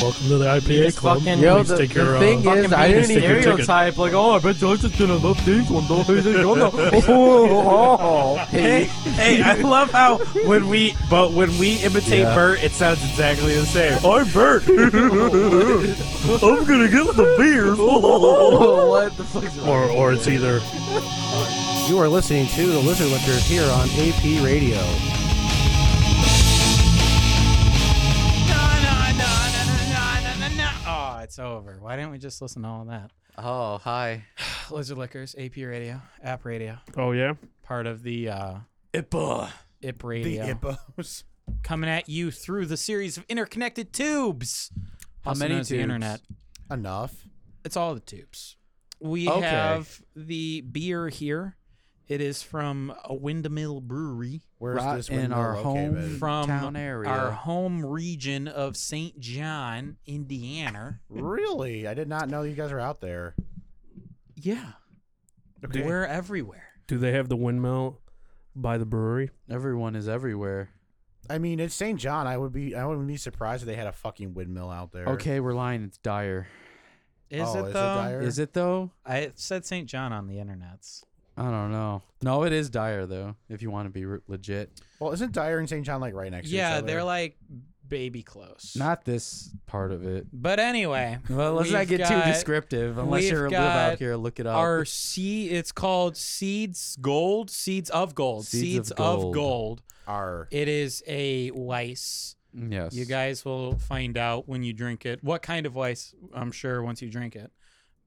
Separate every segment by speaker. Speaker 1: Welcome to the IPA
Speaker 2: just
Speaker 1: club.
Speaker 2: fucking-
Speaker 3: Yo,
Speaker 1: Please
Speaker 3: the,
Speaker 1: take your,
Speaker 3: the
Speaker 1: uh,
Speaker 3: thing is, I
Speaker 1: please
Speaker 3: didn't
Speaker 1: take
Speaker 3: even
Speaker 1: your ticket.
Speaker 2: stereotype, like, oh, I bet George is gonna love this one, though. He's like, oh, no.
Speaker 3: Oh,
Speaker 4: Hey,
Speaker 3: hey,
Speaker 4: hey, I love how when we but when we imitate
Speaker 3: Yeah.
Speaker 4: Bert, it sounds exactly the same.
Speaker 1: I'm Bert. I'm gonna get the beer.
Speaker 3: oh, what the fuck's wrong?
Speaker 1: or, or it's either
Speaker 5: You are listening to the Lizard Winters here on AP Radio.
Speaker 4: Oh, it's over. Why didn't we just listen to all that?
Speaker 3: Oh, hi.
Speaker 4: Lizard Liquors, AP Radio, App Radio,
Speaker 1: oh yeah
Speaker 4: part of the uh,
Speaker 6: IPA.
Speaker 4: IP
Speaker 6: The
Speaker 4: Radio,
Speaker 6: IPOs.
Speaker 4: coming at you through the series of interconnected tubes.
Speaker 3: How
Speaker 4: also
Speaker 3: many
Speaker 4: known as The
Speaker 3: tubes?
Speaker 4: internet.
Speaker 5: Enough.
Speaker 4: It's all the tubes. We
Speaker 3: Okay.
Speaker 4: have the beer here. It is from a Windmill Brewery.
Speaker 5: Where's
Speaker 3: Right
Speaker 5: this
Speaker 3: in
Speaker 5: windmill
Speaker 3: our home
Speaker 5: located?
Speaker 4: from
Speaker 3: town area.
Speaker 4: our home region of St. John, Indiana.
Speaker 5: Really? I did not know you guys were out there.
Speaker 4: yeah. We're everywhere.
Speaker 1: do they have the windmill by the brewery
Speaker 3: Everyone is everywhere.
Speaker 5: I mean, it's St. John. I would be. I wouldn't be surprised if they had a fucking windmill out there.
Speaker 3: Okay, we're lying. It's dire.
Speaker 4: Is
Speaker 5: Oh,
Speaker 4: it
Speaker 5: is it
Speaker 4: though?
Speaker 5: dire?
Speaker 3: Is it though?
Speaker 4: I said St. John on the internets.
Speaker 3: I don't know. No, it is dire though. If you want to be re- legit,
Speaker 5: Well, isn't Dyer and St. John like right next to each
Speaker 4: Yeah,
Speaker 5: other?
Speaker 4: they're like baby close.
Speaker 3: not this part of it.
Speaker 4: but anyway,
Speaker 3: Well, let's not
Speaker 4: we've
Speaker 3: get
Speaker 4: got
Speaker 3: too descriptive. Unless
Speaker 4: we've
Speaker 3: you're live out
Speaker 4: got
Speaker 3: here, look it up.
Speaker 4: Our seed, it's called Seeds Gold, Seeds of Gold,
Speaker 3: Seeds of Gold.
Speaker 4: Gold.
Speaker 5: are.
Speaker 4: It is a Weiss.
Speaker 3: yes,
Speaker 4: You guys will find out when you drink it what kind of Weiss. I'm sure once you drink it,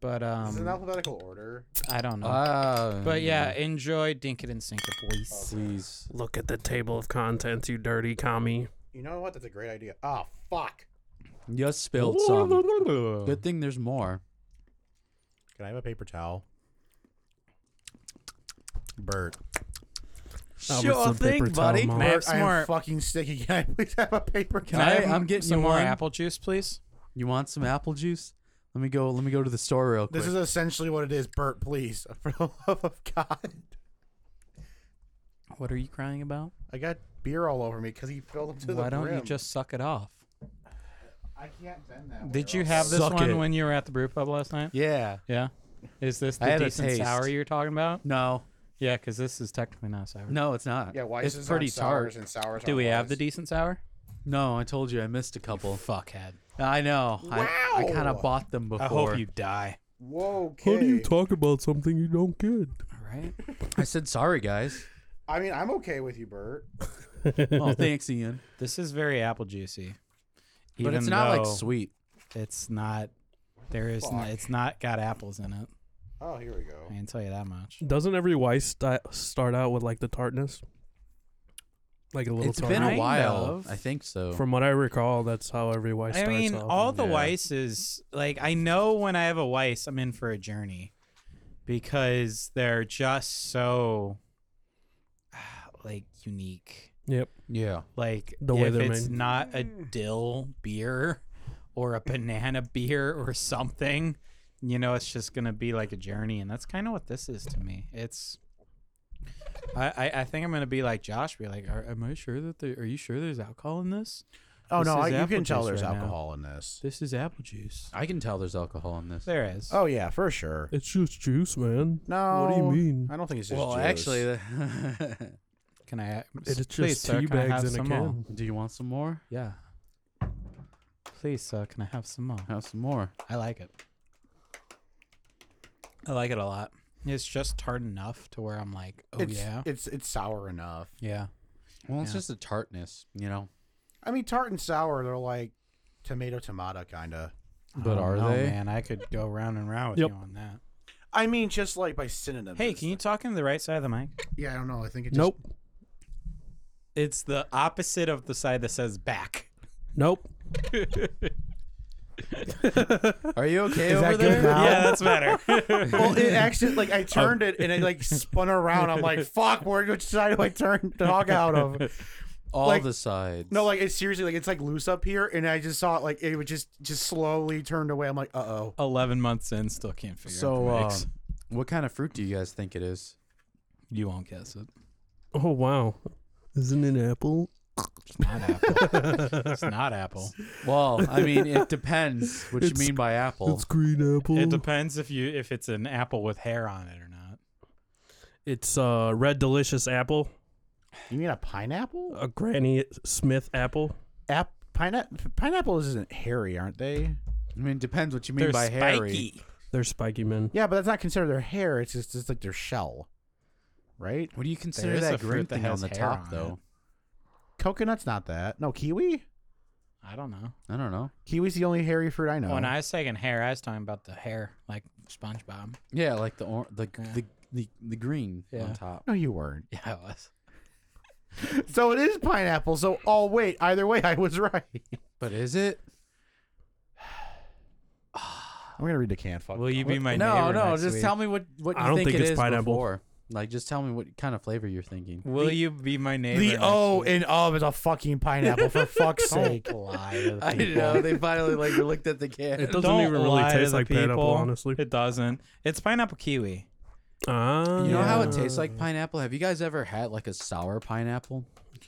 Speaker 4: but
Speaker 5: Is it in
Speaker 4: um,
Speaker 5: alphabetical order?
Speaker 4: I don't know.
Speaker 3: Ah,
Speaker 4: But yeah, enjoy Dink It and Sink It, boys.
Speaker 3: please.
Speaker 1: look at the table of contents you dirty commie
Speaker 5: You know what? That's a great idea. Oh fuck!
Speaker 3: You spilled some. Good thing there's more.
Speaker 5: Can I have a paper towel? Bert.
Speaker 1: That was some paper towel mom.
Speaker 5: Bert, I am
Speaker 4: smart.
Speaker 5: fucking sticky. Can I please have a paper
Speaker 4: Can
Speaker 5: towel?
Speaker 4: I?
Speaker 3: I-
Speaker 4: Have
Speaker 3: I'm getting
Speaker 4: some
Speaker 3: you
Speaker 4: more
Speaker 3: one.
Speaker 4: apple juice, please.
Speaker 3: You want some apple juice? Let me go. Let me go to the store real quick.
Speaker 5: This is essentially what it is, Bert. Please, for the love of God,
Speaker 4: What are you crying about?
Speaker 5: I got beer all over me because he filled them to the
Speaker 4: Why don't you
Speaker 5: brim.
Speaker 4: just suck it off?
Speaker 5: I can't bend that.
Speaker 4: Did you have this
Speaker 3: Suck
Speaker 4: one
Speaker 3: it.
Speaker 4: when you were at the brew pub last night?
Speaker 3: yeah.
Speaker 4: Yeah. Is this
Speaker 3: I
Speaker 4: the
Speaker 3: had a
Speaker 4: decent
Speaker 3: taste.
Speaker 4: sour you're talking about?
Speaker 3: No.
Speaker 4: Yeah, because this is technically not sour.
Speaker 3: No, it's not.
Speaker 5: Yeah, why
Speaker 3: it's
Speaker 5: is
Speaker 3: pretty tart.
Speaker 5: sours and sours?
Speaker 4: Do
Speaker 5: aren't
Speaker 4: we have the
Speaker 5: Weiss?
Speaker 4: decent sour?
Speaker 3: No, I told you I missed a couple.
Speaker 4: Fuckhead.
Speaker 3: I know. I, I kind
Speaker 5: Wow.
Speaker 3: of bought them before.
Speaker 4: I hope you die.
Speaker 5: Whoa, okay.
Speaker 1: how do you talk about something you don't get
Speaker 4: All right.
Speaker 3: I said sorry, guys.
Speaker 5: I mean, I'm okay with you, Bert.
Speaker 3: oh, thanks, Ian.
Speaker 4: This is very apple juicy.
Speaker 3: But it's
Speaker 4: Even
Speaker 3: not like
Speaker 4: though
Speaker 3: sweet.
Speaker 4: It's not. There is. N-
Speaker 5: Fuck.
Speaker 4: it's not got apples in it.
Speaker 5: Oh, here we
Speaker 4: I
Speaker 5: go.
Speaker 4: can tell you that much.
Speaker 1: doesn't every Weiss sti- start out with like the tartness like a little
Speaker 3: It's been a
Speaker 1: tartness?
Speaker 4: Kind
Speaker 3: while.
Speaker 4: of.
Speaker 3: I think so.
Speaker 1: from what I recall that's how every Weiss
Speaker 4: I
Speaker 1: starts
Speaker 4: mean,
Speaker 1: off.
Speaker 4: all the
Speaker 3: yeah.
Speaker 4: Weiss is like I know when I have a Weiss, I'm in for a journey because they're just so ah, like unique.
Speaker 1: yep
Speaker 3: yeah.
Speaker 4: Like
Speaker 1: The way
Speaker 4: if
Speaker 1: they're
Speaker 4: it's
Speaker 1: made.
Speaker 4: not a dill beer or a banana beer or something, you know, it's just gonna be like a journey, and that's kind of what this is to me. It's I, I, I think I'm gonna be like Josh, be like, are, am I sure that there, are you sure there's alcohol in this?
Speaker 5: Oh
Speaker 4: This
Speaker 5: no,
Speaker 4: is
Speaker 5: I, you
Speaker 4: apple
Speaker 5: can tell
Speaker 4: juice
Speaker 5: there's
Speaker 4: right now.
Speaker 5: alcohol in this.
Speaker 4: This is apple juice.
Speaker 3: I can tell there's alcohol in this.
Speaker 4: There is.
Speaker 5: Oh yeah, for sure.
Speaker 1: it's just juice man
Speaker 5: No,
Speaker 1: what do you mean
Speaker 5: Oh, I don't think it's just.
Speaker 3: Well,
Speaker 5: juice.
Speaker 3: actually,
Speaker 4: Can I?
Speaker 1: it's just
Speaker 4: please, sir,
Speaker 1: tea
Speaker 4: can I
Speaker 1: bags
Speaker 4: have
Speaker 1: in a
Speaker 4: some
Speaker 1: can
Speaker 4: more?
Speaker 3: do you want some more?
Speaker 4: Yeah. Please, sir, can I have some more?
Speaker 3: Have some more.
Speaker 4: I like it. I like it a lot. It's just tart enough to where I'm like, oh
Speaker 5: it's,
Speaker 4: yeah,
Speaker 5: it's it's sour enough.
Speaker 4: yeah.
Speaker 3: Well, it's
Speaker 4: Yeah.
Speaker 3: just a tartness, you know.
Speaker 5: I mean, tart and sour, they're like tomato tomato kind of.
Speaker 3: But
Speaker 4: Oh,
Speaker 3: are
Speaker 4: no,
Speaker 3: they?
Speaker 4: Man, I could go round and round with
Speaker 1: Yep.
Speaker 4: you on that.
Speaker 5: I mean, just like by synonyms.
Speaker 4: Hey,
Speaker 5: it's
Speaker 4: can you
Speaker 5: like-
Speaker 4: talk into the right side of the mic?
Speaker 5: yeah, I don't know. I think it. Just,
Speaker 1: nope
Speaker 4: It's the opposite of the side that says back.
Speaker 1: nope
Speaker 3: Are you okay
Speaker 5: Is
Speaker 3: over
Speaker 5: that
Speaker 3: there?
Speaker 5: good now?
Speaker 4: Yeah, that's better.
Speaker 5: Well, it actually like I turned it and it like spun around. I'm like, fuck, where which side do I turn the dog out of?
Speaker 3: All
Speaker 5: Like-
Speaker 3: the sides.
Speaker 5: No, like it's seriously like it's like loose up here, and I just saw it like it would just just slowly turned away. I'm like, uh oh.
Speaker 4: Eleven months in, still can't figure out the
Speaker 3: so,
Speaker 5: um,
Speaker 3: uh,
Speaker 4: mix.
Speaker 3: what kind of fruit do you guys think it is?
Speaker 4: you won't guess it.
Speaker 1: oh wow isn't it an apple
Speaker 4: It's not apple. it's not apple.
Speaker 3: Well, I mean, it depends what you
Speaker 1: It's-
Speaker 3: mean by apple.
Speaker 1: It's green apple.
Speaker 4: It depends if you if it's an apple with hair on it or not.
Speaker 1: It's uh red delicious apple,
Speaker 5: You mean a pineapple?
Speaker 1: a Granny Smith apple.
Speaker 5: App pineapple pineapples isn't hairy, aren't they?
Speaker 3: I mean, it depends what you mean
Speaker 4: They're
Speaker 3: by hairy.
Speaker 4: spiky.
Speaker 1: They're spiky men.
Speaker 5: Yeah, but that's not considered their hair. It's just it's like their shell, right?
Speaker 3: What do you consider
Speaker 4: is a
Speaker 3: that
Speaker 4: fruit
Speaker 3: green
Speaker 4: that
Speaker 3: thing on
Speaker 4: has
Speaker 3: the
Speaker 4: hair
Speaker 3: top,
Speaker 4: on
Speaker 3: though?
Speaker 5: Coconut's not that. No, kiwi.
Speaker 4: I don't know.
Speaker 3: I don't know.
Speaker 5: Kiwi's the only hairy fruit I know.
Speaker 4: When I was saying hair, I was talking about the hair, like SpongeBob.
Speaker 3: Yeah, like the or- the,
Speaker 4: Yeah.
Speaker 3: the the the green
Speaker 4: Yeah.
Speaker 3: on top.
Speaker 5: no, you weren't.
Speaker 4: Yeah, I was.
Speaker 5: So it is pineapple. So oh wait, either way, I was right.
Speaker 3: But is it?
Speaker 5: I'm gonna read the can. Fuck.
Speaker 4: Will you be my
Speaker 3: no,
Speaker 4: neighbor
Speaker 3: no.
Speaker 4: next
Speaker 3: Just
Speaker 4: week?
Speaker 3: tell me what what you
Speaker 1: I don't
Speaker 3: think,
Speaker 1: think
Speaker 3: it
Speaker 1: it's
Speaker 3: is
Speaker 1: pineapple.
Speaker 3: before. Like, just tell me what kind of flavor you're thinking.
Speaker 4: Will you be my neighbor?
Speaker 5: the
Speaker 4: next
Speaker 5: O
Speaker 4: week?
Speaker 5: in of is a fucking pineapple for fuck's sake.
Speaker 4: Don't lie to the
Speaker 3: I
Speaker 4: people.
Speaker 3: know they finally like looked at the can.
Speaker 1: It doesn't
Speaker 4: Don't
Speaker 1: even really
Speaker 4: lie to
Speaker 1: taste
Speaker 4: the
Speaker 1: like pineapple,
Speaker 4: people.
Speaker 1: honestly.
Speaker 4: It doesn't. It's pineapple kiwi.
Speaker 1: Ah,
Speaker 3: You know how it tastes like pineapple? Have you guys ever had like a sour pineapple?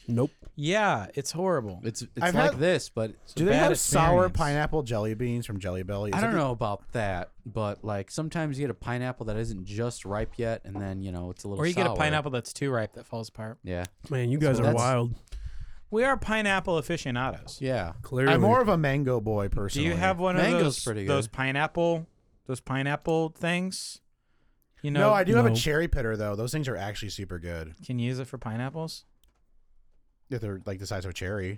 Speaker 1: Nope.
Speaker 4: Yeah, it's horrible.
Speaker 3: It's it's
Speaker 5: I've
Speaker 3: like
Speaker 5: had-
Speaker 3: this, but it's
Speaker 5: Do
Speaker 3: a
Speaker 5: they
Speaker 3: bad
Speaker 5: have sour
Speaker 3: experience.
Speaker 5: pineapple jelly beans from Jelly Belly?
Speaker 3: I
Speaker 5: Is
Speaker 3: don't
Speaker 5: it-
Speaker 3: know about that, but like sometimes you get a pineapple that isn't just ripe yet, and then you know it's a little.
Speaker 4: or you get a
Speaker 3: sour.
Speaker 4: pineapple that's too ripe that falls apart.
Speaker 3: Yeah,
Speaker 1: Man, you guys
Speaker 3: So
Speaker 1: are
Speaker 3: that's-
Speaker 1: wild.
Speaker 4: We are pineapple aficionados.
Speaker 3: yeah.
Speaker 1: Clearly,
Speaker 5: I'm more of a mango boy
Speaker 4: Do
Speaker 5: personally.
Speaker 4: you have one of
Speaker 3: Mango's
Speaker 4: those
Speaker 3: pretty good.
Speaker 4: those pineapple those pineapple things? You know,
Speaker 5: No, I do have a
Speaker 1: No.
Speaker 5: cherry pitter though. Those things are actually super good.
Speaker 4: can you use it for pineapples.
Speaker 5: If they're like the size of a cherry.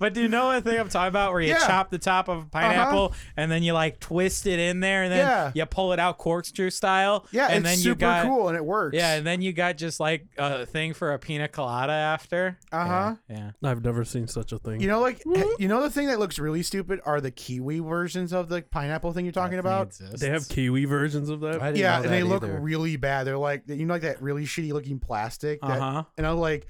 Speaker 4: But do you know what thing I'm talking about? Where you
Speaker 5: Yeah. Uh-huh.
Speaker 4: chop the top of a pineapple and then you like twist it in there and then
Speaker 5: Yeah.
Speaker 4: you pull it out corkscrew style.
Speaker 5: Yeah,
Speaker 4: and
Speaker 5: it's
Speaker 4: then
Speaker 5: super
Speaker 4: you got
Speaker 5: cool and it works.
Speaker 4: yeah, and then you got just like a thing for a pina colada after.
Speaker 5: uh huh.
Speaker 4: Yeah,
Speaker 1: I've never seen such a thing.
Speaker 5: You know, like
Speaker 4: Mm-hmm.
Speaker 5: you know, the thing that looks really stupid are the kiwi versions of the pineapple thing you're talking about.
Speaker 1: they have kiwi versions of that.
Speaker 3: I didn't
Speaker 5: Yeah,
Speaker 3: know
Speaker 5: and they
Speaker 3: that
Speaker 5: look
Speaker 3: either.
Speaker 5: really bad. They're like you know, like that really shitty looking plastic. that-
Speaker 4: Uh-huh.
Speaker 5: And I'm like,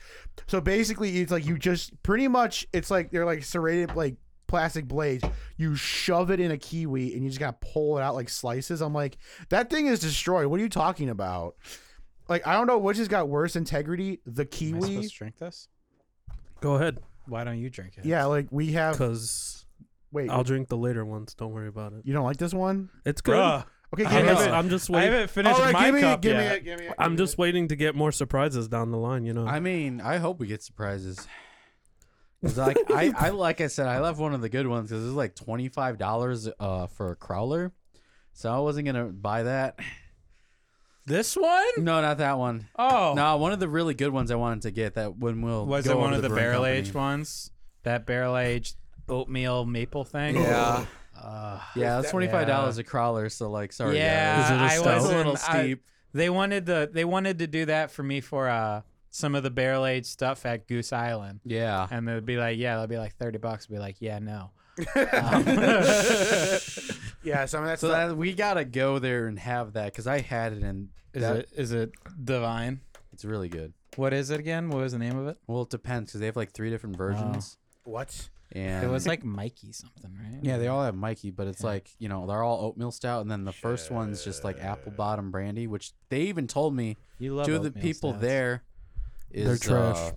Speaker 5: so basically, it's like you just pretty much it's like they're like serrated like plastic blades. You shove it in a kiwi and you just gotta pull it out like slices. I'm like, that thing is destroyed. What are you talking about? Like I don't know which has got worse integrity, the
Speaker 4: Am I
Speaker 5: kiwi.
Speaker 4: supposed to drink this?
Speaker 1: Go ahead,
Speaker 4: Why don't you drink it?
Speaker 5: Yeah, like we have.
Speaker 1: because
Speaker 5: Wait,
Speaker 1: I'll drink the later ones. Don't worry about it.
Speaker 5: you don't like this one?
Speaker 1: It's good.
Speaker 4: Bruh,
Speaker 5: Okay,
Speaker 4: I
Speaker 5: give
Speaker 1: I'm
Speaker 5: me
Speaker 4: know.
Speaker 5: a
Speaker 1: just,
Speaker 5: sip.
Speaker 1: I'm just
Speaker 4: I
Speaker 1: waiting.
Speaker 4: haven't finished
Speaker 5: All right,
Speaker 4: my
Speaker 5: give me,
Speaker 4: cup
Speaker 5: give
Speaker 4: yet.
Speaker 5: me, it, give me. it,
Speaker 1: I'm
Speaker 5: give
Speaker 1: just waiting to get more surprises down the line. You know.
Speaker 3: I mean, I hope we get surprises. 'Cause, like I, I, like I said, I left one of the good ones because it was like twenty five dollars uh, for a crowler, so I wasn't gonna buy that.
Speaker 4: This one?
Speaker 3: No, not that one.
Speaker 4: Oh,
Speaker 3: No, one of the really good ones I wanted to get that when we'll
Speaker 4: was
Speaker 3: go
Speaker 4: it
Speaker 3: over
Speaker 4: one
Speaker 3: to
Speaker 4: of the,
Speaker 3: brewing
Speaker 4: barrel
Speaker 3: company.
Speaker 4: aged ones? That barrel aged oatmeal maple thing?
Speaker 3: Yeah,
Speaker 4: Uh,
Speaker 3: yeah, it's twenty five dollars a crawler. So like, sorry,
Speaker 4: Yeah,
Speaker 3: guys.
Speaker 1: Is it a
Speaker 3: It was
Speaker 1: stout?
Speaker 3: a little
Speaker 4: wasn't- I-
Speaker 3: steep.
Speaker 4: They wanted to they wanted to do that for me for uh some of the barrel aged stuff at Goose Island.
Speaker 3: yeah,
Speaker 4: And they'd be like, yeah, that'd be like thirty bucks. Be like, yeah, no.
Speaker 5: it. Yeah, some of that
Speaker 3: so
Speaker 5: stuff.
Speaker 3: that, we gotta go there and have that because I had it and
Speaker 4: Is
Speaker 3: that-
Speaker 4: it is it divine?
Speaker 3: it's really good.
Speaker 4: What is it again? What was the name of it?
Speaker 3: Well, it depends because they have like three different versions.
Speaker 5: What?
Speaker 3: And
Speaker 4: It was like Mikey something, right?
Speaker 3: Yeah, they all have Mikey, but it's like you know they're all oatmeal stout, and then the first one's just like apple bottom brandy, which they even told me
Speaker 4: You love
Speaker 3: two of the
Speaker 4: oatmeal
Speaker 3: people
Speaker 4: stouts.
Speaker 3: there is
Speaker 1: They're trash.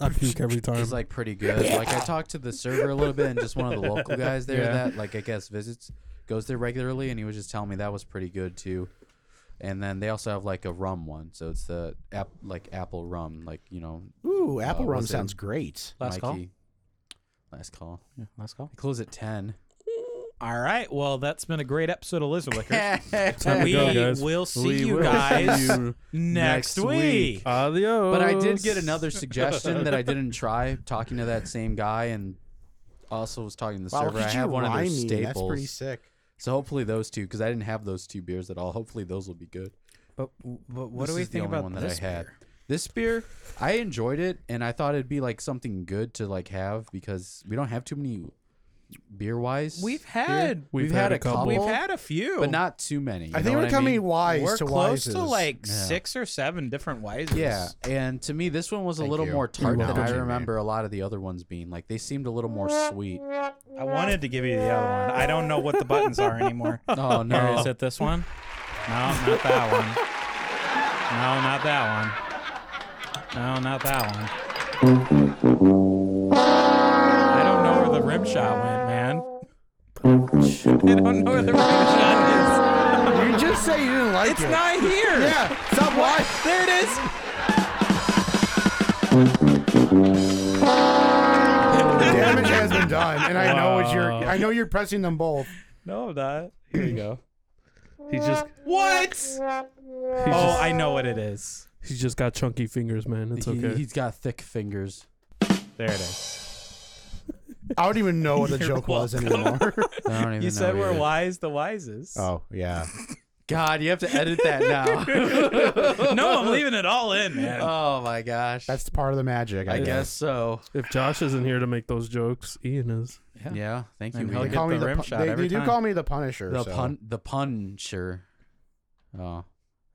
Speaker 3: uh,
Speaker 1: I puke every time.
Speaker 3: is like pretty good. Like I talked to the server a little bit, and just one of the local guys there
Speaker 4: Yeah.
Speaker 3: that like I guess visits goes there regularly, and he was just telling me that was pretty good too. And then they also have like a rum one, so it's the app like apple rum, like you know
Speaker 5: Ooh, apple
Speaker 3: Uh,
Speaker 5: rum
Speaker 3: was it-
Speaker 5: sounds great.
Speaker 4: Last call.
Speaker 3: Mikey. Last call.
Speaker 4: Yeah, last call.
Speaker 3: They close at ten.
Speaker 4: All right. Well, that's been a great episode of Lizard Liquor.
Speaker 1: Time to
Speaker 4: we
Speaker 1: go, guys.
Speaker 4: will see
Speaker 3: We
Speaker 4: you
Speaker 3: will see
Speaker 4: guys
Speaker 3: you
Speaker 4: next,
Speaker 3: next
Speaker 4: week.
Speaker 3: week.
Speaker 1: Uh, Adios.
Speaker 3: But I did get another suggestion that I didn't try talking to that same guy and also was talking to the
Speaker 5: Wow,
Speaker 3: server.
Speaker 5: look
Speaker 3: I
Speaker 5: at you
Speaker 3: have one of their
Speaker 5: rhyming. That's pretty
Speaker 3: staples.
Speaker 5: sick.
Speaker 3: So hopefully those two, because I didn't have those two beers at all. Hopefully those will be good.
Speaker 4: But, but what
Speaker 3: This
Speaker 4: do we
Speaker 3: is the
Speaker 4: think
Speaker 3: only
Speaker 4: about
Speaker 3: one that
Speaker 4: this
Speaker 3: I had.
Speaker 4: beer?
Speaker 3: This beer, I enjoyed it and I thought it'd be like something good to like have because we don't have too many beer wise.
Speaker 4: We've had
Speaker 3: we've, had, a couple,
Speaker 4: we've had a few,
Speaker 3: but not too many. you
Speaker 5: I
Speaker 3: know
Speaker 5: think
Speaker 3: what
Speaker 5: we're coming
Speaker 3: mean?
Speaker 5: wise
Speaker 4: We're
Speaker 5: to
Speaker 4: close
Speaker 5: wises.
Speaker 4: to like
Speaker 3: Yeah.
Speaker 4: six or seven different wises.
Speaker 3: Yeah, and to me, this one was a
Speaker 5: Thank
Speaker 3: little
Speaker 5: you.
Speaker 3: more tart
Speaker 1: You're
Speaker 3: than I
Speaker 5: welcome.
Speaker 3: remember a lot of the other ones being. Like they seemed a little more sweet.
Speaker 4: I wanted to give you the other one. I don't know what the buttons are anymore.
Speaker 3: Oh
Speaker 4: Or
Speaker 3: no!
Speaker 4: is it this one? No, not that one. No, not that one. No, not that one. I don't know where the rim shot went, man. I don't know where the rim shot
Speaker 5: You just say you didn't like
Speaker 4: is. It's
Speaker 5: it.
Speaker 4: not here.
Speaker 5: yeah, stop lying.
Speaker 4: There it is.
Speaker 5: Damage has been done, and I know what you're.
Speaker 4: Wow.
Speaker 5: I know you're pressing them both.
Speaker 4: No, I'm not. Here you go.
Speaker 1: He's just
Speaker 4: What? Oh, I know what it is.
Speaker 1: he's just got chunky fingers, man. It's
Speaker 3: He,
Speaker 1: okay.
Speaker 3: He's got thick fingers.
Speaker 4: There it is.
Speaker 5: I don't even know what the
Speaker 4: You're
Speaker 5: joke was
Speaker 4: welcome.
Speaker 5: anymore.
Speaker 3: I don't even
Speaker 4: You
Speaker 3: know
Speaker 4: said we're
Speaker 3: either.
Speaker 4: wise, the wisest.
Speaker 5: oh yeah.
Speaker 3: God, you have to edit that now.
Speaker 4: No, I'm leaving it all in, man.
Speaker 2: Uh,
Speaker 3: oh my gosh.
Speaker 5: That's part of the magic, I,
Speaker 3: I guess
Speaker 5: guess.
Speaker 3: so.
Speaker 1: if Josh isn't here to make those jokes, Ian is.
Speaker 3: Yeah.
Speaker 4: Yeah.
Speaker 3: thank you.
Speaker 4: And
Speaker 5: They
Speaker 4: he'll
Speaker 3: Ian.
Speaker 4: get
Speaker 5: call me
Speaker 4: the
Speaker 5: the
Speaker 4: rim
Speaker 5: pu-
Speaker 4: shot
Speaker 5: They,
Speaker 4: every
Speaker 5: they do
Speaker 4: time.
Speaker 5: call me the Punisher.
Speaker 3: the
Speaker 5: so.
Speaker 3: pun the puncher. Oh,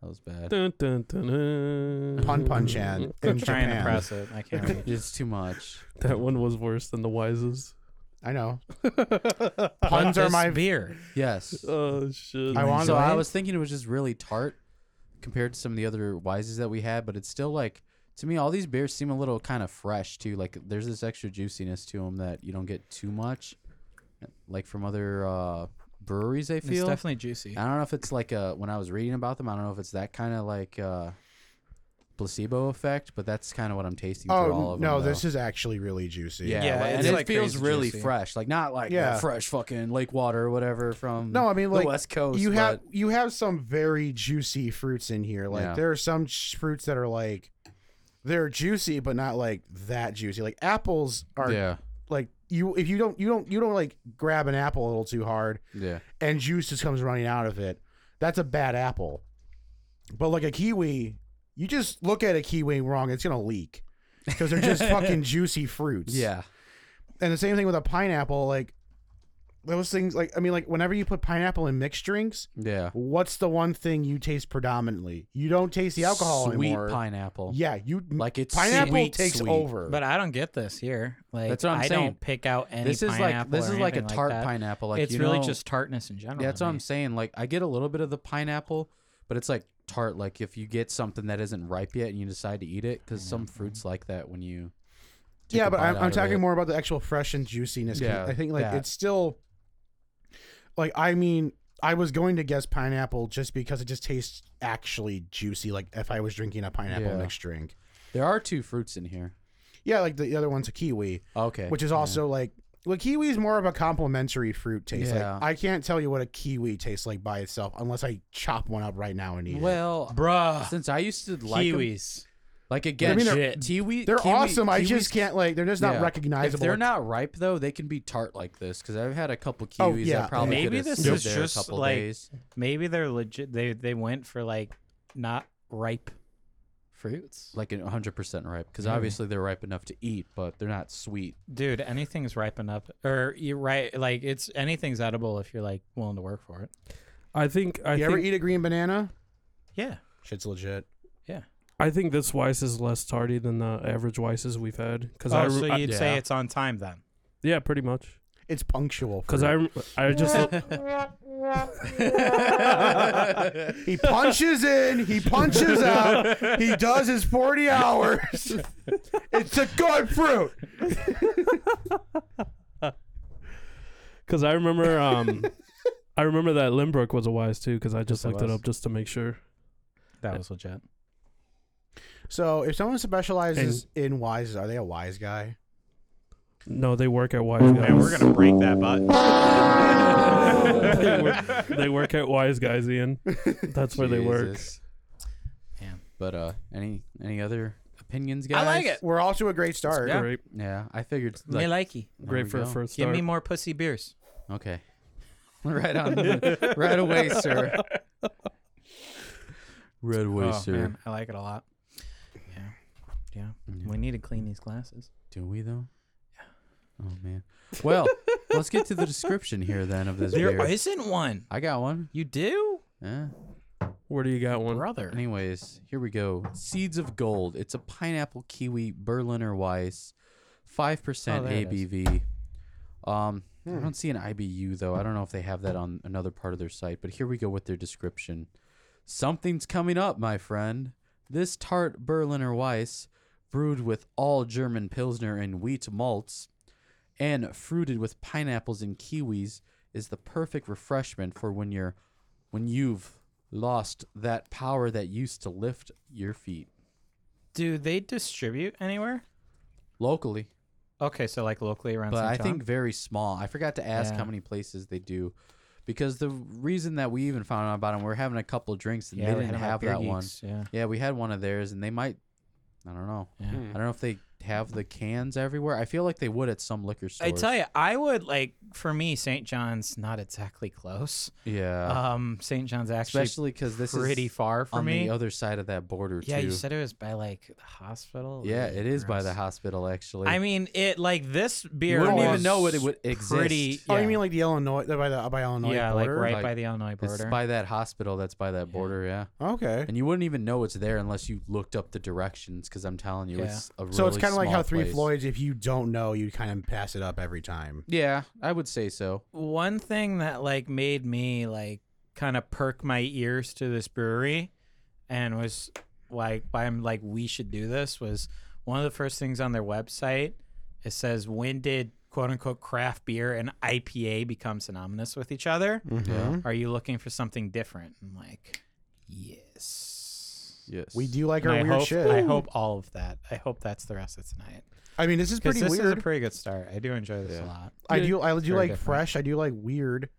Speaker 3: that was bad.
Speaker 1: Dun, dun, dun, dun.
Speaker 5: Pun Punchan in
Speaker 4: Trying to
Speaker 5: Japan.
Speaker 4: press it. I can't reach.
Speaker 3: It's too much.
Speaker 1: That one was worse than the wisest.
Speaker 5: I know. Puns are
Speaker 4: This
Speaker 5: my.
Speaker 4: beer.
Speaker 3: Yes.
Speaker 1: Oh shit!
Speaker 5: I want
Speaker 3: so I
Speaker 5: to.
Speaker 3: was thinking it was just really tart compared to some of the other wises that we had, but it's still like to me all these beers seem a little kind of fresh too. Like there's this extra juiciness to them that you don't get too much, like from other uh, breweries. I
Speaker 4: It's
Speaker 3: feel.
Speaker 4: definitely juicy.
Speaker 3: I don't know if it's like uh when I was reading about them. I don't know if it's that kind of like uh, placebo effect, but that's kind of what I'm tasting through all
Speaker 5: Oh
Speaker 3: of them.
Speaker 5: no, this
Speaker 3: though.
Speaker 5: is actually really juicy.
Speaker 3: Yeah,
Speaker 4: Yeah,
Speaker 3: like- and
Speaker 4: it's
Speaker 3: it
Speaker 4: like
Speaker 3: feels
Speaker 4: crazy
Speaker 3: really
Speaker 4: juicy.
Speaker 3: fresh, like not like
Speaker 5: Yeah.
Speaker 3: fresh fucking lake water or whatever from
Speaker 5: No, I mean like
Speaker 3: the West Coast.
Speaker 5: You have
Speaker 3: but-
Speaker 5: you have some very juicy fruits in here. Like
Speaker 3: Yeah.
Speaker 5: there are some sh- fruits that are like they're juicy but not like that juicy. Like apples are
Speaker 3: yeah,
Speaker 5: like you if you don't you don't you don't like grab an apple a little too hard
Speaker 3: yeah.
Speaker 5: and juice just comes running out of it. That's a bad apple. But like a kiwi, you just look at a kiwi wrong, it's gonna leak because they're just fucking juicy fruits.
Speaker 3: Yeah.
Speaker 5: and the same thing with a pineapple. Like those things, like I mean, like whenever you put pineapple in mixed drinks,
Speaker 3: Yeah.
Speaker 5: what's the one thing you taste predominantly? You don't taste the alcohol
Speaker 3: Sweet
Speaker 5: anymore.
Speaker 3: pineapple.
Speaker 5: Yeah, you
Speaker 3: Like it's
Speaker 5: pineapple
Speaker 3: sweet,
Speaker 5: takes
Speaker 3: sweet.
Speaker 5: over.
Speaker 4: But I don't get this here. Like
Speaker 3: That's what I'm
Speaker 4: I
Speaker 3: saying.
Speaker 4: don't pick out any
Speaker 3: This is like
Speaker 4: pineapple
Speaker 3: this
Speaker 4: or
Speaker 3: is like a
Speaker 4: anything
Speaker 3: tart
Speaker 4: that.
Speaker 3: pineapple. Like
Speaker 4: it's
Speaker 3: you
Speaker 4: really
Speaker 3: know-
Speaker 4: just tartness in general.
Speaker 3: Yeah, that's
Speaker 4: to
Speaker 3: what
Speaker 4: me.
Speaker 3: I'm saying. Like I get a little bit of the pineapple, but it's like tart. Like if you get something that isn't ripe yet and you decide to eat it, because some fruits like that when you.
Speaker 5: Mm-hmm.
Speaker 3: take
Speaker 5: yeah,
Speaker 3: a
Speaker 5: but
Speaker 3: bite
Speaker 5: I'm,
Speaker 3: out
Speaker 5: I'm
Speaker 3: of
Speaker 5: talking
Speaker 3: it.
Speaker 5: more about the actual fresh and juiciness. 'cause
Speaker 3: Yeah,
Speaker 5: I think like
Speaker 3: that.
Speaker 5: it's still like I mean I was going to guess pineapple just because it just tastes actually juicy. Like if I was drinking a pineapple
Speaker 3: Yeah.
Speaker 5: mixed drink,
Speaker 3: There are two fruits in here.
Speaker 5: yeah, like the other one's a kiwi,
Speaker 3: Okay.
Speaker 5: which is also like well, kiwi is more of a complimentary fruit taste.
Speaker 3: Yeah.
Speaker 5: Like I can't tell you what a kiwi tastes like by itself unless I chop one up right now and eat it.
Speaker 3: well.
Speaker 4: Bruh,
Speaker 3: Since I used to like 'em-
Speaker 4: kiwis.
Speaker 3: like again,
Speaker 5: I mean,
Speaker 3: they're,
Speaker 5: they're-
Speaker 3: kiwi,
Speaker 5: They're
Speaker 3: kiwi-
Speaker 5: awesome. I just
Speaker 3: kiwis-
Speaker 5: can't like they're just
Speaker 3: yeah.
Speaker 5: not
Speaker 3: If
Speaker 5: recognizable.
Speaker 3: they're not ripe though, they can be tart like this. Because I've had a couple kiwis.
Speaker 5: Oh,
Speaker 3: that
Speaker 5: yeah.
Speaker 3: probably
Speaker 4: Maybe
Speaker 3: coulda
Speaker 4: this
Speaker 3: stood
Speaker 4: is
Speaker 3: there
Speaker 4: just,
Speaker 3: a couple
Speaker 4: like,
Speaker 3: days.
Speaker 4: Maybe they're legit. They they went for like not ripe fruits.
Speaker 3: like an 100% ripe because
Speaker 4: Maybe.
Speaker 3: obviously they're ripe enough to eat but they're not sweet
Speaker 4: Dude, anything's ripe enough, or you're right. Like it's anything's edible if you're like willing to work for it.
Speaker 1: I think I
Speaker 5: you ever
Speaker 1: think
Speaker 5: eat a green banana?
Speaker 4: Yeah.
Speaker 5: Shit's legit.
Speaker 1: I think this Weiss is less tardy than the average Weisses we've had. Cause
Speaker 4: Oh,
Speaker 1: I, re-
Speaker 4: so
Speaker 1: I-
Speaker 4: you'd
Speaker 3: uh, yeah.
Speaker 4: say it's on time then?
Speaker 1: yeah, pretty much.
Speaker 5: It's punctual.
Speaker 1: Cause I rem- I just
Speaker 5: He punches in, he punches out, he does his 40 hours. It's a good fruit.
Speaker 1: Cause I remember um I remember that Limbrook was a wise too. Cause I just
Speaker 4: Yes, it
Speaker 1: looked it
Speaker 4: was.
Speaker 1: up just to make sure.
Speaker 4: That was legit.
Speaker 5: So, if someone specializes in wise, are they a wise guy?
Speaker 1: No, they work at Wise Guys.
Speaker 4: Man, we're gonna break that button.
Speaker 1: they, work, they work at Wise Guys, Ian. That's where they work.
Speaker 3: Jesus.
Speaker 4: Man.
Speaker 3: but uh any any other opinions guys
Speaker 4: I like it.
Speaker 5: We're off to a great start.
Speaker 4: Yeah.
Speaker 1: Great,
Speaker 3: yeah i figured
Speaker 4: Me
Speaker 3: like,
Speaker 4: likey.
Speaker 3: there
Speaker 1: great
Speaker 3: we
Speaker 1: for a
Speaker 3: go.
Speaker 1: first
Speaker 4: Give
Speaker 1: start.
Speaker 4: me more pussy beers.
Speaker 3: okay right on right away sir right away
Speaker 4: oh
Speaker 3: sir
Speaker 4: man, I like it a lot. Yeah, yeah.
Speaker 3: Yeah.
Speaker 4: We need to clean these glasses.
Speaker 3: do we though oh man well let's get to the description here then of this beer
Speaker 4: isn't one.
Speaker 3: i got one
Speaker 4: You do,
Speaker 3: yeah
Speaker 1: Where do you got one?
Speaker 4: brother.
Speaker 3: Anyways, here we go. Seeds of Gold. It's a pineapple kiwi Berliner Weiss, five percent
Speaker 4: Oh, there it is. Hmm.
Speaker 3: ABV. Um, I don't see an IBU though. I don't know if they have that on another part of their site. But here we go with their description. Something's coming up, my friend. This tart Berliner Weiss brewed with all German Pilsner and wheat malts, and fruited with pineapples and kiwis, is the perfect refreshment for when you're when you've lost that power that used to lift your feet.
Speaker 4: Do they distribute anywhere?
Speaker 3: Locally,
Speaker 4: Okay, so like locally around.
Speaker 3: but
Speaker 4: St.
Speaker 3: I
Speaker 4: John?
Speaker 3: think very small. I forgot to ask
Speaker 4: Yeah.
Speaker 3: how many places they do, because the reason that we even found out about them, we are having a couple drinks and
Speaker 4: yeah,
Speaker 3: they
Speaker 4: we
Speaker 3: didn't
Speaker 4: had 'em at
Speaker 3: have
Speaker 4: Beer
Speaker 3: that one.
Speaker 4: Geeks, Yeah.
Speaker 3: Yeah, we had one of theirs, and they might. I don't know.
Speaker 4: Yeah.
Speaker 3: I don't know if they have the cans everywhere. I feel like they would at some liquor stores.
Speaker 4: I tell you, I would like for me, St. John's not exactly close.
Speaker 3: yeah,
Speaker 4: Um, St. John's actually
Speaker 3: Ah. especially because this
Speaker 4: pretty
Speaker 3: is
Speaker 4: far for
Speaker 3: on
Speaker 4: me.
Speaker 3: the other side of that border
Speaker 4: yeah,
Speaker 3: too.
Speaker 4: you said it was by like the hospital.
Speaker 3: yeah,
Speaker 4: Ugh,
Speaker 3: it is by
Speaker 4: gross.
Speaker 3: the hospital actually.
Speaker 4: I mean, it like this
Speaker 3: you
Speaker 4: beer.
Speaker 3: wouldn't even
Speaker 4: was
Speaker 3: know it, it would exist.
Speaker 4: Pretty.
Speaker 5: Oh,
Speaker 4: yeah.
Speaker 5: you mean like the Illinois by the by Illinois
Speaker 4: yeah, like
Speaker 5: border?
Speaker 4: right
Speaker 3: Like,
Speaker 4: by the Illinois
Speaker 3: it's
Speaker 4: border.
Speaker 3: by that hospital that's by that border. Yeah,
Speaker 5: Okay.
Speaker 3: and you wouldn't even know it's there unless you looked up the directions. Because I'm telling you,
Speaker 4: Yeah.
Speaker 3: it's a really
Speaker 5: So it's kind of like how
Speaker 3: small
Speaker 5: Three
Speaker 3: place.
Speaker 5: Floyds. If you don't know, you kind of pass it up every time.
Speaker 3: Yeah, I would say so.
Speaker 4: one thing that like made me like kind of perk my ears to this brewery and was like why I'm like we should do this was one of the first things on their website it says when did quote unquote craft beer and IPA become synonymous with each other
Speaker 5: Mm-hmm.
Speaker 3: Yeah.
Speaker 4: are you looking for something different I'm like yes
Speaker 3: Yes,
Speaker 5: We do like
Speaker 4: And
Speaker 5: our
Speaker 4: I
Speaker 5: weird
Speaker 4: hope,
Speaker 5: shit.
Speaker 4: I hope all of that I hope that's the rest of tonight
Speaker 5: I mean, this is
Speaker 4: because
Speaker 5: pretty
Speaker 4: this is a
Speaker 5: weird.
Speaker 4: pretty good start I do enjoy this
Speaker 3: Yeah.
Speaker 4: a lot
Speaker 5: I do. I do
Speaker 4: Very
Speaker 5: like
Speaker 4: different.
Speaker 5: fresh. I do like weird.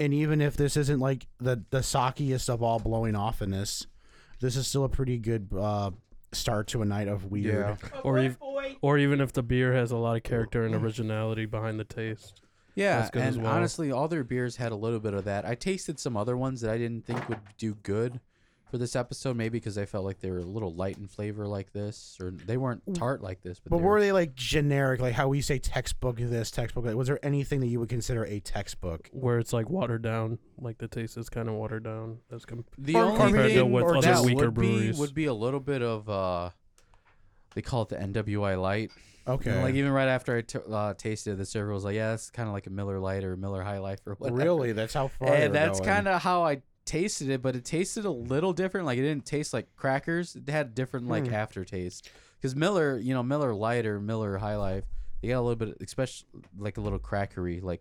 Speaker 5: And even if this isn't like the the sockiest of all blowing off in this, this is still a pretty good uh, start to a night of weird.
Speaker 3: Yeah.
Speaker 1: Or ev- or even if the beer has a lot of character and originality behind the taste.
Speaker 3: Yeah,
Speaker 1: That's good
Speaker 3: and
Speaker 1: as well.
Speaker 3: honestly, all their beers had a little bit of that. I tasted some other ones that I didn't think would do good for this episode, maybe because I felt like they were a little light in flavor like this, or they weren't tart like this. But,
Speaker 5: But
Speaker 3: they
Speaker 5: were they like generic, like how we say textbook this, textbook that? Was there anything that you would consider a textbook?
Speaker 1: Where it's like watered down, like the taste is kind of watered down. As com-
Speaker 3: the
Speaker 5: or
Speaker 3: only
Speaker 5: compared
Speaker 1: compared to
Speaker 3: thing
Speaker 5: with
Speaker 1: what
Speaker 5: or
Speaker 1: other
Speaker 5: just
Speaker 3: that
Speaker 1: weaker
Speaker 3: would be
Speaker 1: breweries.
Speaker 3: would be a little bit of uh, they call it the NWI light.
Speaker 5: Okay.
Speaker 3: And like even right after I t- uh, tasted it, the server was like, "Yeah, that's kind of like a Miller Light or a Miller High Life or whatever."
Speaker 5: really? That's how far.
Speaker 3: And Eh, that's kind of how I tasted it, but it tasted a little different. Like it didn't taste like crackers. It had different like
Speaker 5: Hmm.
Speaker 3: aftertaste. Because Miller, you know, Miller Light or Miller High Life, they got a little bit, especially like a little crackery like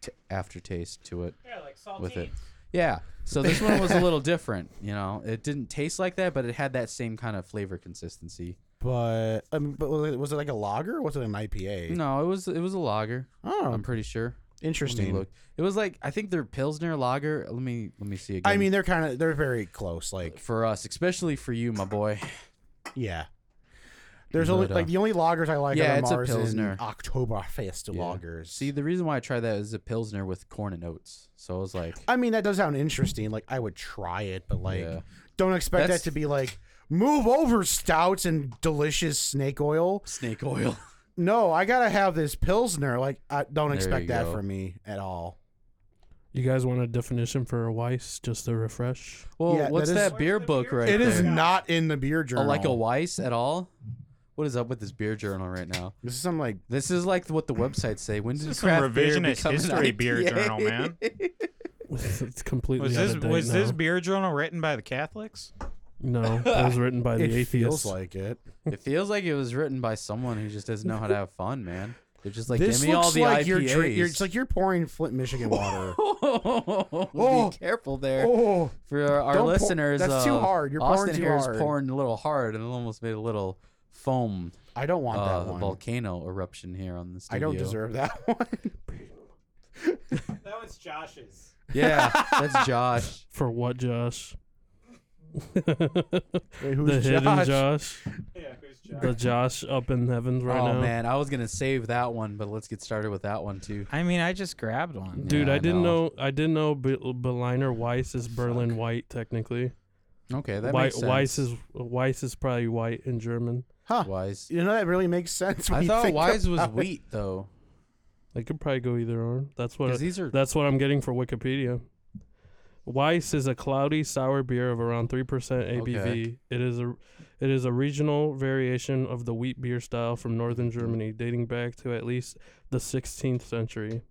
Speaker 3: t- aftertaste to it
Speaker 4: yeah like
Speaker 3: with it. Yeah. So this one was a little different. You know, it didn't taste like that, but it had that same kind of flavor consistency.
Speaker 5: But I mean, but was it, was it like a lager? Or was it an IPA?
Speaker 3: No, it was it was a lager.
Speaker 5: Oh,
Speaker 3: I'm pretty sure. Let me
Speaker 5: interesting.
Speaker 3: look. It was like I think their Pilsner lager. Let me let me see again.
Speaker 5: I mean, they're kind of they're very close. Like,
Speaker 3: for us, especially for you, my boy.
Speaker 5: yeah. There's
Speaker 3: But,
Speaker 5: only
Speaker 3: uh,
Speaker 5: like the only lagers I like
Speaker 3: yeah,
Speaker 5: are
Speaker 3: it's a
Speaker 5: the Mars and
Speaker 3: Pilsner.
Speaker 5: Oktoberfest
Speaker 3: Yeah.
Speaker 5: lagers.
Speaker 3: See, the reason why I tried that is a pilsner with corn and oats. So I was like,
Speaker 5: I mean, that does sound interesting. Like, I would try it, but like,
Speaker 3: Yeah.
Speaker 5: don't expect
Speaker 3: That's-
Speaker 5: that to be like move over stouts and delicious snake oil.
Speaker 3: snake oil.
Speaker 5: No, I gotta have this pilsner. Like, I don't
Speaker 3: There
Speaker 5: expect
Speaker 3: you
Speaker 5: that
Speaker 3: go.
Speaker 5: from me at all.
Speaker 1: you guys want a definition for a Weiss just to refresh?
Speaker 3: Well,
Speaker 5: Yeah,
Speaker 3: what's
Speaker 5: that is-
Speaker 3: that beer book right
Speaker 5: It
Speaker 3: there?
Speaker 5: is not in the beer
Speaker 3: oh,
Speaker 5: journal.
Speaker 3: like a Weiss at all. What is up with this beer journal right now?
Speaker 5: This is some like
Speaker 3: This is like what the websites say. When did
Speaker 4: is some
Speaker 3: craft beer
Speaker 4: revisionist
Speaker 3: become an
Speaker 4: history beer
Speaker 3: IPA?
Speaker 4: journal, man.
Speaker 1: it's completely
Speaker 4: Was
Speaker 1: out
Speaker 4: this
Speaker 1: of date
Speaker 4: was
Speaker 1: now.
Speaker 4: this beer journal written by the Catholics?
Speaker 1: No, that was written by the
Speaker 5: it
Speaker 1: atheists.
Speaker 5: feels like it.
Speaker 3: It feels like it was written by someone who just doesn't know how to have fun, man. They're just like,
Speaker 5: this
Speaker 3: give me
Speaker 5: looks
Speaker 3: all the
Speaker 5: like
Speaker 3: IPAs.
Speaker 5: you're, dra- you're it's like you're pouring Flint, Michigan water. Oh.
Speaker 3: be careful there.
Speaker 5: oh,
Speaker 3: For our, our
Speaker 5: Don't pour-
Speaker 3: listeners,
Speaker 5: that's too
Speaker 3: uh,
Speaker 5: hard. You're pouring
Speaker 3: Austin
Speaker 5: too
Speaker 3: here is
Speaker 5: hard.
Speaker 3: pouring a little hard, and it almost made a little foam
Speaker 5: I don't want
Speaker 3: uh,
Speaker 5: that one.
Speaker 3: volcano eruption here on the
Speaker 5: I
Speaker 3: studio.
Speaker 5: don't deserve that one.
Speaker 4: That was Josh's.
Speaker 3: Yeah, that's Josh.
Speaker 1: For what, Josh?
Speaker 5: Wait,
Speaker 1: the
Speaker 5: who's
Speaker 1: hidden
Speaker 5: Josh?
Speaker 1: Josh,
Speaker 4: Yeah, who's
Speaker 1: the Josh up in heavens right
Speaker 3: oh
Speaker 1: now.
Speaker 3: man, I was gonna save that one, but let's get started with that one too.
Speaker 4: I mean, I just grabbed one.
Speaker 1: Dude,
Speaker 3: Yeah, I
Speaker 1: I didn't
Speaker 3: know.
Speaker 1: know. I didn't know Be- Berliner Weiss is Berlin White technically.
Speaker 3: Okay, that
Speaker 1: Wei-
Speaker 3: makes sense.
Speaker 1: Weiss is Weiss is probably white in German.
Speaker 5: Huh?
Speaker 3: Wise.
Speaker 5: You know that really makes sense. When
Speaker 3: I
Speaker 5: you
Speaker 3: thought
Speaker 5: think
Speaker 3: Wise was
Speaker 5: about it.
Speaker 3: wheat though,
Speaker 1: They could probably go either or. That's what
Speaker 3: because these are
Speaker 1: That's what I'm getting for Wikipedia. Weiss is a cloudy sour beer of around 3% ABV.
Speaker 3: Okay.
Speaker 1: It is a it is a regional variation of the wheat beer style from northern Germany dating back to at least the 16th century.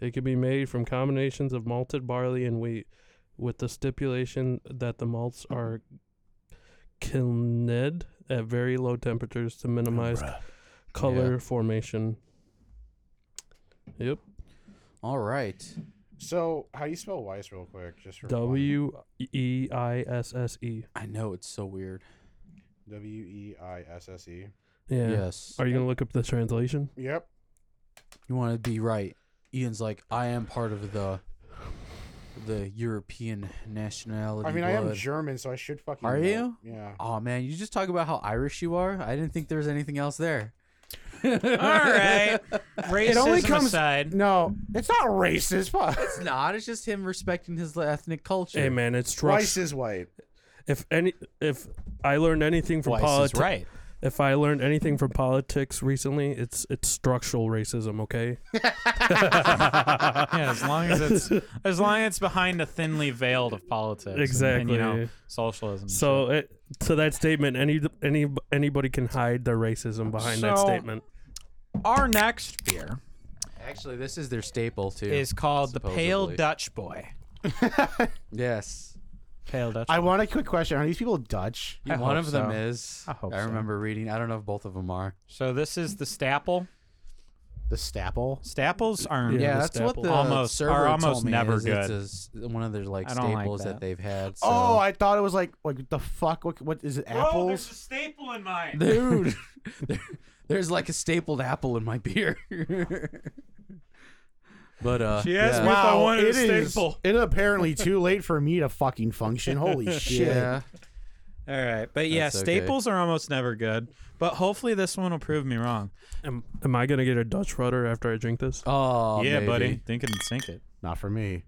Speaker 1: It can be made from combinations of malted barley and wheat with the stipulation that the malts are kilned at very low temperatures to minimize color formation. Yep.
Speaker 3: All right.
Speaker 6: So, how do you spell Weiss real quick? Just for fun?
Speaker 1: W E I S S E.
Speaker 3: I know it's so weird.
Speaker 6: W E I S S E.
Speaker 1: Yeah.
Speaker 3: Yes.
Speaker 1: Are you gonna look up the translation?
Speaker 6: Yep.
Speaker 3: You want to be right. Ian's like, I am part of the the European nationality.
Speaker 6: I mean, I am
Speaker 3: blood."
Speaker 6: German, so I should fucking.
Speaker 3: Are
Speaker 6: know.
Speaker 3: you?
Speaker 6: Yeah.
Speaker 3: Oh man, you just talk about how Irish you are. I didn't think there was anything else there.
Speaker 4: All right. Racism
Speaker 6: It only comes-
Speaker 4: aside.
Speaker 6: No, it's not racist. Fuck.
Speaker 3: It's not. It's just him respecting his ethnic culture.
Speaker 1: Hey man, it's
Speaker 6: Weiss
Speaker 1: trust.
Speaker 6: is white.
Speaker 1: If any, if I learned anything from
Speaker 4: Weiss is
Speaker 1: politics,
Speaker 4: right.
Speaker 1: if I learned anything from politics recently, it's it's structural racism. Okay.
Speaker 4: Yeah, as long as it's as long as it's behind the thinly veiled of politics, and- and,
Speaker 1: Exactly.
Speaker 4: you know, socialism. and shit.
Speaker 1: So it, to that statement, any any anybody can hide their racism behind that
Speaker 4: So-
Speaker 1: statement.
Speaker 4: our next beer
Speaker 3: Actually, this is their staple too.
Speaker 4: is called the Pale
Speaker 3: Supposedly.
Speaker 4: Dutch Boy.
Speaker 3: yes.
Speaker 4: Pale Dutch.
Speaker 5: I want a quick question. Are these people Dutch?
Speaker 3: Yeah, one
Speaker 4: hope
Speaker 3: of them
Speaker 4: so.
Speaker 3: is.
Speaker 4: I hope so.
Speaker 3: remember reading. I don't know if both of them are.
Speaker 4: So this is the Staple.
Speaker 5: The Stapple?
Speaker 4: Staples are
Speaker 1: Yeah,
Speaker 3: Yeah,
Speaker 1: the
Speaker 3: that's what
Speaker 1: staple.
Speaker 3: the
Speaker 4: Almost-
Speaker 3: server
Speaker 4: are almost
Speaker 3: told me
Speaker 4: never
Speaker 3: is it's
Speaker 4: good.
Speaker 3: a s- one of their like
Speaker 4: I don't like
Speaker 3: staples that.
Speaker 4: that.
Speaker 3: they've had. So.
Speaker 5: Oh, I thought it was like like the fuck. What, what is it? Apples?
Speaker 4: staple in mine.
Speaker 3: dude, there- there's like a stapled apple in my beer. but uh,
Speaker 4: She asked
Speaker 3: yeah.
Speaker 4: me if I wanted
Speaker 5: it
Speaker 4: a
Speaker 5: is.
Speaker 4: staple.
Speaker 5: It apparently too late for me to fucking function. Holy shit!
Speaker 3: Yeah.
Speaker 4: All right, but yeah,
Speaker 3: That's okay.
Speaker 4: staples are almost never good. But hopefully this one will prove me wrong.
Speaker 1: Am, am I gonna get a Dutch rudder after I drink this?
Speaker 3: Oh,
Speaker 4: yeah,
Speaker 3: maybe.
Speaker 4: buddy, think it and sink it.
Speaker 5: Not for me.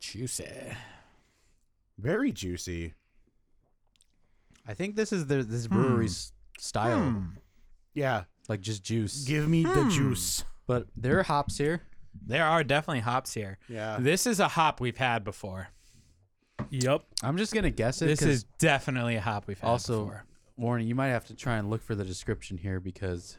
Speaker 4: Juicy.
Speaker 6: Very juicy.
Speaker 3: I think this is the,
Speaker 4: Hmm.
Speaker 3: this brewery's style,
Speaker 5: Yeah,
Speaker 3: like just juice.
Speaker 5: give me
Speaker 3: Hmm.
Speaker 5: the juice.
Speaker 3: But there are hops here.
Speaker 4: There are definitely hops here.
Speaker 6: Yeah.
Speaker 4: This is a hop we've had before.
Speaker 1: Yep.
Speaker 3: I'm just gonna guess it.
Speaker 4: This
Speaker 3: 'cause
Speaker 4: is definitely a hop we've had
Speaker 3: also
Speaker 4: before.
Speaker 3: Warren. You might have to try and look for the description here because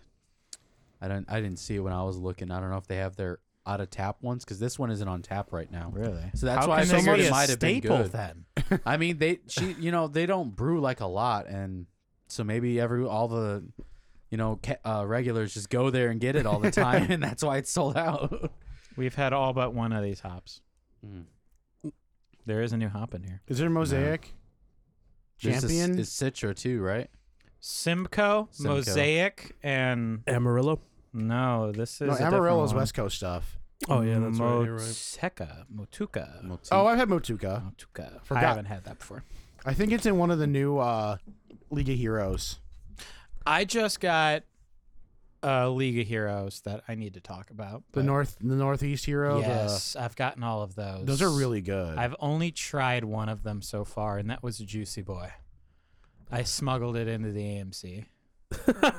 Speaker 3: I don't. I didn't see it when I was looking. I don't know if they have their out of tap ones because this one isn't on tap right now.
Speaker 4: Really?
Speaker 3: So that's
Speaker 4: How
Speaker 3: why I
Speaker 4: can this
Speaker 3: figured
Speaker 4: be
Speaker 3: it
Speaker 4: a
Speaker 3: might have been
Speaker 4: staple
Speaker 3: good.
Speaker 4: Then
Speaker 3: I mean, they she you know they don't brew like a lot, and so maybe every all the you know ca- uh, regulars just go there and get it all the time, and that's why it's sold out.
Speaker 4: we've had all but one of these hops.
Speaker 3: Hmm.
Speaker 4: There is a new hop in here.
Speaker 5: Is there mosaic?
Speaker 3: There's a s-
Speaker 5: Champion?
Speaker 3: is Citra too, right?
Speaker 4: Simcoe,
Speaker 3: Simcoe.
Speaker 4: Mosaic, and
Speaker 1: Amarillo.
Speaker 4: no, this is
Speaker 5: No,
Speaker 4: a different
Speaker 5: Amarillo is
Speaker 4: one.
Speaker 5: West Coast stuff.
Speaker 1: Oh yeah, that's right. You're right.
Speaker 4: Motuka, Motuka,
Speaker 5: Oh, I've had Motuka.
Speaker 4: Motuka.
Speaker 5: Forgot.
Speaker 4: I haven't had that before.
Speaker 5: I think it's in one of the new uh, League of Heroes.
Speaker 4: I just got uh, League of Heroes that I need to talk about.
Speaker 5: The
Speaker 4: but
Speaker 5: North, the Northeast Hero. the-
Speaker 4: yes, I've gotten all of those.
Speaker 5: those are really good.
Speaker 4: I've only tried one of them so far, and that was Juicy Boy. I smuggled it into the AMC.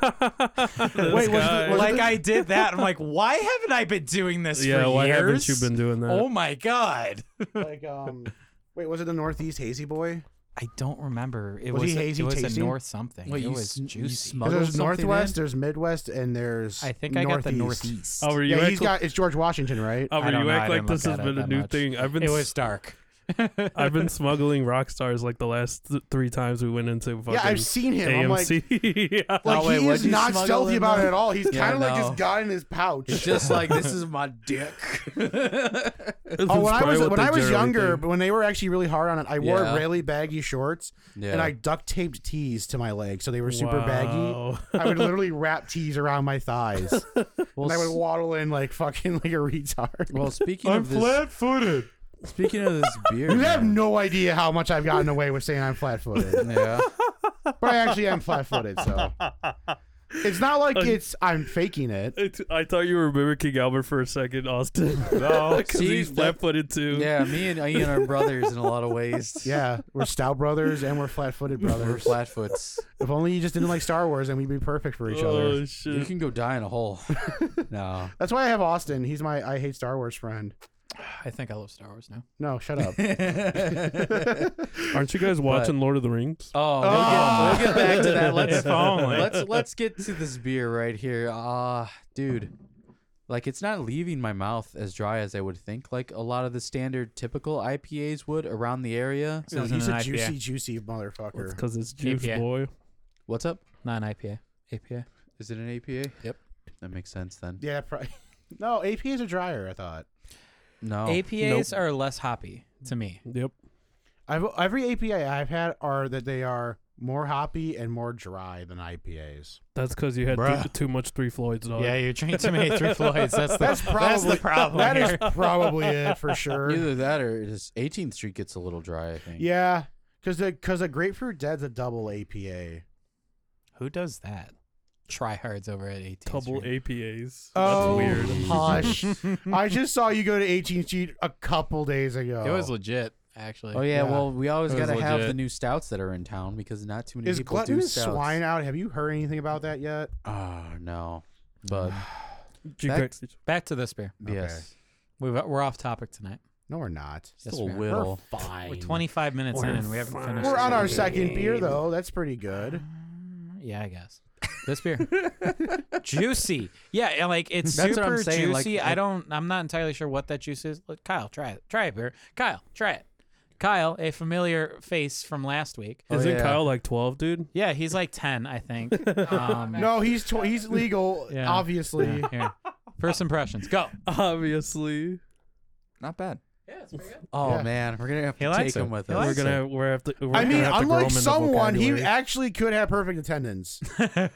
Speaker 5: Wait, was
Speaker 1: guy.
Speaker 5: it, was
Speaker 4: like
Speaker 5: it,
Speaker 4: I did that. I'm like, why haven't I been doing this
Speaker 1: yeah,
Speaker 4: for
Speaker 1: why haven't
Speaker 4: years?
Speaker 1: you been doing that?
Speaker 4: Oh my god.
Speaker 5: like um, wait, was it the Northeast Hazy Boy?
Speaker 4: I don't remember. It
Speaker 5: Was
Speaker 4: was,
Speaker 5: he hazy
Speaker 4: It was
Speaker 5: tasting?
Speaker 4: a north something.
Speaker 3: Wait,
Speaker 4: it
Speaker 3: you
Speaker 4: was
Speaker 3: sm- you
Speaker 4: juicy.
Speaker 3: smuggled-
Speaker 5: 'Cause
Speaker 3: Smuggled
Speaker 5: There's
Speaker 3: something
Speaker 5: Northwest,
Speaker 3: in?
Speaker 5: there's Midwest, and there's
Speaker 4: I think I got
Speaker 5: northeast.
Speaker 4: the Oh, northeast.
Speaker 1: Over Oh, you
Speaker 5: Yeah,
Speaker 1: act
Speaker 5: he's
Speaker 1: li-
Speaker 5: got it's George Washington, right?
Speaker 1: Albert,
Speaker 4: I don't
Speaker 1: you
Speaker 4: know, I
Speaker 1: act like
Speaker 4: didn't
Speaker 1: this
Speaker 4: look
Speaker 1: has
Speaker 4: at it
Speaker 1: been a
Speaker 4: that
Speaker 1: new
Speaker 4: much.
Speaker 1: thing. I've been
Speaker 4: It
Speaker 1: s-
Speaker 4: was dark.
Speaker 1: I've been smuggling rock stars like the last th- three times we went into fucking
Speaker 5: yeah, I've seen him. I'm like,
Speaker 1: AMC. Yeah.
Speaker 5: like
Speaker 3: Oh, wait,
Speaker 5: he
Speaker 3: what'd
Speaker 5: is
Speaker 3: you
Speaker 5: not
Speaker 3: smuggle
Speaker 5: stealthy
Speaker 3: in
Speaker 5: about it
Speaker 3: there?
Speaker 5: at all. He's
Speaker 3: Yeah,
Speaker 5: kind of like
Speaker 3: no.
Speaker 5: just got in his pouch.
Speaker 3: It's just like this is my dick.
Speaker 5: Oh, when I was when I was younger,
Speaker 1: but
Speaker 5: but when they were actually really hard on it, I wore
Speaker 3: Yeah.
Speaker 5: really baggy shorts
Speaker 3: Yeah.
Speaker 5: and I duct taped tees to my legs, so they were super baggy. I would literally wrap tees around my thighs,
Speaker 3: well,
Speaker 5: and I would
Speaker 3: s-
Speaker 5: waddle in like fucking like a retard.
Speaker 3: well, speaking of this,
Speaker 4: footed.
Speaker 3: speaking of this beer,
Speaker 5: You have
Speaker 3: man,
Speaker 5: no idea how much I've gotten away with saying I'm flat-footed,
Speaker 3: yeah,
Speaker 5: but I actually am flat-footed. So it's not like it's I'm faking it.
Speaker 1: I, t- I thought you were mimicking Albert for a second, Austin. No, because
Speaker 3: See,
Speaker 1: he's
Speaker 3: that-
Speaker 1: flat-footed too.
Speaker 3: yeah. Me and Ian are brothers in a lot of ways.
Speaker 5: Yeah, we're stout brothers and we're flat-footed
Speaker 3: we're
Speaker 5: brothers.
Speaker 3: flatfoots.
Speaker 5: If only you just didn't like Star Wars, and we'd be perfect for each other.
Speaker 1: Oh
Speaker 3: You
Speaker 1: shit!
Speaker 3: can go die in a hole. no,
Speaker 5: That's why I have Austin. He's my I hate Star Wars friend.
Speaker 4: I think I love Star Wars now.
Speaker 5: No, shut up.
Speaker 1: Aren't you guys watching Lord of the Rings?
Speaker 3: Oh, we'll, Get, we'll get back to that. Let's
Speaker 4: If only.
Speaker 3: let's let's get to this beer right here. Ah, dude, like it's not leaving my mouth as dry as I would think. Like a lot of the standard typical IPAs would around the area.
Speaker 4: This isn't
Speaker 5: he's
Speaker 4: an
Speaker 5: a
Speaker 4: IPA.
Speaker 5: juicy, juicy motherfucker.
Speaker 1: because it's juice
Speaker 4: APA.
Speaker 1: boy.
Speaker 3: What's up?
Speaker 4: Not an IPA. APA.
Speaker 3: Is it an APA?
Speaker 4: Yep.
Speaker 3: That makes sense then.
Speaker 5: Yeah, probably.
Speaker 6: No, APAs are drier. I thought.
Speaker 4: Oh,
Speaker 3: No.
Speaker 4: APAs are less hoppy to me.
Speaker 1: Yep.
Speaker 6: I've every APA I've had are that they are more hoppy and more dry than IPAs.
Speaker 1: That's because you had
Speaker 6: Bruh.
Speaker 1: too, too much Three Floyds, dog.
Speaker 4: Oh. Yeah, you're drinking too many Three Floyds. That's the,
Speaker 5: That's
Speaker 4: that's
Speaker 5: probably
Speaker 4: the problem.
Speaker 5: That is
Speaker 4: here.
Speaker 5: probably it for sure.
Speaker 3: Either that or just 18th Street gets a little dry. I think.
Speaker 5: Yeah, because because a grapefruit dead's a double APA.
Speaker 4: Who does that? Tryhards over at 18th
Speaker 1: Double
Speaker 4: Street.
Speaker 1: APAs.
Speaker 5: oh,
Speaker 1: That's weird.
Speaker 5: Hush. I just saw you go to 18th Street a couple days ago.
Speaker 4: It was legit, actually.
Speaker 3: Oh
Speaker 5: Yeah.
Speaker 3: yeah, well we always
Speaker 4: It was
Speaker 3: gotta have the
Speaker 4: legit.
Speaker 3: new stouts that are in town because not too many
Speaker 5: Is
Speaker 3: people do
Speaker 5: gluttonous
Speaker 3: stouts.
Speaker 5: swine out? Have you heard anything about that yet?
Speaker 3: Oh no, but
Speaker 1: G-Crack-
Speaker 4: Back to this beer.
Speaker 3: yes,
Speaker 4: We've, we're off topic tonight.
Speaker 5: No, we're not.
Speaker 4: Yes,
Speaker 3: still
Speaker 4: we are.
Speaker 3: will.
Speaker 6: Fine.
Speaker 4: We're 25 minutes in and we haven't finished.
Speaker 5: We're on our
Speaker 4: this
Speaker 5: second beer
Speaker 4: game.
Speaker 5: though. That's pretty good.
Speaker 4: Yeah, I guess. This beer. juicy. Yeah, and like it's
Speaker 3: That's what I'm
Speaker 4: super
Speaker 3: saying, like,
Speaker 4: juicy. I
Speaker 3: like-
Speaker 4: don't I'm not entirely sure what that juice is. Look, Kyle, try it. Try it, beer. Kyle, try it. Kyle, a familiar face from last week.
Speaker 1: Isn't
Speaker 3: yeah.
Speaker 1: Kyle like 12, dude?
Speaker 4: Yeah, he's like 10, I think. Um,
Speaker 5: No, he's tw- he's legal,
Speaker 4: Yeah.
Speaker 5: obviously.
Speaker 4: yeah, here. First impressions. Go.
Speaker 1: Obviously.
Speaker 2: Not bad.
Speaker 3: Oh
Speaker 5: Yeah.
Speaker 3: man, we're gonna have
Speaker 4: He
Speaker 3: to
Speaker 4: likes
Speaker 3: take
Speaker 4: it.
Speaker 3: them with
Speaker 4: He
Speaker 3: us.
Speaker 4: likes
Speaker 1: We're gonna have, we're have to. We're
Speaker 5: I
Speaker 1: gonna
Speaker 5: mean,
Speaker 1: have to grow him
Speaker 5: unlike
Speaker 1: in the
Speaker 5: someone, he
Speaker 1: vocabulary.
Speaker 5: actually could have perfect attendance.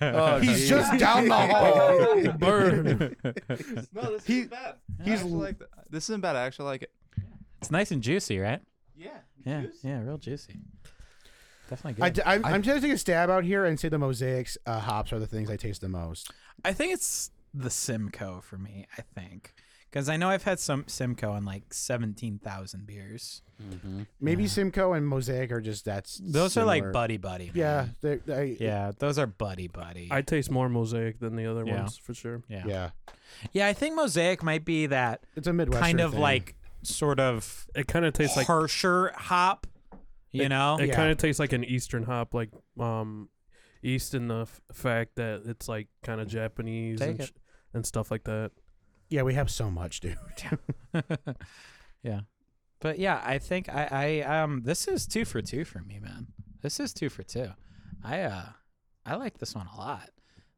Speaker 3: Oh,
Speaker 5: He's
Speaker 3: geez.
Speaker 5: just down the hall.
Speaker 1: burn.
Speaker 2: No, this
Speaker 5: He-
Speaker 2: isn't bad.
Speaker 5: he's
Speaker 2: He's
Speaker 5: l-
Speaker 2: like th- this isn't bad. I actually like it.
Speaker 4: It's nice and juicy, right?
Speaker 2: Yeah.
Speaker 4: Yeah, yeah, real juicy. Definitely good.
Speaker 5: I, am I'm just gonna take a stab out here and say the mosaics uh, hops are the things I taste the most.
Speaker 4: I think it's the Simcoe for me. I think because I know I've had some Simcoe in like seventeen thousand beers.
Speaker 3: Mm-hmm.
Speaker 5: Maybe Simcoe and Mosaic are just that's
Speaker 4: Those are like
Speaker 5: similar.
Speaker 4: buddy buddy. man.
Speaker 5: yeah, they they,
Speaker 4: yeah, those are buddy buddy.
Speaker 1: I taste more mosaic than the other
Speaker 4: Yeah.
Speaker 1: ones for sure.
Speaker 4: yeah. yeah,
Speaker 5: yeah.
Speaker 4: I think Mosaic might be that
Speaker 5: It's a Midwest
Speaker 4: kind of like sort of
Speaker 1: It kind of tastes like
Speaker 4: harsher hop. You know,
Speaker 1: it
Speaker 5: Yeah.
Speaker 1: kind of tastes like an eastern hop, like um, east in the f- fact that it's like kind of Japanese and,
Speaker 4: Take
Speaker 1: sh- and stuff like that.
Speaker 5: yeah, we have so much, dude.
Speaker 4: yeah. But yeah, I think I, I um this is two for two for me, man. This is two for two. I uh I like this one a lot.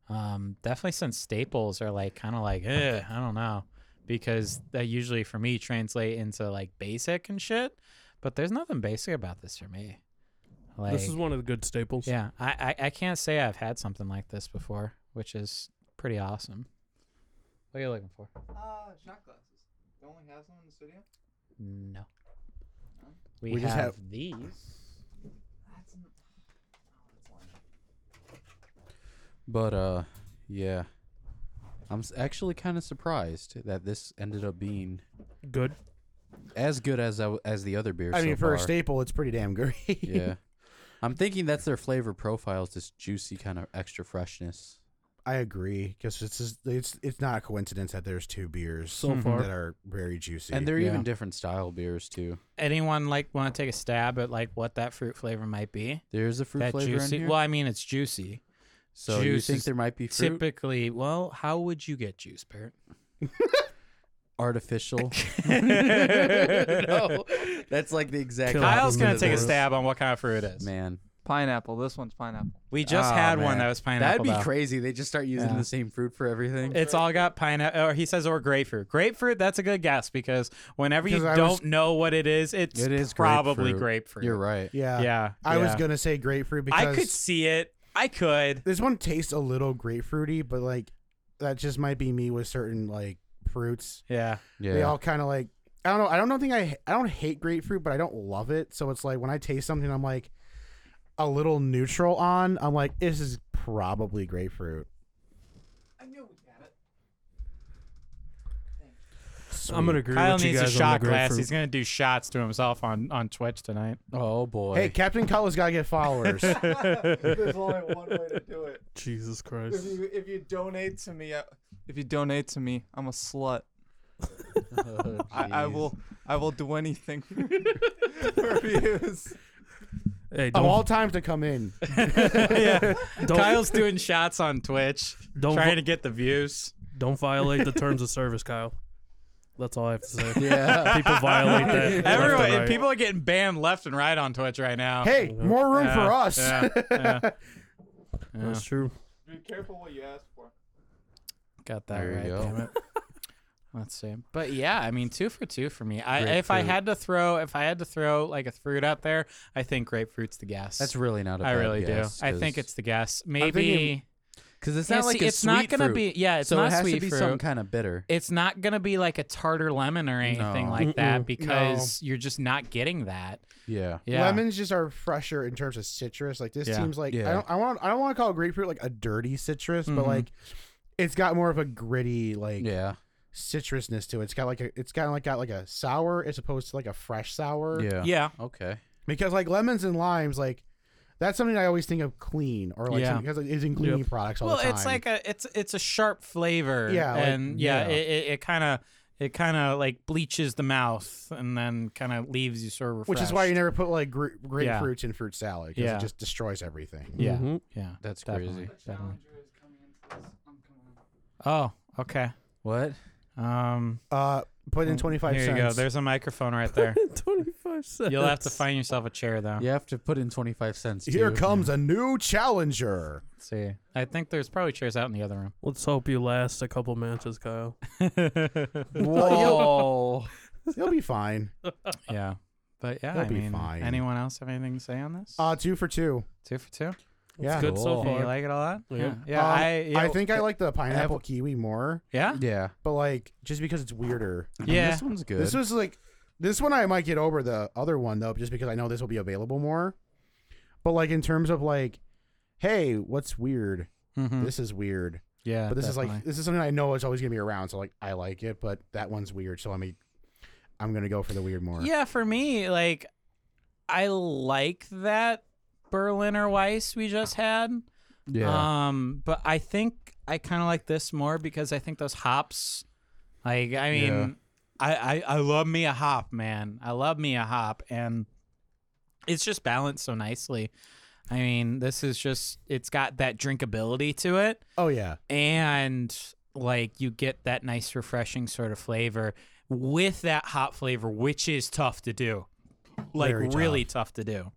Speaker 4: Um definitely since staples are like kind of like eh, I don't know because that usually for me translate into like basic and shit, but there's nothing basic about this for me. Like
Speaker 1: this is one of the good staples.
Speaker 4: yeah, I, I I can't say I've had something like this before, which is pretty awesome. What are you looking for?
Speaker 2: Uh, shot glasses. Don't we have some in the studio?
Speaker 4: No. We,
Speaker 5: We
Speaker 4: have,
Speaker 5: just have-
Speaker 4: these.
Speaker 3: But uh, yeah, I'm s- actually kind of surprised that this ended up being
Speaker 1: Good.
Speaker 3: as good as I w- as the other beers.
Speaker 5: I mean,
Speaker 3: so
Speaker 5: for
Speaker 3: far.
Speaker 5: a staple, it's pretty damn great.
Speaker 3: yeah. I'm thinking that's their flavor profile is this juicy kind of extra freshness.
Speaker 5: I agree because it's just, it's it's not a coincidence that there's two beers
Speaker 1: So
Speaker 3: Mm-hmm.
Speaker 1: far.
Speaker 5: that are very juicy.
Speaker 3: And they're
Speaker 5: yeah.
Speaker 3: even different style beers too.
Speaker 4: Anyone like want to take a stab at like what that fruit flavor might be?
Speaker 3: There's a fruit
Speaker 4: that
Speaker 3: flavor
Speaker 4: juicy.
Speaker 3: in here.
Speaker 4: Well, I mean it's juicy.
Speaker 3: so you
Speaker 4: juice
Speaker 3: think
Speaker 4: is
Speaker 3: there might be fruit
Speaker 4: Typically, well, how would you get juice, Bert?
Speaker 3: artificial?
Speaker 4: Kyle's
Speaker 3: no, that's like the exact.
Speaker 1: Kill Kyle's
Speaker 3: opposite
Speaker 4: gonna
Speaker 3: of
Speaker 4: take a
Speaker 3: those.
Speaker 4: stab on what kind of fruit it is.
Speaker 3: Man,
Speaker 2: Pineapple. This one's pineapple.
Speaker 4: We just
Speaker 3: Ah,
Speaker 4: had one
Speaker 3: man.
Speaker 4: that was pineapple.
Speaker 3: that'd be
Speaker 4: though.
Speaker 3: crazy. They just start using
Speaker 4: Yeah.
Speaker 3: the same fruit for everything.
Speaker 4: It's all got pineapple, or he says, or grapefruit. Grapefruit, that's a good guess because whenever you
Speaker 5: Because I
Speaker 4: don't
Speaker 5: was-
Speaker 4: know what it is, it's
Speaker 3: It is
Speaker 4: probably
Speaker 3: grapefruit.
Speaker 4: grapefruit.
Speaker 3: You're right.
Speaker 5: yeah.
Speaker 4: Yeah.
Speaker 5: I was
Speaker 4: yeah.
Speaker 5: gonna say grapefruit because
Speaker 4: I could see it. I could.
Speaker 5: this one tastes a little grapefruity, but like that just might be me with certain like fruits.
Speaker 4: Yeah.
Speaker 3: Yeah.
Speaker 5: They all kind of like I don't know. I don't know. Think I I don't hate grapefruit, but I don't love it. So it's like when I taste something, I'm like a little neutral on. I'm like this is probably grapefruit.
Speaker 1: I'm gonna agree
Speaker 4: Kyle
Speaker 1: with you
Speaker 4: needs
Speaker 1: guys
Speaker 4: a shot
Speaker 1: on the
Speaker 4: glass.
Speaker 1: grapefruit.
Speaker 4: He's gonna do shots to himself on on Twitch tonight.
Speaker 3: oh boy.
Speaker 5: Hey, Captain Cutlass gotta get followers.
Speaker 2: There's only one way to do it.
Speaker 1: Jesus
Speaker 2: If
Speaker 1: Christ.
Speaker 2: you if you donate to me, I, if you donate to me, I'm a slut.
Speaker 3: Oh,
Speaker 2: I, I
Speaker 3: jeez.
Speaker 2: will I will do anything for, for views.
Speaker 1: Hey,
Speaker 5: of
Speaker 1: don't
Speaker 5: all times to come in.
Speaker 4: yeah.
Speaker 1: Don't-
Speaker 4: Kyle's doing shots on Twitch,
Speaker 1: Don't
Speaker 4: trying
Speaker 1: vo-
Speaker 4: to get the views.
Speaker 1: Don't violate the terms of service, Kyle. That's all I have to say.
Speaker 3: Yeah.
Speaker 1: People violate that. left and
Speaker 4: Everyone,
Speaker 1: right.
Speaker 4: people are getting banned left and right on Twitch right now.
Speaker 5: Hey, more room
Speaker 4: Yeah,
Speaker 5: for us.
Speaker 4: yeah, yeah. Yeah.
Speaker 1: That's true.
Speaker 4: Got that
Speaker 3: There you
Speaker 4: right.
Speaker 3: go.
Speaker 4: Damn it. Let's see. But yeah, I mean, two for two for me. I, if I
Speaker 3: Grapefruit.
Speaker 4: had to throw, if I had to throw like a fruit out there, I think grapefruit's the guess.
Speaker 3: That's really not a
Speaker 4: I
Speaker 3: bad
Speaker 4: really
Speaker 3: guess,
Speaker 4: do. I think
Speaker 3: 'cause-
Speaker 4: it's the guess. Maybe
Speaker 3: Cause it's
Speaker 4: Yeah,
Speaker 3: not like
Speaker 4: see,
Speaker 3: a
Speaker 4: it's not
Speaker 3: sweet
Speaker 4: gonna
Speaker 3: fruit.
Speaker 4: be. Yeah, it's
Speaker 3: so
Speaker 4: not
Speaker 3: it has
Speaker 4: sweet
Speaker 3: to be
Speaker 4: fruit.
Speaker 3: some kind of bitter.
Speaker 4: it's not gonna be like a tartar lemon or anything
Speaker 3: No.
Speaker 4: like
Speaker 1: Mm-mm.
Speaker 4: that because you're just not getting that.
Speaker 3: Yeah.
Speaker 4: Yeah.
Speaker 5: Lemons just are fresher in terms of citrus. Like this
Speaker 4: Yeah.
Speaker 5: seems like
Speaker 3: Yeah.
Speaker 5: I don't I want I don't want to call grapefruit like a dirty citrus,
Speaker 4: Mhm.
Speaker 5: but like it's got more of a gritty like
Speaker 3: Yeah.
Speaker 5: citrusness to it. It's got like a it's kind of like got like a sour as opposed to like a fresh sour.
Speaker 3: Yeah.
Speaker 4: Yeah.
Speaker 3: Okay.
Speaker 5: Because like lemons and limes, like that's something I always think of clean or like
Speaker 4: Yeah.
Speaker 5: something because like, it's in cleaning products all
Speaker 4: Well,
Speaker 5: the time.
Speaker 4: it's like a it's it's a sharp flavor.
Speaker 5: Yeah, like-
Speaker 4: and yeah,
Speaker 3: yeah.
Speaker 4: it it- it kind of it kind of like bleaches the mouth and then kind of leaves you sort of
Speaker 5: which
Speaker 4: refreshed.
Speaker 5: is why you never put like gr-
Speaker 4: Yeah.
Speaker 5: grapefruits in fruit salad because
Speaker 4: Yeah.
Speaker 5: it just destroys everything.
Speaker 4: Yeah.
Speaker 1: Mhm.
Speaker 4: Yeah.
Speaker 3: That's
Speaker 4: Definitely.
Speaker 3: crazy.
Speaker 4: definitely. Oh, okay.
Speaker 3: What?
Speaker 4: Um,
Speaker 5: Uh, put in twenty
Speaker 4: here
Speaker 5: five
Speaker 4: you
Speaker 5: cents.
Speaker 4: go. There's a microphone right there.
Speaker 1: 25 cents.
Speaker 4: You'll have to find yourself a chair though.
Speaker 3: You have to put in twenty five cents.
Speaker 5: Here
Speaker 3: too.
Speaker 5: comes a new challenger.
Speaker 4: Let's see. I think there's probably chairs out in the other room.
Speaker 1: Let's hope you last a couple matches, Kyle.
Speaker 3: Whoa.
Speaker 5: He'll be fine.
Speaker 4: yeah. But yeah,
Speaker 5: He'll
Speaker 4: I
Speaker 5: Uh, be
Speaker 4: mean,
Speaker 5: fine.
Speaker 4: anyone else have anything to say on this?
Speaker 5: Uh, two for two.
Speaker 4: two for two.
Speaker 5: Yeah.
Speaker 1: Good so
Speaker 4: Yeah,
Speaker 3: Cool.
Speaker 1: far.
Speaker 4: you like it a lot?
Speaker 1: Yeah.
Speaker 4: Yeah.
Speaker 1: Um,
Speaker 4: Yeah.
Speaker 5: Um,
Speaker 4: I, yeah,
Speaker 5: I think I like the pineapple kiwi more,
Speaker 4: Yeah.
Speaker 3: yeah.
Speaker 5: but like just because it's weirder.
Speaker 4: Yeah.
Speaker 3: This one's good.
Speaker 5: This was like this one I might get over the other one though, just because I know this will be available more. But like in terms of like, hey, what's weird?
Speaker 4: Mhm.
Speaker 5: This is weird.
Speaker 4: Yeah.
Speaker 5: But this is like
Speaker 4: definitely.
Speaker 5: this is something I know is always gonna be around. So like I like it, but that one's weird. So I mean, I'm gonna go for the weird more.
Speaker 4: Yeah, for me, like I like that Berliner Weiss we just had.
Speaker 3: yeah.
Speaker 4: Um, but I think I kind of like this more because I think those hops, like I mean,
Speaker 3: Yeah.
Speaker 4: I, I I love me a hop, man. I love me a hop, and it's just balanced so nicely. I mean, this is just it's got that drinkability to it
Speaker 5: Oh yeah.
Speaker 4: and like you get that nice refreshing sort of flavor with that hot flavor which is tough to do like
Speaker 5: Very tough.
Speaker 4: really tough to do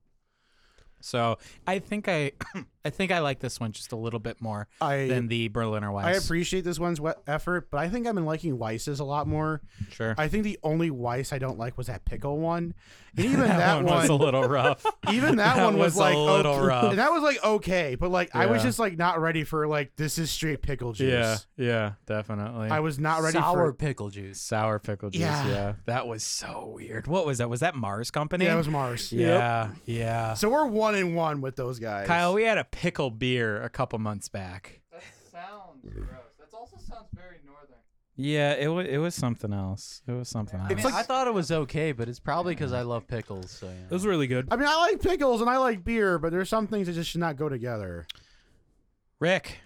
Speaker 4: so i think i i think i like this one just a little bit more
Speaker 5: I
Speaker 4: than the berliner weiss
Speaker 5: I appreciate this one's wet effort, but I think I've been liking Weiss's a lot more.
Speaker 4: sure
Speaker 5: I think the only Weiss I don't like was that pickle one. And even that,
Speaker 4: that one was a little rough
Speaker 5: even that,
Speaker 4: That
Speaker 5: one was,
Speaker 4: was a
Speaker 5: like
Speaker 4: little
Speaker 5: okay.
Speaker 4: rough.
Speaker 5: That was like okay, but like I was
Speaker 4: Yeah.
Speaker 5: just like not ready for like this is straight pickle juice.
Speaker 4: yeah definitely
Speaker 5: I was not ready
Speaker 3: Sour
Speaker 5: for
Speaker 3: pickle juice.
Speaker 4: sour pickle juice
Speaker 5: Yeah.
Speaker 4: that was so weird what was that was that mars company
Speaker 5: yeah, it was Mars.
Speaker 4: yeah yeah
Speaker 5: So we're one and one with those guys.
Speaker 4: kyle we had a pickle beer a couple months back
Speaker 7: sounds gross. That also sounds very northern.
Speaker 4: Yeah, it was it was something else. It was something else.
Speaker 5: It's like-
Speaker 3: I thought it was okay, but it's probably because I love pickles. So yeah.
Speaker 1: It was really good.
Speaker 5: I mean, I like pickles and I like beer, but there's some things that just should not go together.
Speaker 4: Rick,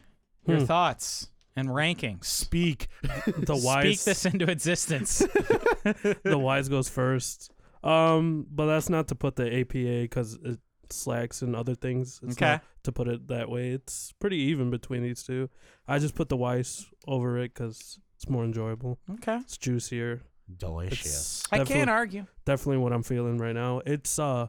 Speaker 4: your
Speaker 1: Hmm.
Speaker 4: thoughts and rankings.
Speaker 5: Speak.
Speaker 1: The wise
Speaker 4: Speak this into existence.
Speaker 1: the wise goes first. Um, but that's not to put the APA because it slacks and other things. It's
Speaker 4: Okay.
Speaker 1: not to put it that way, it's pretty even between these two. I just put the wise over it because it's more enjoyable.
Speaker 4: okay.
Speaker 1: It's juicier. It's
Speaker 5: Delicious.
Speaker 4: I
Speaker 1: definitely-
Speaker 4: can't argue.
Speaker 1: Definitely what I'm feeling right now. It's uh,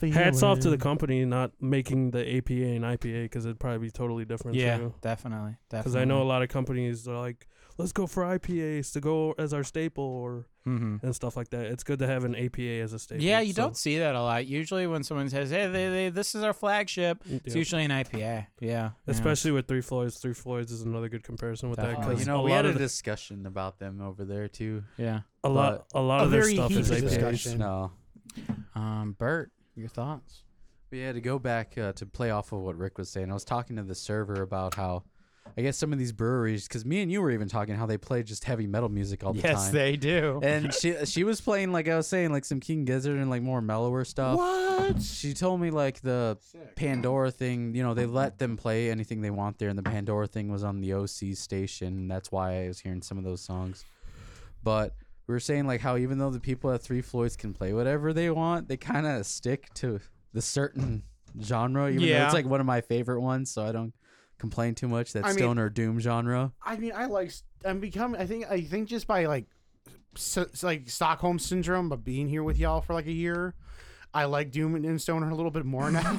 Speaker 1: hats off to the company not making the APA and IPA because it'd probably be totally different.
Speaker 4: Yeah,
Speaker 1: too.
Speaker 4: definitely.
Speaker 1: because I know a lot of companies are like, let's go for IPAs to go as our staple or
Speaker 4: Mm-hmm.
Speaker 1: and stuff like that. It's good to have an APA as a staple.
Speaker 4: Yeah, you
Speaker 1: so-
Speaker 4: don't see that a lot. Usually, when someone says, "Hey, they, they, this is our flagship,"
Speaker 1: Yeah.
Speaker 4: it's usually an IPA. Yeah,
Speaker 1: Especially with Three Floyds. Three Floyds is another good comparison with that
Speaker 4: Definitely.
Speaker 1: because
Speaker 3: you know,
Speaker 1: a
Speaker 3: we
Speaker 1: lot
Speaker 3: had a
Speaker 1: of the,
Speaker 3: discussion about them over there too.
Speaker 4: Yeah.
Speaker 1: a lot a lot
Speaker 5: a
Speaker 1: of their
Speaker 5: very
Speaker 1: stuff is
Speaker 5: heated
Speaker 1: APAs.
Speaker 5: discussion.
Speaker 3: No,
Speaker 4: Um, Bert, your thoughts?
Speaker 3: But yeah, to go back uh, to play off of what Rick was saying, I was talking to the server about how I guess some of these breweries, because me and you were even talking how they play just heavy metal music all the time.
Speaker 4: they do.
Speaker 3: and she she was playing like I was saying like some King Gizzard and like more mellower stuff. What? She told me like the Pandora thing. You know they let them play anything they want there, and the Pandora thing was on the OC station. and That's why I was hearing some of those songs. But we were saying like how even though the people at Three Floyds can play whatever they want, they kind of stick to the certain genre. Even though
Speaker 4: Yeah.
Speaker 3: it's like one of my favorite ones, so I don't complain too much. That
Speaker 5: I mean-
Speaker 3: stoner doom genre.
Speaker 5: I mean, I like. s- I'm becoming. I think. I think just by like, so, it's like Stockholm syndrome, but being here with y'all for like a year, I like Doom and Stoner a little bit more now.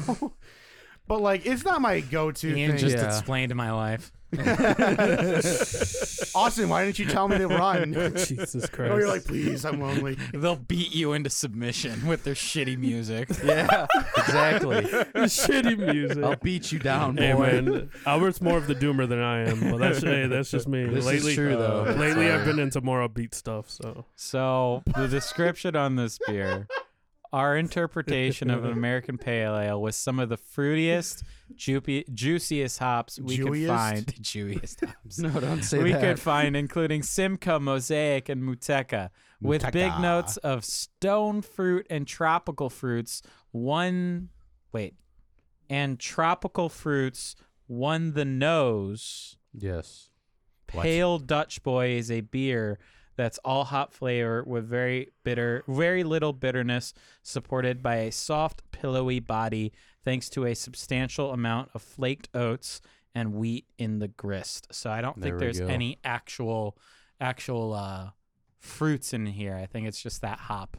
Speaker 5: but like, it's not my go-to
Speaker 4: Ian
Speaker 5: thing.
Speaker 4: just
Speaker 3: Yeah.
Speaker 4: explained my life.
Speaker 5: Austin, why didn't you tell me to run? oh,
Speaker 1: Jesus Christ.
Speaker 5: you're like, please, I'm lonely.
Speaker 4: They'll beat you into submission with their shitty music.
Speaker 3: Yeah, exactly.
Speaker 1: shitty music.
Speaker 3: I'll beat you down, boy.
Speaker 1: Hey man, Albert's more of the doomer than I am. Well, that's hey, that's just me.
Speaker 3: This is
Speaker 1: lately,
Speaker 3: true, though.
Speaker 1: Lately, I've
Speaker 3: Sorry.
Speaker 1: been into more upbeat stuff. So
Speaker 4: So the description on this beer, our interpretation of an American pale ale was some of the fruitiest, jupi- juiciest hops we could
Speaker 5: Jewiest?
Speaker 4: find. Juiciest hops.
Speaker 3: No, don't say
Speaker 4: we
Speaker 3: that.
Speaker 4: could find, including Simca, Mosaic, and Muteca, with big
Speaker 6: Muteca.
Speaker 4: notes of stone fruit and tropical fruits. One, wait, and tropical fruits won the nose.
Speaker 3: yes.
Speaker 4: Pale Dutch Boy is a beer that's all hop flavor with very bitter, very little bitterness, supported by a soft, pillowy body, thanks to a substantial amount of flaked oats and wheat in the grist. So I don't
Speaker 3: There
Speaker 4: think
Speaker 3: we
Speaker 4: there's
Speaker 3: go.
Speaker 4: any actual, actual uh, fruits in here. I think it's just that hop.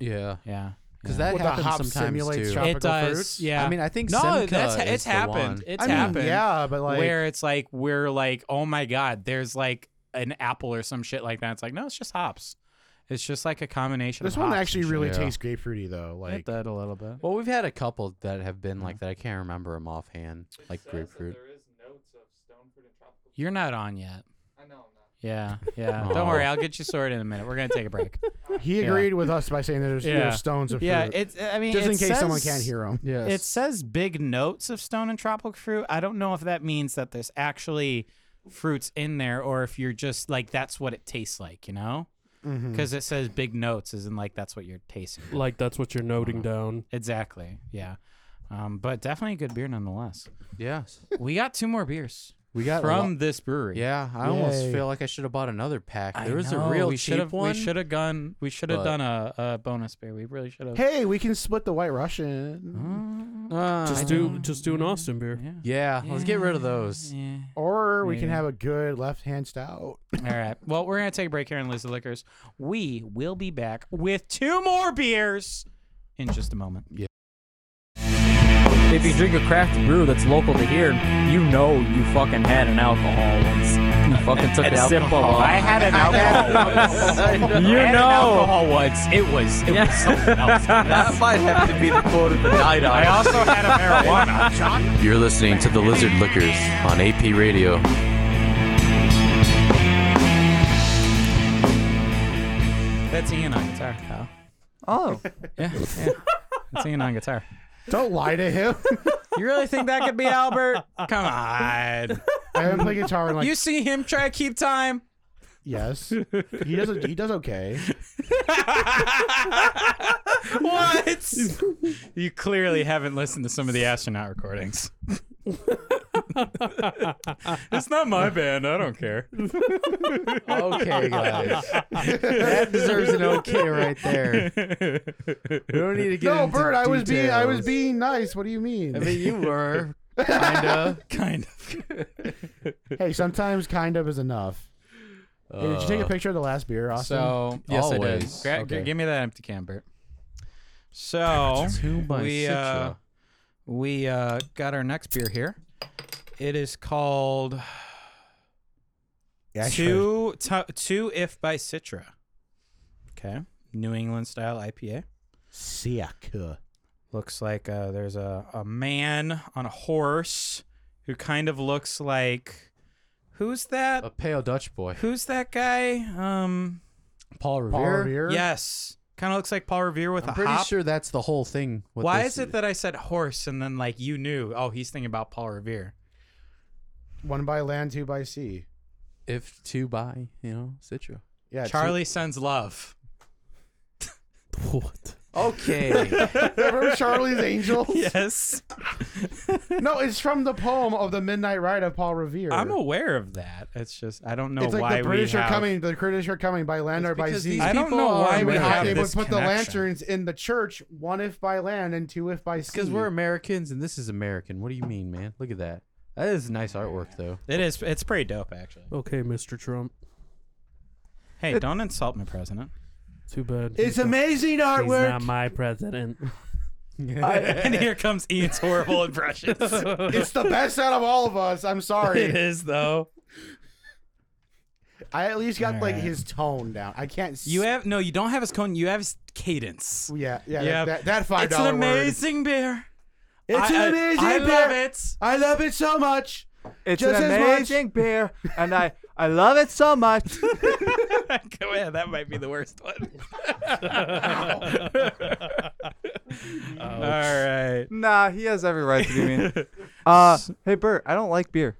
Speaker 3: Yeah.
Speaker 4: Yeah,
Speaker 3: Because
Speaker 4: yeah.
Speaker 3: that
Speaker 5: Well, the
Speaker 3: happens
Speaker 5: hop
Speaker 3: sometimes
Speaker 5: simulates
Speaker 3: too.
Speaker 5: tropical
Speaker 4: it does.
Speaker 5: fruits?
Speaker 4: Yeah,
Speaker 3: I mean, I think
Speaker 4: no,
Speaker 3: Simca
Speaker 4: that's ha-
Speaker 3: is
Speaker 4: it's
Speaker 3: the
Speaker 4: happened.
Speaker 3: one.
Speaker 4: It's
Speaker 5: I mean,
Speaker 4: happened
Speaker 5: yeah, but like,
Speaker 4: where it's like we're like, oh my god, there's like an apple or some shit like that. It's like no, it's just hops. It's just like a combination.
Speaker 5: this
Speaker 4: of
Speaker 5: one
Speaker 4: hops
Speaker 5: actually
Speaker 4: and shit.
Speaker 5: really
Speaker 3: yeah.
Speaker 5: tastes grapefruity though.
Speaker 4: It
Speaker 5: Like,
Speaker 4: did a little bit.
Speaker 3: Well, we've had a couple that have been like that. I can't remember them offhand.
Speaker 7: It
Speaker 3: Like
Speaker 7: says
Speaker 3: grapefruit.
Speaker 7: That there is notes of stone fruit and tropical.
Speaker 4: You're not on yet.
Speaker 7: I know I'm not.
Speaker 4: Yeah, yeah.
Speaker 5: Oh.
Speaker 3: Aw.
Speaker 4: Don't worry, I'll get you sorted in a minute. We're gonna take a break.
Speaker 5: he
Speaker 4: Yeah.
Speaker 5: agreed with us by saying that there's,
Speaker 4: Yeah.
Speaker 5: there's stones of
Speaker 4: yeah,
Speaker 5: fruit.
Speaker 4: it's. I mean,
Speaker 5: just
Speaker 4: it
Speaker 5: in case someone
Speaker 4: says-
Speaker 5: can't hear him.
Speaker 3: Yes.
Speaker 4: It says big notes of stone and tropical fruit. I don't know if that means that there's actually fruits in there or if you're just like that's what it tastes like, you know?
Speaker 5: Mm-hmm.
Speaker 4: Because it says big notes, isn't like that's what you're tasting.
Speaker 1: like that's what you're noting down.
Speaker 4: Exactly. Yeah. Um, but definitely a good beer nonetheless.
Speaker 3: yes.
Speaker 4: we got two more beers
Speaker 3: We got a
Speaker 4: from
Speaker 3: lot-
Speaker 4: this brewery.
Speaker 3: Yeah, I almost
Speaker 5: Yay.
Speaker 3: feel like I should have bought another pack.
Speaker 4: I
Speaker 3: There was
Speaker 4: know,
Speaker 3: a real
Speaker 4: we should
Speaker 3: cheap
Speaker 4: have
Speaker 3: one.
Speaker 4: we should have gone we should have
Speaker 3: but-
Speaker 4: done a, a bonus beer. We really should have
Speaker 5: Hey, we can split the White Russian,
Speaker 3: Uh,
Speaker 1: Just do just do an Austin beer.
Speaker 4: yeah.
Speaker 3: yeah, let's get rid of those.
Speaker 4: Yeah.
Speaker 5: or we can
Speaker 4: Maybe.
Speaker 5: have a good left-hand stout.
Speaker 4: All right. Well, we're gonna take a break here on Lizzie Liquors. We will be back with two more beers in just a moment.
Speaker 8: If you drink a craft brew that's local to here, you know you fucking had an alcohol once. You fucking took an alcohol.
Speaker 4: I had an alcohol. once.
Speaker 8: You
Speaker 4: I had an
Speaker 8: know.
Speaker 4: alcohol once. It was it was something else.
Speaker 9: That might have to be the quote of the night.
Speaker 4: I also had a marijuana.
Speaker 9: You're listening to the Lizard Lickers on AP Radio.
Speaker 4: That's Ian on guitar, pal.
Speaker 8: Oh,
Speaker 4: Yeah, yeah. That's Ian on guitar.
Speaker 5: Don't lie to him.
Speaker 4: You really think that could be Albert? Come on.
Speaker 5: I haven't played guitar in like
Speaker 4: you see him try to keep time?
Speaker 5: yes. He does. He does okay.
Speaker 4: What? you clearly haven't listened to some of the astronaut recordings. it's not my band. I don't care.
Speaker 3: Okay, guys. that deserves an okay right there. We don't need to get
Speaker 5: No,
Speaker 3: into
Speaker 5: Bert, I was being I was
Speaker 3: details.
Speaker 5: being nice. What do you mean?
Speaker 3: I mean, you were kinda.
Speaker 4: Kind of.
Speaker 5: hey, sometimes kind of is enough. Hey, did you take a
Speaker 3: Uh,
Speaker 5: picture of the last beer, Austin?
Speaker 4: So,
Speaker 3: Yes, I did.
Speaker 4: always. Gra-
Speaker 5: Okay.
Speaker 4: Give me that empty can, Bert. So,
Speaker 3: Two by
Speaker 4: we, uh,
Speaker 3: Citra.
Speaker 4: we uh, got our next beer here. It is called two t- two if by Citra. Okay, New England style IPA.
Speaker 5: Siaka.
Speaker 4: Looks like uh, there's a, a man on a horse who kind of looks like who's that?
Speaker 3: a pale Dutch boy,
Speaker 4: Who's that guy? Um,
Speaker 3: Paul Revere.
Speaker 5: Paul Revere.
Speaker 4: yes, kind of looks like Paul Revere with
Speaker 3: I'm
Speaker 4: a
Speaker 3: pretty
Speaker 4: hop.
Speaker 3: sure that's the whole thing. With
Speaker 4: Why
Speaker 3: this-
Speaker 4: is it that I said horse and then like you knew? Oh, he's thinking about Paul Revere.
Speaker 5: One by land, two by sea.
Speaker 3: if two by you know Citra?
Speaker 5: Yeah. two-
Speaker 4: Charlie sends love.
Speaker 3: Okay,
Speaker 5: Remember Charlie's Angels?
Speaker 4: Yes,
Speaker 5: No, it's from the poem of the Midnight Ride of Paul Revere.
Speaker 4: I'm aware of that. It's just I don't know
Speaker 5: it's
Speaker 4: why
Speaker 5: like the British
Speaker 4: we
Speaker 5: are
Speaker 4: have.
Speaker 5: coming. The British are coming by land
Speaker 3: It's
Speaker 5: or by
Speaker 3: because
Speaker 5: sea.
Speaker 3: these
Speaker 4: I don't
Speaker 3: people
Speaker 4: know
Speaker 3: are-
Speaker 4: why
Speaker 5: they
Speaker 4: we
Speaker 5: would,
Speaker 3: American.
Speaker 4: have
Speaker 5: they would
Speaker 4: this
Speaker 5: put the
Speaker 4: connection.
Speaker 5: lanterns in the church, one if by land and two if by sea.
Speaker 3: because we're Americans and this is American. What do you mean, man? Look at that. That is nice artwork though.
Speaker 4: It is. It's pretty dope, actually.
Speaker 1: Okay, Mr. Trump.
Speaker 4: Hey, don't insult my president.
Speaker 1: Too bad.
Speaker 10: It's
Speaker 1: he's not-
Speaker 10: amazing
Speaker 1: He's not
Speaker 10: artwork.
Speaker 1: my president.
Speaker 4: and here comes Ian's horrible impressions.
Speaker 10: It's the best out of all of us. I'm
Speaker 4: it
Speaker 10: sorry.
Speaker 4: is though.
Speaker 10: I at least got
Speaker 4: All
Speaker 10: like
Speaker 4: right.
Speaker 10: his tone down. I can't. s-
Speaker 4: You have no. You don't have his cone. You have his cadence.
Speaker 10: Yeah, yeah.
Speaker 4: Yeah.
Speaker 10: That, that, that five
Speaker 4: It's an
Speaker 10: dollar word.
Speaker 4: amazing beer.
Speaker 10: It's
Speaker 4: I-
Speaker 10: an amazing
Speaker 4: I, I love
Speaker 10: beer.
Speaker 4: it.
Speaker 10: I love it so much.
Speaker 2: It's
Speaker 10: Just
Speaker 2: an
Speaker 10: as much.
Speaker 2: amazing beer, and I, I love it so much.
Speaker 4: Go ahead. That might be the worst one. All right.
Speaker 2: nah, he has every right to be mean. Uh, hey Bert, I don't like beer.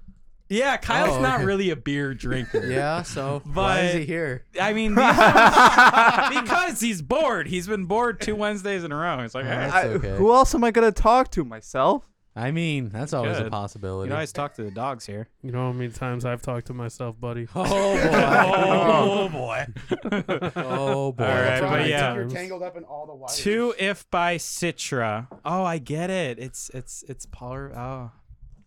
Speaker 4: Yeah, Kyle's
Speaker 3: Oh,
Speaker 4: not
Speaker 3: okay.
Speaker 4: really a beer drinker.
Speaker 3: Yeah, so why is
Speaker 4: But-
Speaker 3: he here?
Speaker 4: I mean, these are- because he's bored. He's been bored two Wednesdays in a row. It's like,
Speaker 3: That's
Speaker 2: I,
Speaker 3: okay.
Speaker 2: Who else am I gonna talk to? Myself?
Speaker 3: I mean, that's always a
Speaker 4: Good.
Speaker 3: possibility.
Speaker 4: you always talk to the dogs here.
Speaker 1: You know how many times I've talked to myself, buddy?
Speaker 4: Oh boy.
Speaker 3: oh boy.
Speaker 4: right,
Speaker 10: John,
Speaker 4: but
Speaker 10: I think
Speaker 4: yeah.
Speaker 10: you're tangled up in all the wires.
Speaker 4: Two if by Citra. Oh, I get it. It's it's it's power. Oh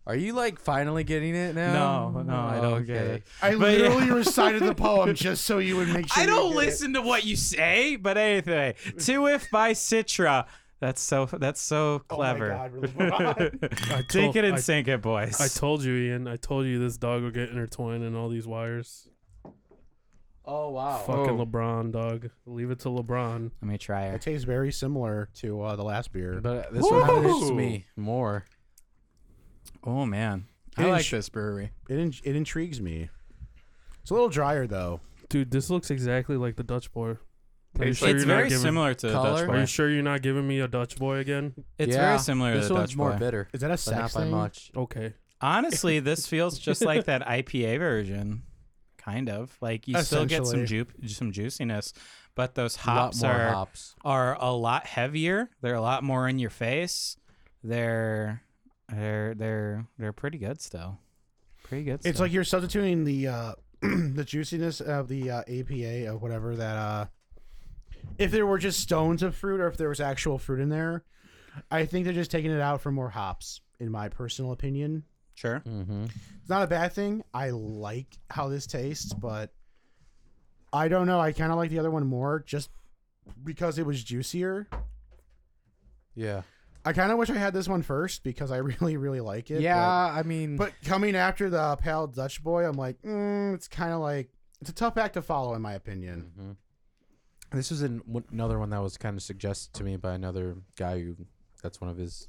Speaker 3: Are you like finally getting it now?
Speaker 4: no, no, I don't get
Speaker 3: Okay.
Speaker 4: it.
Speaker 10: I
Speaker 4: But yeah.
Speaker 10: literally recited the poem just so you would make sure.
Speaker 4: I
Speaker 10: you
Speaker 4: don't
Speaker 10: did it.
Speaker 4: listen to what you say, but anyway, two if by Citra. That's so. That's so
Speaker 5: Oh
Speaker 4: clever.
Speaker 10: God, we're moving on.
Speaker 4: Take it and
Speaker 1: I-
Speaker 4: sink it, boys.
Speaker 1: I told you, Ian. I told you this dog will get intertwined in all these wires.
Speaker 3: Oh wow.
Speaker 1: Fucking
Speaker 2: Oh.
Speaker 1: LeBron, dog. Leave it to LeBron.
Speaker 4: Let me try
Speaker 5: It
Speaker 4: it.
Speaker 5: tastes very similar to uh, the last beer.
Speaker 3: But uh, this one interests me more.
Speaker 4: Oh man, I
Speaker 5: Hey,
Speaker 4: like
Speaker 5: sh-
Speaker 4: this brewery.
Speaker 5: It in- it intrigues me. It's a little drier though.
Speaker 1: Dude, this looks exactly like the Dutch boy. Are you
Speaker 11: Tastes
Speaker 1: sure
Speaker 11: like-
Speaker 4: It's
Speaker 1: you're not
Speaker 4: very
Speaker 1: giving-
Speaker 4: similar to the
Speaker 3: Color?
Speaker 4: Dutch
Speaker 1: Are
Speaker 4: boy.
Speaker 1: you sure you're not giving me a Dutch boy again?
Speaker 4: It's
Speaker 3: Yeah,
Speaker 4: very similar
Speaker 3: This
Speaker 4: to the
Speaker 3: one's
Speaker 4: Dutch
Speaker 3: more
Speaker 4: boy.
Speaker 3: bitter,
Speaker 5: Is that a
Speaker 3: but not
Speaker 5: sex
Speaker 3: by
Speaker 5: thing?
Speaker 3: much.
Speaker 1: Okay.
Speaker 4: Honestly, this feels just like that IPA version, kind of. Like you still get some ju- some juiciness, but those
Speaker 3: A lot
Speaker 4: hops
Speaker 3: more
Speaker 4: are
Speaker 3: hops.
Speaker 4: are a lot heavier. They're a lot more in your face. They're they're they're they're pretty good still. Pretty good.
Speaker 5: It's
Speaker 4: still.
Speaker 5: like you're substituting the uh, the juiciness of the uh, APA of whatever that. Uh, if there were just stones of fruit, or if there was actual fruit in there, I think they're just taking it out for more hops. In my personal opinion,
Speaker 4: sure.
Speaker 3: Mm-hmm.
Speaker 5: it's not a bad thing. I like how this tastes, but I don't know. I kind of like the other one more, just because it was juicier.
Speaker 3: Yeah.
Speaker 5: I kind of wish I had this one first because I really, really like it.
Speaker 3: Yeah,
Speaker 5: but-
Speaker 3: I mean,
Speaker 5: But coming after the pale Dutch boy, I'm like, mm, it's kind of like it's a tough act to follow, in my opinion.
Speaker 3: this was an, one- another one that was kind of suggested to me by another guy who that's one of his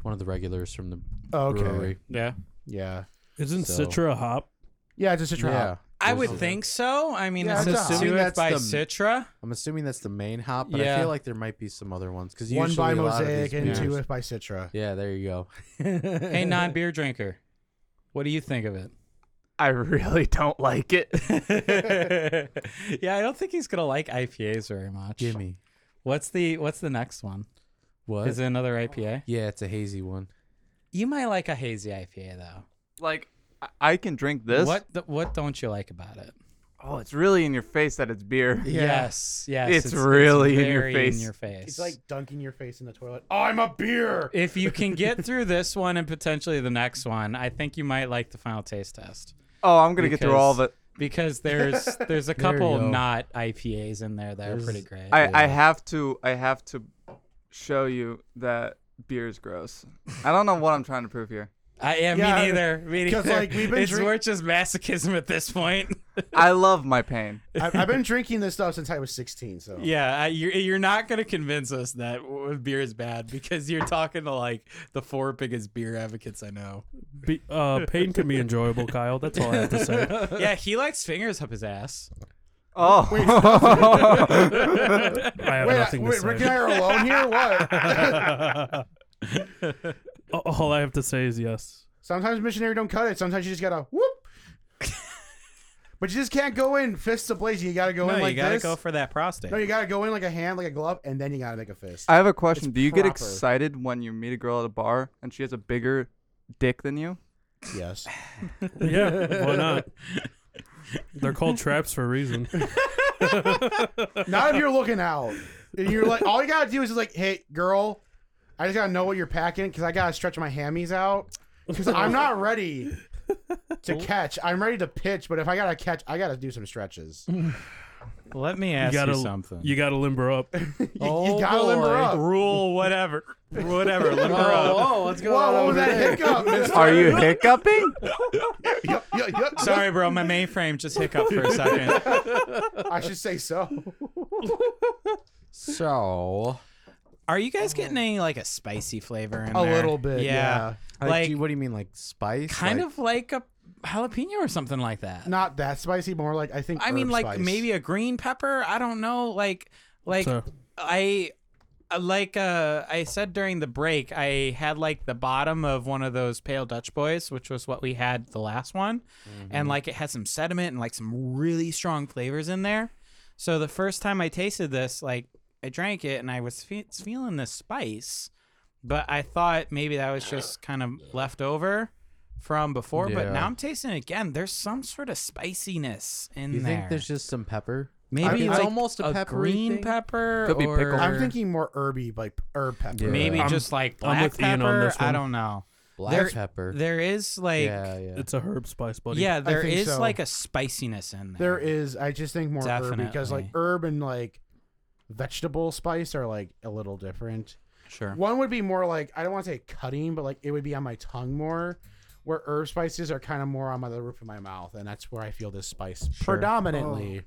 Speaker 3: one of the regulars from the
Speaker 4: Mm-hmm.
Speaker 3: brewery.
Speaker 4: Yeah.
Speaker 5: Yeah.
Speaker 1: Isn't
Speaker 3: So-
Speaker 1: Citra a hop?
Speaker 5: Yeah, it's just a trial.
Speaker 3: Yeah.
Speaker 4: I
Speaker 3: There's
Speaker 4: would
Speaker 3: a-
Speaker 4: think so. I mean,
Speaker 5: Yeah,
Speaker 4: this
Speaker 5: I'm
Speaker 4: is
Speaker 5: assuming
Speaker 4: two if
Speaker 3: that's
Speaker 4: by
Speaker 3: the-
Speaker 4: Citra.
Speaker 3: I'm assuming that's the main hop, but I
Speaker 4: Yeah.
Speaker 3: feel like there might be some other ones because
Speaker 5: One by Mosaic and
Speaker 4: beers-
Speaker 5: two if by Citra.
Speaker 3: Yeah, there you go.
Speaker 4: Hey, non beer drinker, what do you think of it?
Speaker 11: I really don't like it.
Speaker 4: yeah, I don't think he's gonna like IPAs very much.
Speaker 3: Gimme.
Speaker 4: What's the What's the next one?
Speaker 3: What?
Speaker 4: Is it another IPA?
Speaker 3: Yeah, it's a hazy one.
Speaker 4: You might like a hazy IPA though.
Speaker 2: Like, I, I can drink this.
Speaker 4: What th- What don't you like about it?
Speaker 2: Oh, it's really in your face that it's beer.
Speaker 4: Yes, yes,
Speaker 2: It's really in your
Speaker 4: very
Speaker 2: face.
Speaker 4: In your face.
Speaker 5: It's like dunking your face in the toilet. Oh, I'm a beer.
Speaker 4: if you can get through this one and potentially the next one, I think you might like the final taste test
Speaker 2: Oh, I'm gonna get through all of
Speaker 4: Because-
Speaker 2: it.
Speaker 4: because there's there's a
Speaker 3: There you
Speaker 4: couple
Speaker 3: go.
Speaker 4: not IPAs in there that are pretty great.
Speaker 2: I, I have to I have to show you that beer is gross. I don't know what I'm trying to prove here.
Speaker 4: I yeah,
Speaker 5: Yeah,
Speaker 4: me neither. Me
Speaker 5: 'cause,
Speaker 4: neither.
Speaker 5: like, we've been
Speaker 4: it's
Speaker 5: drink-
Speaker 4: we're just masochism at this point.
Speaker 2: I love my pain.
Speaker 5: I've, I've been drinking this stuff since I was 16. So
Speaker 4: yeah, I, you're you're not gonna convince us that w- beer is bad because you're talking to like the four biggest beer advocates I know.
Speaker 1: Be, uh, pain can be enjoyable, Kyle. That's all I have to say.
Speaker 4: yeah, he likes fingers up his ass.
Speaker 2: Oh,
Speaker 1: I have
Speaker 5: wait, I-
Speaker 1: nothing to
Speaker 5: wait
Speaker 1: say.
Speaker 5: Rick and I are alone here. What?
Speaker 1: A- all I have to say is yes.
Speaker 5: Sometimes missionary don't cut it. Sometimes you just gotta whoop. but you just can't go in fists ablaze. You gotta go
Speaker 4: no,
Speaker 5: in Oh, like
Speaker 4: you gotta
Speaker 5: this.
Speaker 4: go for that prostate.
Speaker 5: no, you gotta go in like a hand, like a glove, and then you gotta make a fist.
Speaker 2: I have a question.
Speaker 5: It's
Speaker 2: Do you get
Speaker 5: proper.
Speaker 2: excited when you meet a girl at a bar and she has a bigger dick than you?
Speaker 5: yes.
Speaker 1: Yeah, why not? They're called traps for a reason.
Speaker 5: Not if you're looking out. And you're like, all you gotta do is just like, hey, girl, I just gotta know what you're packing because I gotta stretch my hammies out. because I'm not ready to catch. I'm ready to pitch, but if I gotta catch, I gotta do some stretches. You,
Speaker 4: Let me ask you,
Speaker 1: gotta-
Speaker 4: something.
Speaker 1: You got to limber up.
Speaker 5: you gotta
Speaker 4: Oh,
Speaker 5: limber up.
Speaker 4: Rule whatever, whatever. Limber up.
Speaker 3: oh, what's going
Speaker 5: Whoa, what was that hiccup?
Speaker 2: Are you hiccuping?
Speaker 5: Yup, yup, yup.
Speaker 4: Sorry, bro. My mainframe just hiccuped for a second.
Speaker 5: I should say so.
Speaker 3: So,
Speaker 4: Are you guys getting any like a spicy flavor in
Speaker 5: A
Speaker 4: there?
Speaker 5: little bit, yeah.
Speaker 4: Like-
Speaker 3: like, what do you mean, like spice?
Speaker 4: Kind
Speaker 3: Like-
Speaker 4: of like a jalapeno or something like that.
Speaker 5: Not that spicy, more like I think.
Speaker 4: I mean,
Speaker 5: herb
Speaker 4: like
Speaker 5: spice.
Speaker 4: maybe a green pepper. I don't know. Like, like
Speaker 1: So-
Speaker 4: I, I- like uh, I said during the break, I had like the bottom of one of those pale Dutch boys, which was what we had the last one,
Speaker 8: Mm-hmm.
Speaker 4: and like it had some sediment and like some really strong flavors in there. So the first time I tasted this, like I drank it and I was fe- feeling the spice, but I thought maybe that was just kind of left over. From before, but
Speaker 3: Yeah.
Speaker 4: now I'm tasting it again. There's some sort of spiciness in
Speaker 3: You
Speaker 4: there.
Speaker 3: think there's just some pepper?
Speaker 4: Maybe
Speaker 3: it's
Speaker 4: like
Speaker 3: almost a peppery
Speaker 4: green
Speaker 3: thing.
Speaker 4: pepper.
Speaker 8: Could be
Speaker 4: or
Speaker 8: pickled.
Speaker 5: I'm thinking more herby, like herb pepper.
Speaker 3: Yeah.
Speaker 4: maybe
Speaker 3: I'm-
Speaker 4: just like
Speaker 1: I'm
Speaker 4: black
Speaker 1: with
Speaker 4: pepper.
Speaker 1: Ian on this
Speaker 4: I
Speaker 1: one.
Speaker 4: don't know.
Speaker 3: Black
Speaker 4: There-
Speaker 3: pepper.
Speaker 4: There is like
Speaker 3: yeah,
Speaker 4: yeah,
Speaker 3: yeah.
Speaker 1: It's a herb spice, buddy.
Speaker 4: there
Speaker 5: think
Speaker 4: is
Speaker 5: so.
Speaker 4: like a spiciness in there.
Speaker 5: There is. I just think more herb because like
Speaker 4: Definitely.
Speaker 5: herb and like vegetable spice are like a little different.
Speaker 4: sure.
Speaker 5: One would be more like I don't want to say cutting, but like it would be on my tongue more. Where herb spices are kind of more on my, the roof of my mouth, and that's where I feel this spice predominantly.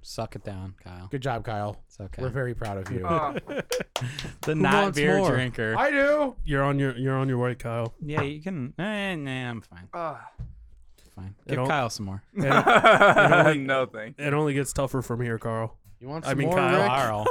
Speaker 4: Suck it down, Kyle.
Speaker 5: Good job, Kyle.
Speaker 4: It's okay.
Speaker 5: We're very proud of you.
Speaker 4: the
Speaker 3: wants more?
Speaker 4: drinker.
Speaker 5: I do.
Speaker 1: You're on your you're on your way, Kyle.
Speaker 4: yeah, you can. Nah, nah, I'm fine.
Speaker 5: Ah.
Speaker 4: Fine.
Speaker 1: It
Speaker 4: Give
Speaker 1: don't-
Speaker 4: Kyle some more.
Speaker 2: no thanks.
Speaker 1: It only gets tougher from here, Carl.
Speaker 3: you want
Speaker 1: I
Speaker 3: some
Speaker 1: mean,
Speaker 3: more,
Speaker 1: Kyle.
Speaker 3: Rick?
Speaker 4: Carl.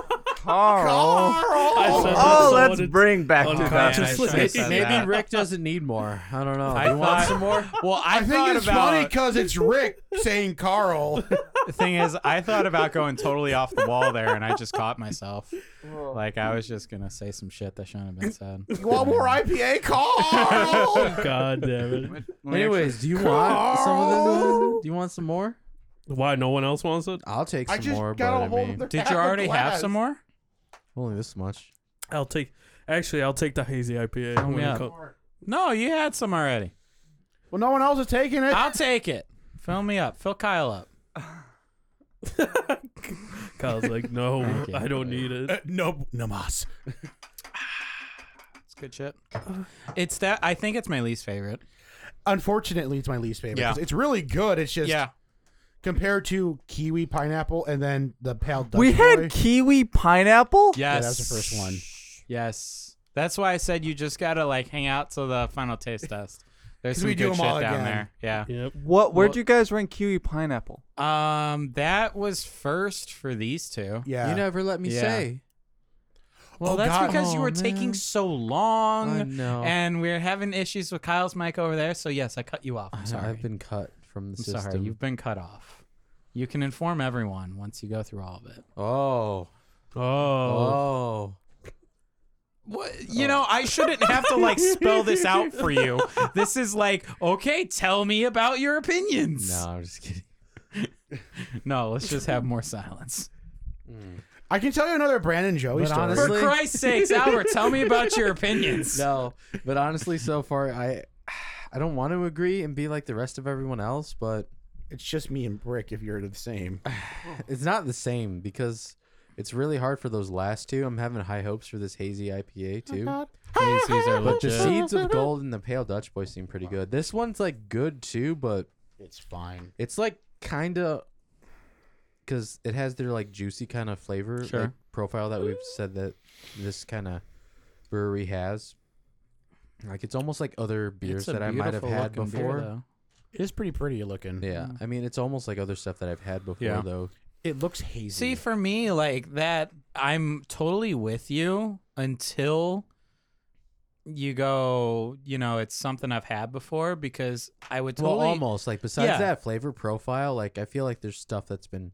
Speaker 2: Carl.
Speaker 1: I said that
Speaker 2: Oh,
Speaker 1: so
Speaker 2: let's
Speaker 1: it's-
Speaker 2: bring back to
Speaker 1: unconscious.
Speaker 2: that.
Speaker 1: Unconsciously.
Speaker 4: Yeah, I should've said
Speaker 3: Maybe
Speaker 4: that.
Speaker 3: Rick doesn't need more. I don't know.
Speaker 4: I
Speaker 3: you want
Speaker 4: thought-
Speaker 3: some more?
Speaker 4: Well, I,
Speaker 5: I
Speaker 4: thought
Speaker 5: think it's
Speaker 4: about
Speaker 5: funny because it's Rick saying Carl.
Speaker 4: The thing is, I thought about going totally off the wall there, and I just caught myself. Like I was just gonna say some shit that shouldn't have been said.
Speaker 5: You want more IPA, Carl?
Speaker 1: God damn it!
Speaker 3: Anyways, do you want some of this? Do you want some more?
Speaker 1: Why no one else wants it?
Speaker 3: I'll take
Speaker 5: I
Speaker 3: some
Speaker 5: just
Speaker 3: more,
Speaker 5: got
Speaker 3: but
Speaker 5: a
Speaker 3: I
Speaker 5: whole.
Speaker 3: mean,
Speaker 5: other
Speaker 4: Did
Speaker 5: half
Speaker 4: you
Speaker 5: a
Speaker 4: already have
Speaker 5: glass.
Speaker 4: some more?
Speaker 3: only this much.
Speaker 1: I'll take. Actually, I'll take the hazy IPA. when
Speaker 4: me
Speaker 1: it
Speaker 4: up.
Speaker 1: co-
Speaker 4: No, you had some already.
Speaker 5: Well, no one else is taking it.
Speaker 4: I'll take it. Fill me up. Fill Kyle up.
Speaker 1: Kyle's like, no,
Speaker 4: Thank you.
Speaker 1: I don't need it.
Speaker 5: no, namas.
Speaker 4: It's good shit. It's that. I think it's my least favorite.
Speaker 5: Unfortunately, it's my least favorite.
Speaker 4: Yeah.
Speaker 5: 'cause It's really good. It's just compared to kiwi pineapple and then the pale. Dutch
Speaker 2: We
Speaker 5: Boy.
Speaker 2: had kiwi pineapple.
Speaker 4: Yes.
Speaker 5: Yeah, that was the first one.
Speaker 4: Yes. That's why I said you just gotta like hang out till the final taste test. There's
Speaker 5: 'Cause
Speaker 4: some
Speaker 5: we do
Speaker 4: good
Speaker 5: them
Speaker 4: shit
Speaker 5: all
Speaker 4: down
Speaker 5: again.
Speaker 4: there. Yeah.
Speaker 1: Yep.
Speaker 2: What? Where'd
Speaker 4: Well-
Speaker 2: you guys rank kiwi pineapple?
Speaker 4: Um, that was first for these two.
Speaker 5: Yeah.
Speaker 3: You never let me
Speaker 4: Yeah.
Speaker 3: say.
Speaker 4: Well,
Speaker 5: Oh,
Speaker 4: that's
Speaker 5: God.
Speaker 4: because you
Speaker 3: Oh,
Speaker 4: were taking
Speaker 3: man.
Speaker 4: so long.
Speaker 3: I know.
Speaker 4: And we are having issues with Kyle's mic over there. So yes, I cut you off. I'm
Speaker 3: I know,
Speaker 4: sorry.
Speaker 3: I've been cut from the
Speaker 4: I'm
Speaker 3: system.
Speaker 4: sorry. You've been cut off. You can inform everyone once you go through all of it.
Speaker 3: Oh.
Speaker 1: Oh,
Speaker 3: Oh.
Speaker 4: What you know, I shouldn't have to like spell this out for you. This is like, okay, tell me about your opinions.
Speaker 3: No, I'm just kidding.
Speaker 4: No, let's just have more silence.
Speaker 5: I can tell you another Brandon Joey
Speaker 3: But
Speaker 5: story.
Speaker 4: For
Speaker 3: honestly- Really?
Speaker 4: Christ's sakes, Albert, tell me about your opinions.
Speaker 3: No, but honestly, so far, I I don't want to agree and be like the rest of everyone else, but
Speaker 5: it's just me and Brick. If you're the same,
Speaker 3: it's not the same because it's really hard for those last two. I'm having high hopes for this hazy IPA too.
Speaker 4: These, these are
Speaker 3: But the
Speaker 4: legit.
Speaker 3: seeds of gold and the pale Dutch boy seem pretty good. This one's like good too, but
Speaker 5: it's fine.
Speaker 3: it's like kind of because it has their like juicy kind of flavor
Speaker 4: Sure.
Speaker 3: like, profile that we've said that this kind of brewery has. Like it's almost like other beers
Speaker 4: It's a
Speaker 3: that I might have
Speaker 4: beautiful
Speaker 3: had
Speaker 4: looking beer,
Speaker 3: before.
Speaker 4: though. Hmm.
Speaker 5: It is pretty pretty looking.
Speaker 3: Yeah, I mean it's almost like other stuff that I've had before
Speaker 4: Yeah.
Speaker 3: though.
Speaker 5: It looks hazy.
Speaker 4: See, for me, like that, I'm totally with you until you go, you know, it's something I've had before because I would totally.
Speaker 3: Well, almost like besides
Speaker 4: Yeah.
Speaker 3: that flavor profile, like I feel like there's stuff that's been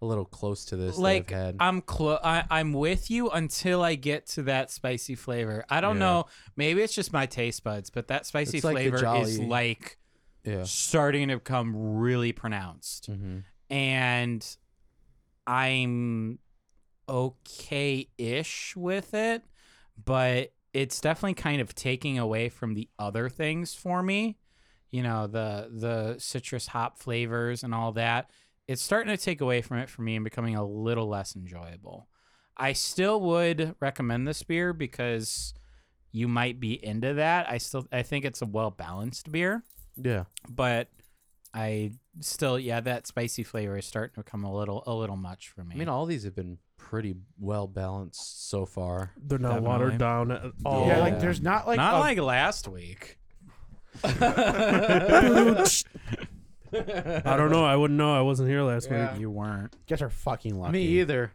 Speaker 3: a little close to this.
Speaker 4: like
Speaker 3: that I've had.
Speaker 4: I'm clo- I, I'm with you until I get to that spicy flavor. I don't
Speaker 3: Yeah.
Speaker 4: know. Maybe it's just my taste buds, but that spicy
Speaker 3: It's like the
Speaker 4: flavor is
Speaker 3: Jolly.
Speaker 4: like
Speaker 3: yeah,
Speaker 4: starting to become really pronounced,
Speaker 3: hmm
Speaker 4: and I'm okay-ish with it, but it's definitely kind of taking away from the other things for me. You know, the the citrus hop flavors and all that. It's starting to take away from it for me and becoming a little less enjoyable. I still would recommend this beer because you might be into that. I still I think it's a well balanced beer,
Speaker 5: Yeah.
Speaker 4: but I still yeah, that spicy flavor is starting to become a little a little much for me.
Speaker 3: I mean, all these have been pretty well balanced so far.
Speaker 1: They're not watered
Speaker 4: Definitely.
Speaker 1: down at all.
Speaker 5: Yeah,
Speaker 3: Yeah.
Speaker 5: like there's not like
Speaker 4: oh. Not
Speaker 5: a-
Speaker 4: like last week.
Speaker 1: I don't know. I wouldn't know. I wasn't here last week.
Speaker 4: You weren't.
Speaker 5: guys are fucking lucky.
Speaker 3: Me either.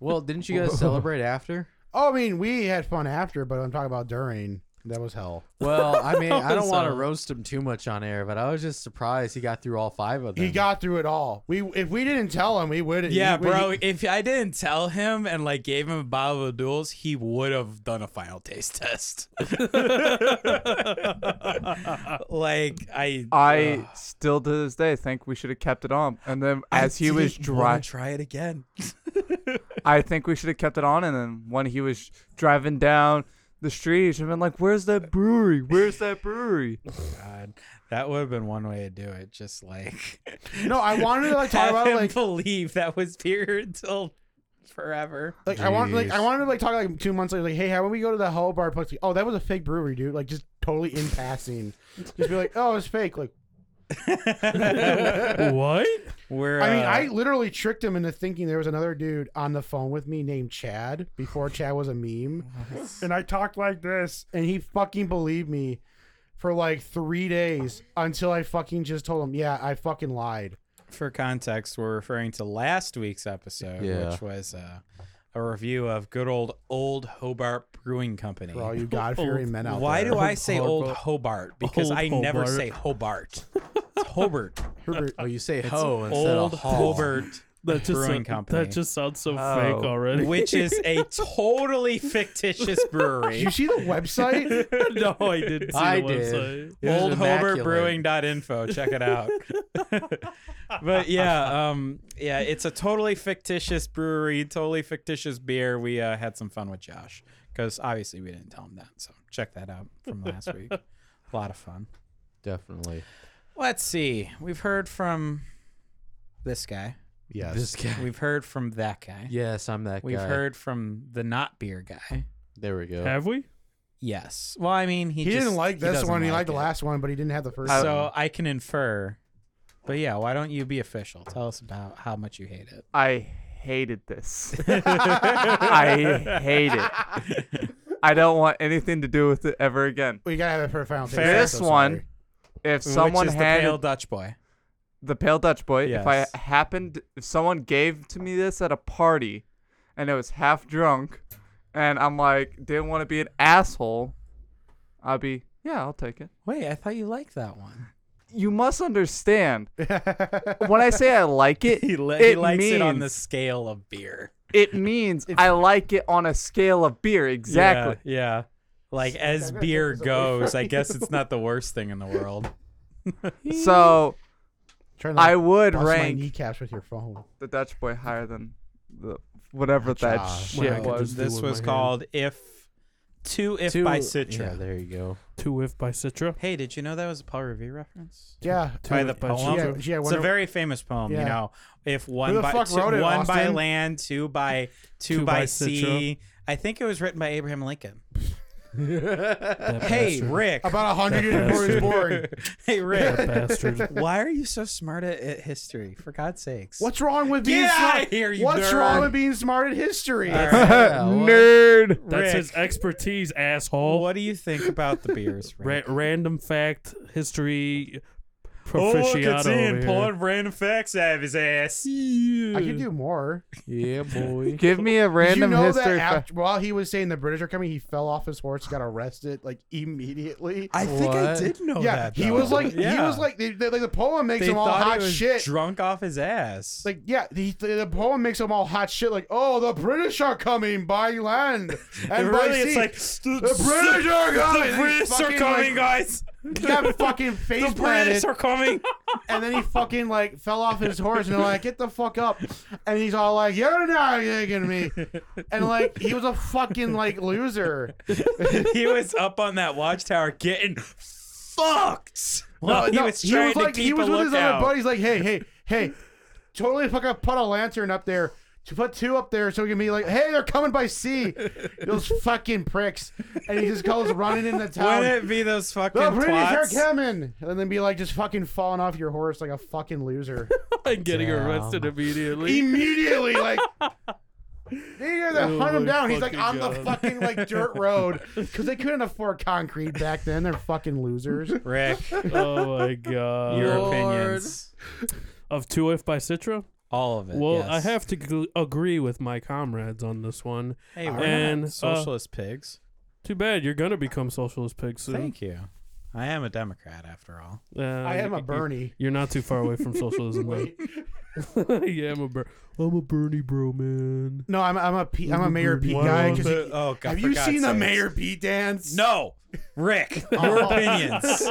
Speaker 3: Well, didn't you guys celebrate after?
Speaker 5: Oh, I mean, we had fun after, but I'm talking about during. That was hell.
Speaker 3: Well, I mean, I don't want to
Speaker 1: So-
Speaker 3: roast him too much on air, but I was just surprised he got through all five of them.
Speaker 5: He got through it all. We if we didn't tell him, we would.
Speaker 4: Yeah,
Speaker 5: we-
Speaker 4: bro. If I didn't tell him and like gave him a bottle of duels, he would have done a final taste test. like I,
Speaker 2: Uh, I still to this day think we should have kept it on. And then as he was dry,
Speaker 4: try it again.
Speaker 2: I think we should have kept it on. And then when he was driving down the street, he should have been like, "Where's that brewery? Where's that brewery?"
Speaker 4: God, that would have been one way to do it. Just like
Speaker 5: no, I wanted to like talk
Speaker 4: have
Speaker 5: about
Speaker 4: him
Speaker 5: like
Speaker 4: believe that was beer until forever.
Speaker 5: like I want like I
Speaker 3: Jeez.
Speaker 5: wanted to like talk like two months later like hey how about we go to the hell bar place like, oh that was a fake brewery dude like just totally in passing just be like oh it's fake like
Speaker 1: what?
Speaker 4: We're.
Speaker 5: I mean
Speaker 4: uh,
Speaker 5: I literally tricked him into thinking there was another dude on the phone with me named Chad before Chad was a meme and I talked like this and he fucking believed me for like three days until I fucking just told him yeah I fucking lied
Speaker 4: for context, we're referring to last week's episode,
Speaker 3: Yeah.
Speaker 4: which was uh, a review of good old Old Hobart Brewing Company.
Speaker 5: for all you God fearing men out
Speaker 4: Why
Speaker 5: there
Speaker 4: do I say Old Hobart? Because
Speaker 1: Old
Speaker 4: I never
Speaker 1: Hobart.
Speaker 4: say Hobart. It's Hobart.
Speaker 3: Oh, you say ho instead
Speaker 4: old
Speaker 3: of hall.
Speaker 4: Hobart,
Speaker 1: That just
Speaker 4: Brewing
Speaker 1: so-
Speaker 4: Company.
Speaker 1: that just sounds so
Speaker 2: Oh.
Speaker 1: fake already.
Speaker 4: which is a totally fictitious brewery.
Speaker 5: did you see the website
Speaker 1: no, I didn't see
Speaker 3: I
Speaker 1: the
Speaker 3: did.
Speaker 1: website.
Speaker 3: It was immaculate.
Speaker 4: oldhobartbrewing.info check it out but yeah um yeah it's a totally fictitious brewery totally fictitious beer we uh, had some fun with josh because obviously we didn't tell him that so check that out from last week a lot of fun
Speaker 3: Definitely.
Speaker 4: let's see we've heard from this guy
Speaker 5: yes
Speaker 3: This guy.
Speaker 4: we've heard from that guy
Speaker 3: Yes, I'm that
Speaker 4: we've
Speaker 3: guy.
Speaker 4: heard from the not beer guy
Speaker 3: There we go.
Speaker 1: Have we?
Speaker 4: yes well i mean he,
Speaker 5: he,
Speaker 4: just-
Speaker 5: didn't like this
Speaker 4: doesn't
Speaker 5: one he
Speaker 4: like
Speaker 5: liked the
Speaker 4: it.
Speaker 5: last one but he didn't have the first one.
Speaker 4: so I can infer. But yeah, why don't you be official? Tell us about how much you hate it.
Speaker 2: I hated this. I hate it. I don't want anything to do with it ever again.
Speaker 5: We gotta have it for a final
Speaker 4: Fair.
Speaker 5: taste.
Speaker 2: This one, if someone
Speaker 4: Which is
Speaker 2: handed
Speaker 4: the pale Dutch boy.
Speaker 2: the pale Dutch boy,
Speaker 4: Yes.
Speaker 2: if I happened, if someone gave to me this at a party, and it was half drunk, and I'm like didn't want to be an asshole, I'd be yeah, I'll take it.
Speaker 4: Wait, I thought you liked that one.
Speaker 2: You must understand. when I say I like it,
Speaker 4: He, li-
Speaker 2: it
Speaker 4: he likes
Speaker 2: means,
Speaker 4: it on the scale of beer.
Speaker 2: It means I like it on a scale of beer. Exactly.
Speaker 4: Yeah. yeah. Like as beer goes, I guess it's not the worst thing in the world.
Speaker 2: So
Speaker 5: Trying to
Speaker 2: I would
Speaker 5: bust my
Speaker 2: rank
Speaker 5: kneecaps with your phone.
Speaker 2: the Dutch boy higher than the whatever that
Speaker 5: Josh.
Speaker 1: When I
Speaker 2: shit
Speaker 1: could
Speaker 2: was.
Speaker 1: just do
Speaker 4: This
Speaker 1: with
Speaker 4: was
Speaker 1: my hand.
Speaker 4: called If Two If
Speaker 3: Two-
Speaker 4: by
Speaker 3: Yeah,
Speaker 4: Citra.
Speaker 3: there you go.
Speaker 1: Two If by Citra.
Speaker 4: hey, did you know that was a Paul Revere reference?
Speaker 5: Yeah.
Speaker 1: Two
Speaker 4: By
Speaker 1: If
Speaker 4: the
Speaker 1: by
Speaker 4: poem?
Speaker 1: Citra.
Speaker 5: Yeah. yeah I
Speaker 4: It's a
Speaker 5: wonder-
Speaker 4: very famous poem, you
Speaker 5: Yeah.
Speaker 4: know. If one
Speaker 5: the
Speaker 4: by
Speaker 5: fuck
Speaker 4: two-
Speaker 5: wrote it,
Speaker 4: one by
Speaker 5: Austin?
Speaker 4: land, two by two,
Speaker 1: Two
Speaker 4: by,
Speaker 1: by
Speaker 4: sea. I think it was written by Abraham Lincoln.
Speaker 1: That
Speaker 4: Uh, Hey
Speaker 1: bastard.
Speaker 4: Rick.
Speaker 5: about a hundred years before he was born.
Speaker 4: hey
Speaker 1: That
Speaker 4: Rick.
Speaker 1: bastard.
Speaker 4: Why are you so smart at, at history? For God's sakes.
Speaker 5: What's wrong with being
Speaker 4: Get
Speaker 5: smart?
Speaker 4: outta here, you
Speaker 5: What's
Speaker 4: nerd.
Speaker 5: wrong with being smart at history?
Speaker 4: All right,
Speaker 3: Yeah, what?
Speaker 2: Nerd.
Speaker 1: That's
Speaker 4: Rick.
Speaker 1: his expertise, asshole.
Speaker 4: What do you think about the beers,
Speaker 1: Ra-
Speaker 4: Rick?
Speaker 1: random fact history
Speaker 4: Oh, look,
Speaker 1: proficiato
Speaker 4: it's in
Speaker 1: over
Speaker 4: pulling random facts out of his ass.
Speaker 1: here.
Speaker 5: I could do more.
Speaker 3: Yeah, boy.
Speaker 2: Give me a
Speaker 5: Did you
Speaker 2: random
Speaker 5: know
Speaker 2: history.
Speaker 5: that
Speaker 2: fa-
Speaker 5: after, while he was saying the British are coming, he fell off his horse, got arrested like immediately.
Speaker 4: I think I
Speaker 3: What?
Speaker 4: did know
Speaker 5: yeah,
Speaker 4: that.
Speaker 5: he
Speaker 4: though.
Speaker 5: was like, he
Speaker 4: Yeah.
Speaker 5: was like, they, they- like the poem makes
Speaker 4: they
Speaker 5: him all
Speaker 4: thought
Speaker 5: hot
Speaker 4: he was
Speaker 5: shit.
Speaker 4: drunk off his ass.
Speaker 5: Like yeah, the, the, the poem makes them all hot shit. Like oh, the British are coming by land and by
Speaker 4: really,
Speaker 5: sea.
Speaker 4: it's like
Speaker 5: The British are coming.
Speaker 4: The British are coming, guys.
Speaker 5: Got fucking face
Speaker 4: The British are coming.
Speaker 5: and then he fucking like fell off his horse and they're like, get the fuck up. And he's all like, you're not taking me. And like, he was a fucking like loser.
Speaker 4: he was up on that watchtower getting fucked. No, he was trying to
Speaker 5: like,
Speaker 4: keep
Speaker 5: he was
Speaker 4: a
Speaker 5: with his other
Speaker 4: lookout.
Speaker 5: buddies, like, hey, hey, hey, totally fucking put a lantern up there. To put two up there so we can be like, hey, they're coming by sea. Those fucking pricks. And he just goes running in the town.
Speaker 4: Wouldn't it be those fucking
Speaker 5: the British
Speaker 4: twats?
Speaker 5: are coming. And then be like just fucking falling off your horse like a fucking loser.
Speaker 1: and getting arrested immediately.
Speaker 5: immediately like they either
Speaker 1: Oh
Speaker 5: hunt him
Speaker 1: my
Speaker 5: down he's like on
Speaker 1: fucking
Speaker 5: the
Speaker 1: God.
Speaker 5: fucking like dirt road because they couldn't afford concrete back then they're fucking losers
Speaker 4: Rick,
Speaker 1: oh my god.
Speaker 4: your opinions.
Speaker 1: of Two If by Citra?
Speaker 4: All of it.
Speaker 1: Well, I
Speaker 4: Uh, yes.
Speaker 1: have to gl- agree with my comrades on this one.
Speaker 4: Hey, we're
Speaker 1: and, uh,
Speaker 4: not socialist pigs.
Speaker 1: Too bad you're gonna become socialist pig soon.
Speaker 4: Thank you. I am a Democrat after all.
Speaker 1: Uh,
Speaker 5: i am a bernie
Speaker 1: You're not too far away from socialism. though. yeah, I'm a Ber- I'm a Bernie bro, man.
Speaker 5: no i'm, I'm a P, i'm a mayor pete
Speaker 1: Wow.
Speaker 5: guy 'cause he-
Speaker 4: Oh God!
Speaker 5: have
Speaker 4: for
Speaker 5: you
Speaker 4: God's
Speaker 5: seen the
Speaker 4: sakes.
Speaker 5: mayor Oh. pete dance
Speaker 4: No, Rick. Your opinions.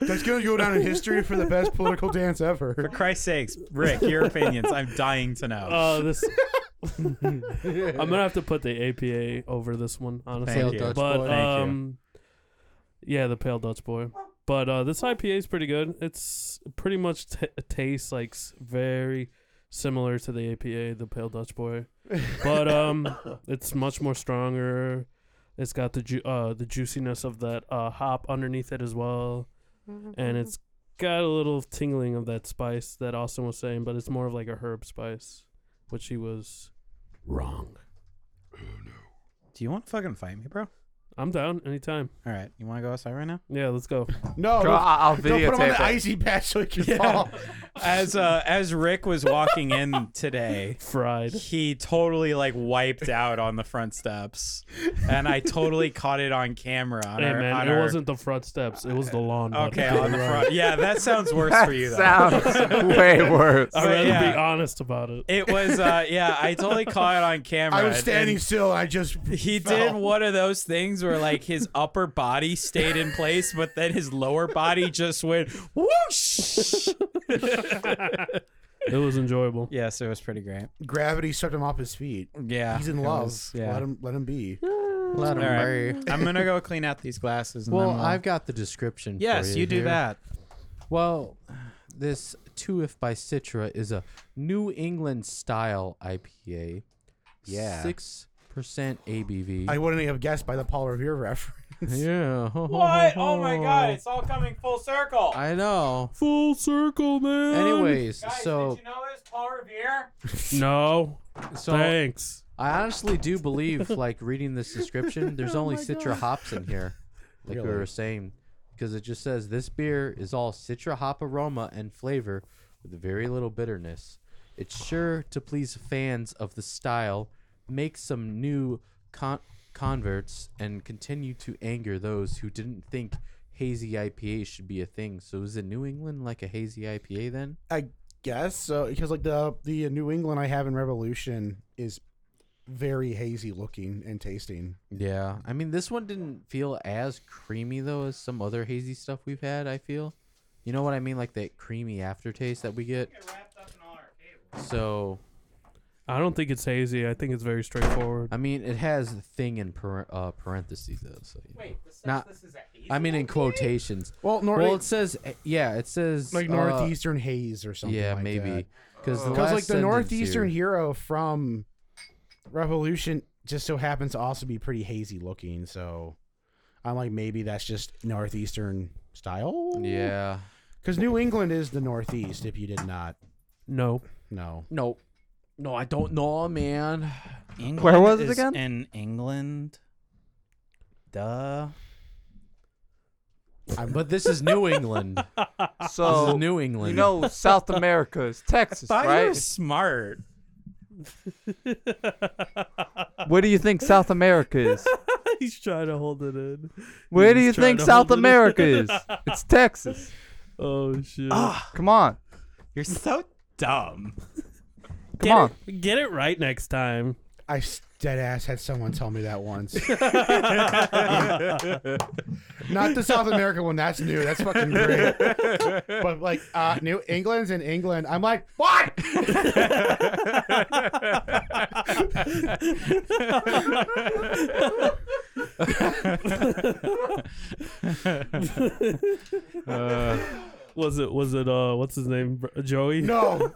Speaker 5: that's gonna go down in history for the best political dance
Speaker 4: For
Speaker 5: ever
Speaker 4: Christ's sakes, Rick, your opinions. I'm dying to know.
Speaker 1: Uh, this. I'm gonna have to put the APA over this one, honestly.
Speaker 4: Thank
Speaker 3: Pale
Speaker 4: you.
Speaker 3: Dutch
Speaker 1: but
Speaker 3: boy.
Speaker 4: Thank you.
Speaker 1: um, yeah, the pale Dutch boy. But uh, this IPA is pretty good. It's pretty much t- tastes like s- very similar to the APA, the pale Dutch boy. But um, it's much more stronger. It's got the ju- uh the juiciness of that uh hop underneath it as well, and it's got a little tingling of that spice that Austin was saying, but it's more of like a herb spice, which he was wrong.
Speaker 4: Do you want to fucking fight me, bro?
Speaker 1: I'm down anytime.
Speaker 4: All right, you want to go outside right now?
Speaker 1: Yeah, let's go.
Speaker 5: no
Speaker 2: Bro,
Speaker 5: don't-
Speaker 2: I- I'll
Speaker 5: don't put him on
Speaker 2: videotape
Speaker 5: the
Speaker 2: it.
Speaker 5: icy patch so he can fall
Speaker 4: As uh, as Rick was walking in today,
Speaker 1: Fried.
Speaker 4: he totally like wiped out on the front steps, and I totally caught it on camera. On
Speaker 1: Hey
Speaker 4: our-
Speaker 1: man,
Speaker 4: on
Speaker 1: it
Speaker 4: our-
Speaker 1: wasn't the front steps. It was the lawn. bud.
Speaker 4: okay on the front. Yeah, that sounds worse for you though.
Speaker 2: Sounds way worse.
Speaker 1: I'd rather
Speaker 4: yeah.
Speaker 1: be honest about it.
Speaker 4: it was uh yeah, I totally caught it on camera.
Speaker 5: i was standing
Speaker 4: and
Speaker 5: still i just
Speaker 4: He did
Speaker 5: fell.
Speaker 4: one of those things where like his upper body stayed in place, but then his lower body just went whoosh.
Speaker 1: It was enjoyable.
Speaker 4: yes, it was pretty great.
Speaker 5: gravity swept him off his feet
Speaker 4: Yeah,
Speaker 5: he's in
Speaker 4: Ah, it
Speaker 5: love
Speaker 4: was- yeah.
Speaker 5: let him let him be
Speaker 3: Let
Speaker 4: All right. I'm gonna go clean out these glasses. And
Speaker 3: Well,
Speaker 4: then we'll-
Speaker 3: I've got the description. for
Speaker 4: yes, you do
Speaker 3: here.
Speaker 4: that.
Speaker 3: Well, this Two If by Citra is a New England style IPA.
Speaker 4: Yeah.
Speaker 3: Six percent ABV.
Speaker 5: I wouldn't have guessed by the Paul Revere reference.
Speaker 3: yeah.
Speaker 4: What? Oh my god, it's all coming full circle.
Speaker 3: I know.
Speaker 1: Full circle, man.
Speaker 3: Anyways,
Speaker 4: Guys,
Speaker 3: so
Speaker 4: did you know this Paul Revere?
Speaker 1: no,
Speaker 3: so
Speaker 1: thanks.
Speaker 3: I honestly do believe, like reading this description,
Speaker 4: Oh
Speaker 3: there's only Citra hops in here, like we were saying, because it just says this beer is all Citra hop aroma and flavor with very little bitterness. It's sure to please fans of the style, make some new con- converts, and continue to anger those who didn't think hazy IPA should be a thing. So is it New England like a hazy IPA then?
Speaker 5: I guess so because like the the New England I have in Revolution is very hazy looking and tasting.
Speaker 3: Yeah, I mean this one didn't feel as creamy though as some other hazy stuff we've had. I feel, you know what I mean, like that creamy aftertaste that we get. So
Speaker 1: I don't think it's hazy. I think it's very straightforward.
Speaker 3: I mean, it has thing in par- uh, parentheses though. So you know. not. I mean, in quotations.
Speaker 5: Well, nor-
Speaker 3: Well, it says eh, yeah, it says
Speaker 5: like
Speaker 3: uh,
Speaker 5: northeastern haze or something.
Speaker 3: yeah,
Speaker 5: like
Speaker 3: maybe because
Speaker 5: because like the northeastern hero from Revolution just so happens to also be pretty hazy looking. So I'm like maybe that's just northeastern style.
Speaker 3: Yeah.
Speaker 5: because New England is the northeast. If you did not
Speaker 1: No,
Speaker 5: know,
Speaker 3: No. No, I don't know, man.
Speaker 4: England
Speaker 2: Where was it
Speaker 4: is
Speaker 2: again?
Speaker 4: In England. Duh.
Speaker 3: But this is New England. this is
Speaker 2: So
Speaker 3: New England.
Speaker 2: you know, South America is Texas,
Speaker 4: Thought you were
Speaker 2: right?
Speaker 4: smart.
Speaker 2: Where do you think South America is?
Speaker 1: he's trying to hold it in.
Speaker 2: Where do
Speaker 1: He's
Speaker 2: you
Speaker 1: trying
Speaker 2: think
Speaker 1: to
Speaker 2: South
Speaker 1: hold it in.
Speaker 2: America is? It's Texas.
Speaker 1: Oh shit!
Speaker 4: Ah.
Speaker 2: Come on,
Speaker 4: You're so dumb.
Speaker 2: come on.
Speaker 1: Get it right next time.
Speaker 5: I s- dead ass had someone tell me that once. Not the South America one. That's new. That's fucking great. But like uh, New England's in England. I'm like, what?
Speaker 1: Uh, Was it was it uh what's his name Br- Joey?
Speaker 5: No,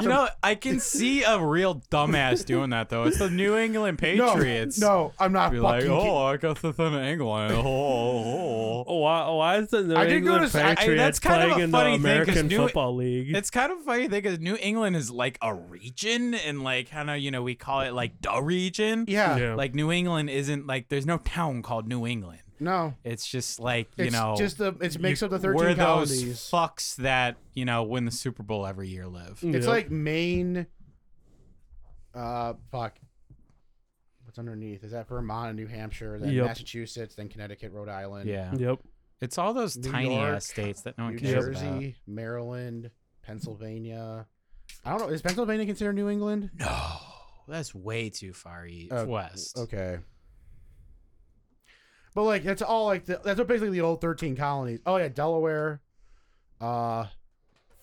Speaker 4: You know, I can see a real dumbass doing that though. It's the New England Patriots.
Speaker 5: no, I'm not
Speaker 4: Be
Speaker 5: fucking.
Speaker 4: like,
Speaker 5: kidding.
Speaker 4: oh, I got the thumb England. Oh, oh, oh.
Speaker 1: Oh, why, oh, why is the New
Speaker 5: I did go
Speaker 1: England
Speaker 5: to- I- I- that's
Speaker 1: Patriots
Speaker 4: kind of
Speaker 1: playing
Speaker 4: a
Speaker 1: in
Speaker 4: funny
Speaker 1: the
Speaker 4: thing, 'cause
Speaker 1: American
Speaker 4: New-
Speaker 1: Football League?
Speaker 4: It's kind of a funny thing because New England is like a region, and like I know you know we call it like the region.
Speaker 5: yeah,
Speaker 1: yeah.
Speaker 4: Like New England isn't like there's no town called New England.
Speaker 5: no.
Speaker 4: It's just like you
Speaker 5: It's
Speaker 4: know,
Speaker 5: just the it's makes
Speaker 4: you-
Speaker 5: up the 13
Speaker 4: We're
Speaker 5: colonies.
Speaker 4: those fucks that you know win the Super Bowl every year. Live.
Speaker 5: It's
Speaker 1: Yeah.
Speaker 5: like Maine. Uh, fuck. What's underneath? Is that Vermont and New Hampshire, then
Speaker 1: Yep.
Speaker 5: Massachusetts, then Connecticut, Rhode Island,
Speaker 4: Yeah.
Speaker 1: yep.
Speaker 4: It's all those
Speaker 5: New
Speaker 4: tiny
Speaker 5: York,
Speaker 4: ass states that no one
Speaker 5: New
Speaker 4: cares
Speaker 5: Jersey,
Speaker 4: about.
Speaker 5: Maryland, Pennsylvania. I don't know. Is Pennsylvania considered New England?
Speaker 4: No, that's way too far east
Speaker 5: Oh,
Speaker 4: west.
Speaker 5: Okay. But like that's all like the, that's what basically the old thirteen colonies. Oh yeah, Delaware. Uh,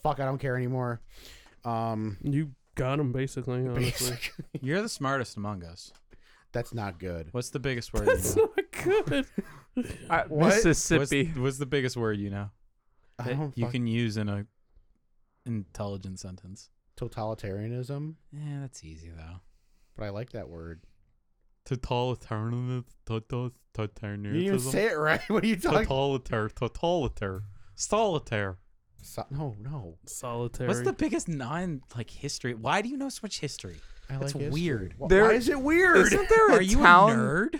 Speaker 5: fuck, I don't care anymore. Um,
Speaker 1: You got him basically. Honestly,
Speaker 4: You're the smartest among us.
Speaker 5: that's not good.
Speaker 4: What's the biggest word?
Speaker 1: that's
Speaker 4: you know?
Speaker 1: not good.
Speaker 2: I-
Speaker 5: What?
Speaker 4: What's,
Speaker 2: Mississippi.
Speaker 4: what's the biggest word you know
Speaker 5: I
Speaker 4: that
Speaker 5: don't
Speaker 4: you
Speaker 5: fuck-
Speaker 4: can use in a intelligent sentence?
Speaker 5: totalitarianism,
Speaker 4: Yeah, that's easy though.
Speaker 5: but I like that word. You
Speaker 4: Totalitarian,
Speaker 5: didn't even
Speaker 4: totalitarianism,
Speaker 5: say it right. What are you talking?
Speaker 4: totalitar, totalitar, solitaire.
Speaker 5: So- no, no.
Speaker 1: Solitary.
Speaker 4: What's the biggest non like history? Why do you know so much history?
Speaker 5: I
Speaker 4: That's
Speaker 5: history.
Speaker 4: weird.
Speaker 5: Why,
Speaker 2: There-
Speaker 5: why is it weird?
Speaker 2: Isn't there a
Speaker 4: Are you
Speaker 2: town?
Speaker 4: a nerd?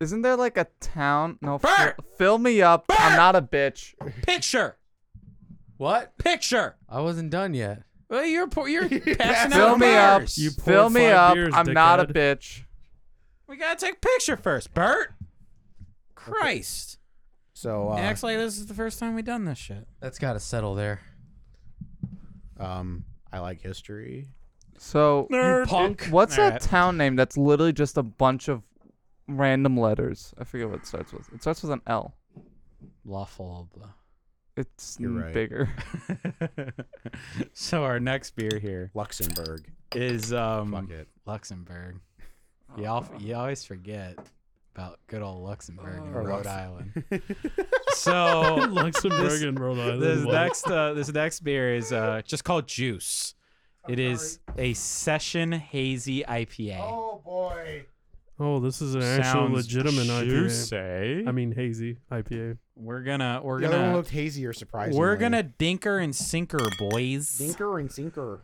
Speaker 2: Isn't there like a town? No,
Speaker 4: Bert!
Speaker 2: fill, fill me up. I'm not a bitch.
Speaker 4: Picture,
Speaker 3: What?
Speaker 4: picture.
Speaker 3: I wasn't done yet.
Speaker 4: Well, you're po- you're passing
Speaker 2: Fill
Speaker 4: out
Speaker 2: me up.
Speaker 4: bars.
Speaker 1: You poured
Speaker 2: Fill me
Speaker 1: five
Speaker 2: up.
Speaker 1: beers,
Speaker 2: I'm not a
Speaker 1: dickhead.
Speaker 2: bitch.
Speaker 4: We gotta take a picture first, Bert. Christ.
Speaker 5: So uh,
Speaker 4: It Acts like this is the first time we've done this shit.
Speaker 3: That's got to settle there.
Speaker 5: um, I like history.
Speaker 2: So,
Speaker 4: Nerd. punk.
Speaker 2: what's
Speaker 4: All
Speaker 2: a
Speaker 4: right.
Speaker 2: town name that's literally just a bunch of random letters? I forget what it starts with. It starts with an L.
Speaker 4: Lawful.
Speaker 2: It's
Speaker 5: You're right.
Speaker 2: bigger.
Speaker 4: so our next beer here
Speaker 5: Luxembourg.
Speaker 4: is um
Speaker 5: Fuck it.
Speaker 4: Luxembourg. You, al- you always forget about good old Luxembourg in
Speaker 5: Or Lux-
Speaker 4: Rhode Island. so
Speaker 1: Luxembourg
Speaker 4: This-
Speaker 1: and Rhode Island?
Speaker 4: this
Speaker 1: what?
Speaker 4: next uh, this next beer is uh just called Juice. It is a session hazy IPA.
Speaker 1: Oh, this is an actual
Speaker 4: Sounds
Speaker 1: legitimate IPA.
Speaker 4: juicy.
Speaker 1: I mean, hazy IPA.
Speaker 4: We're gonna we're
Speaker 5: The other one
Speaker 4: gonna
Speaker 5: looked hazier, surprisingly.
Speaker 4: we're gonna dinker and sinker, boys.
Speaker 5: dinker and sinker.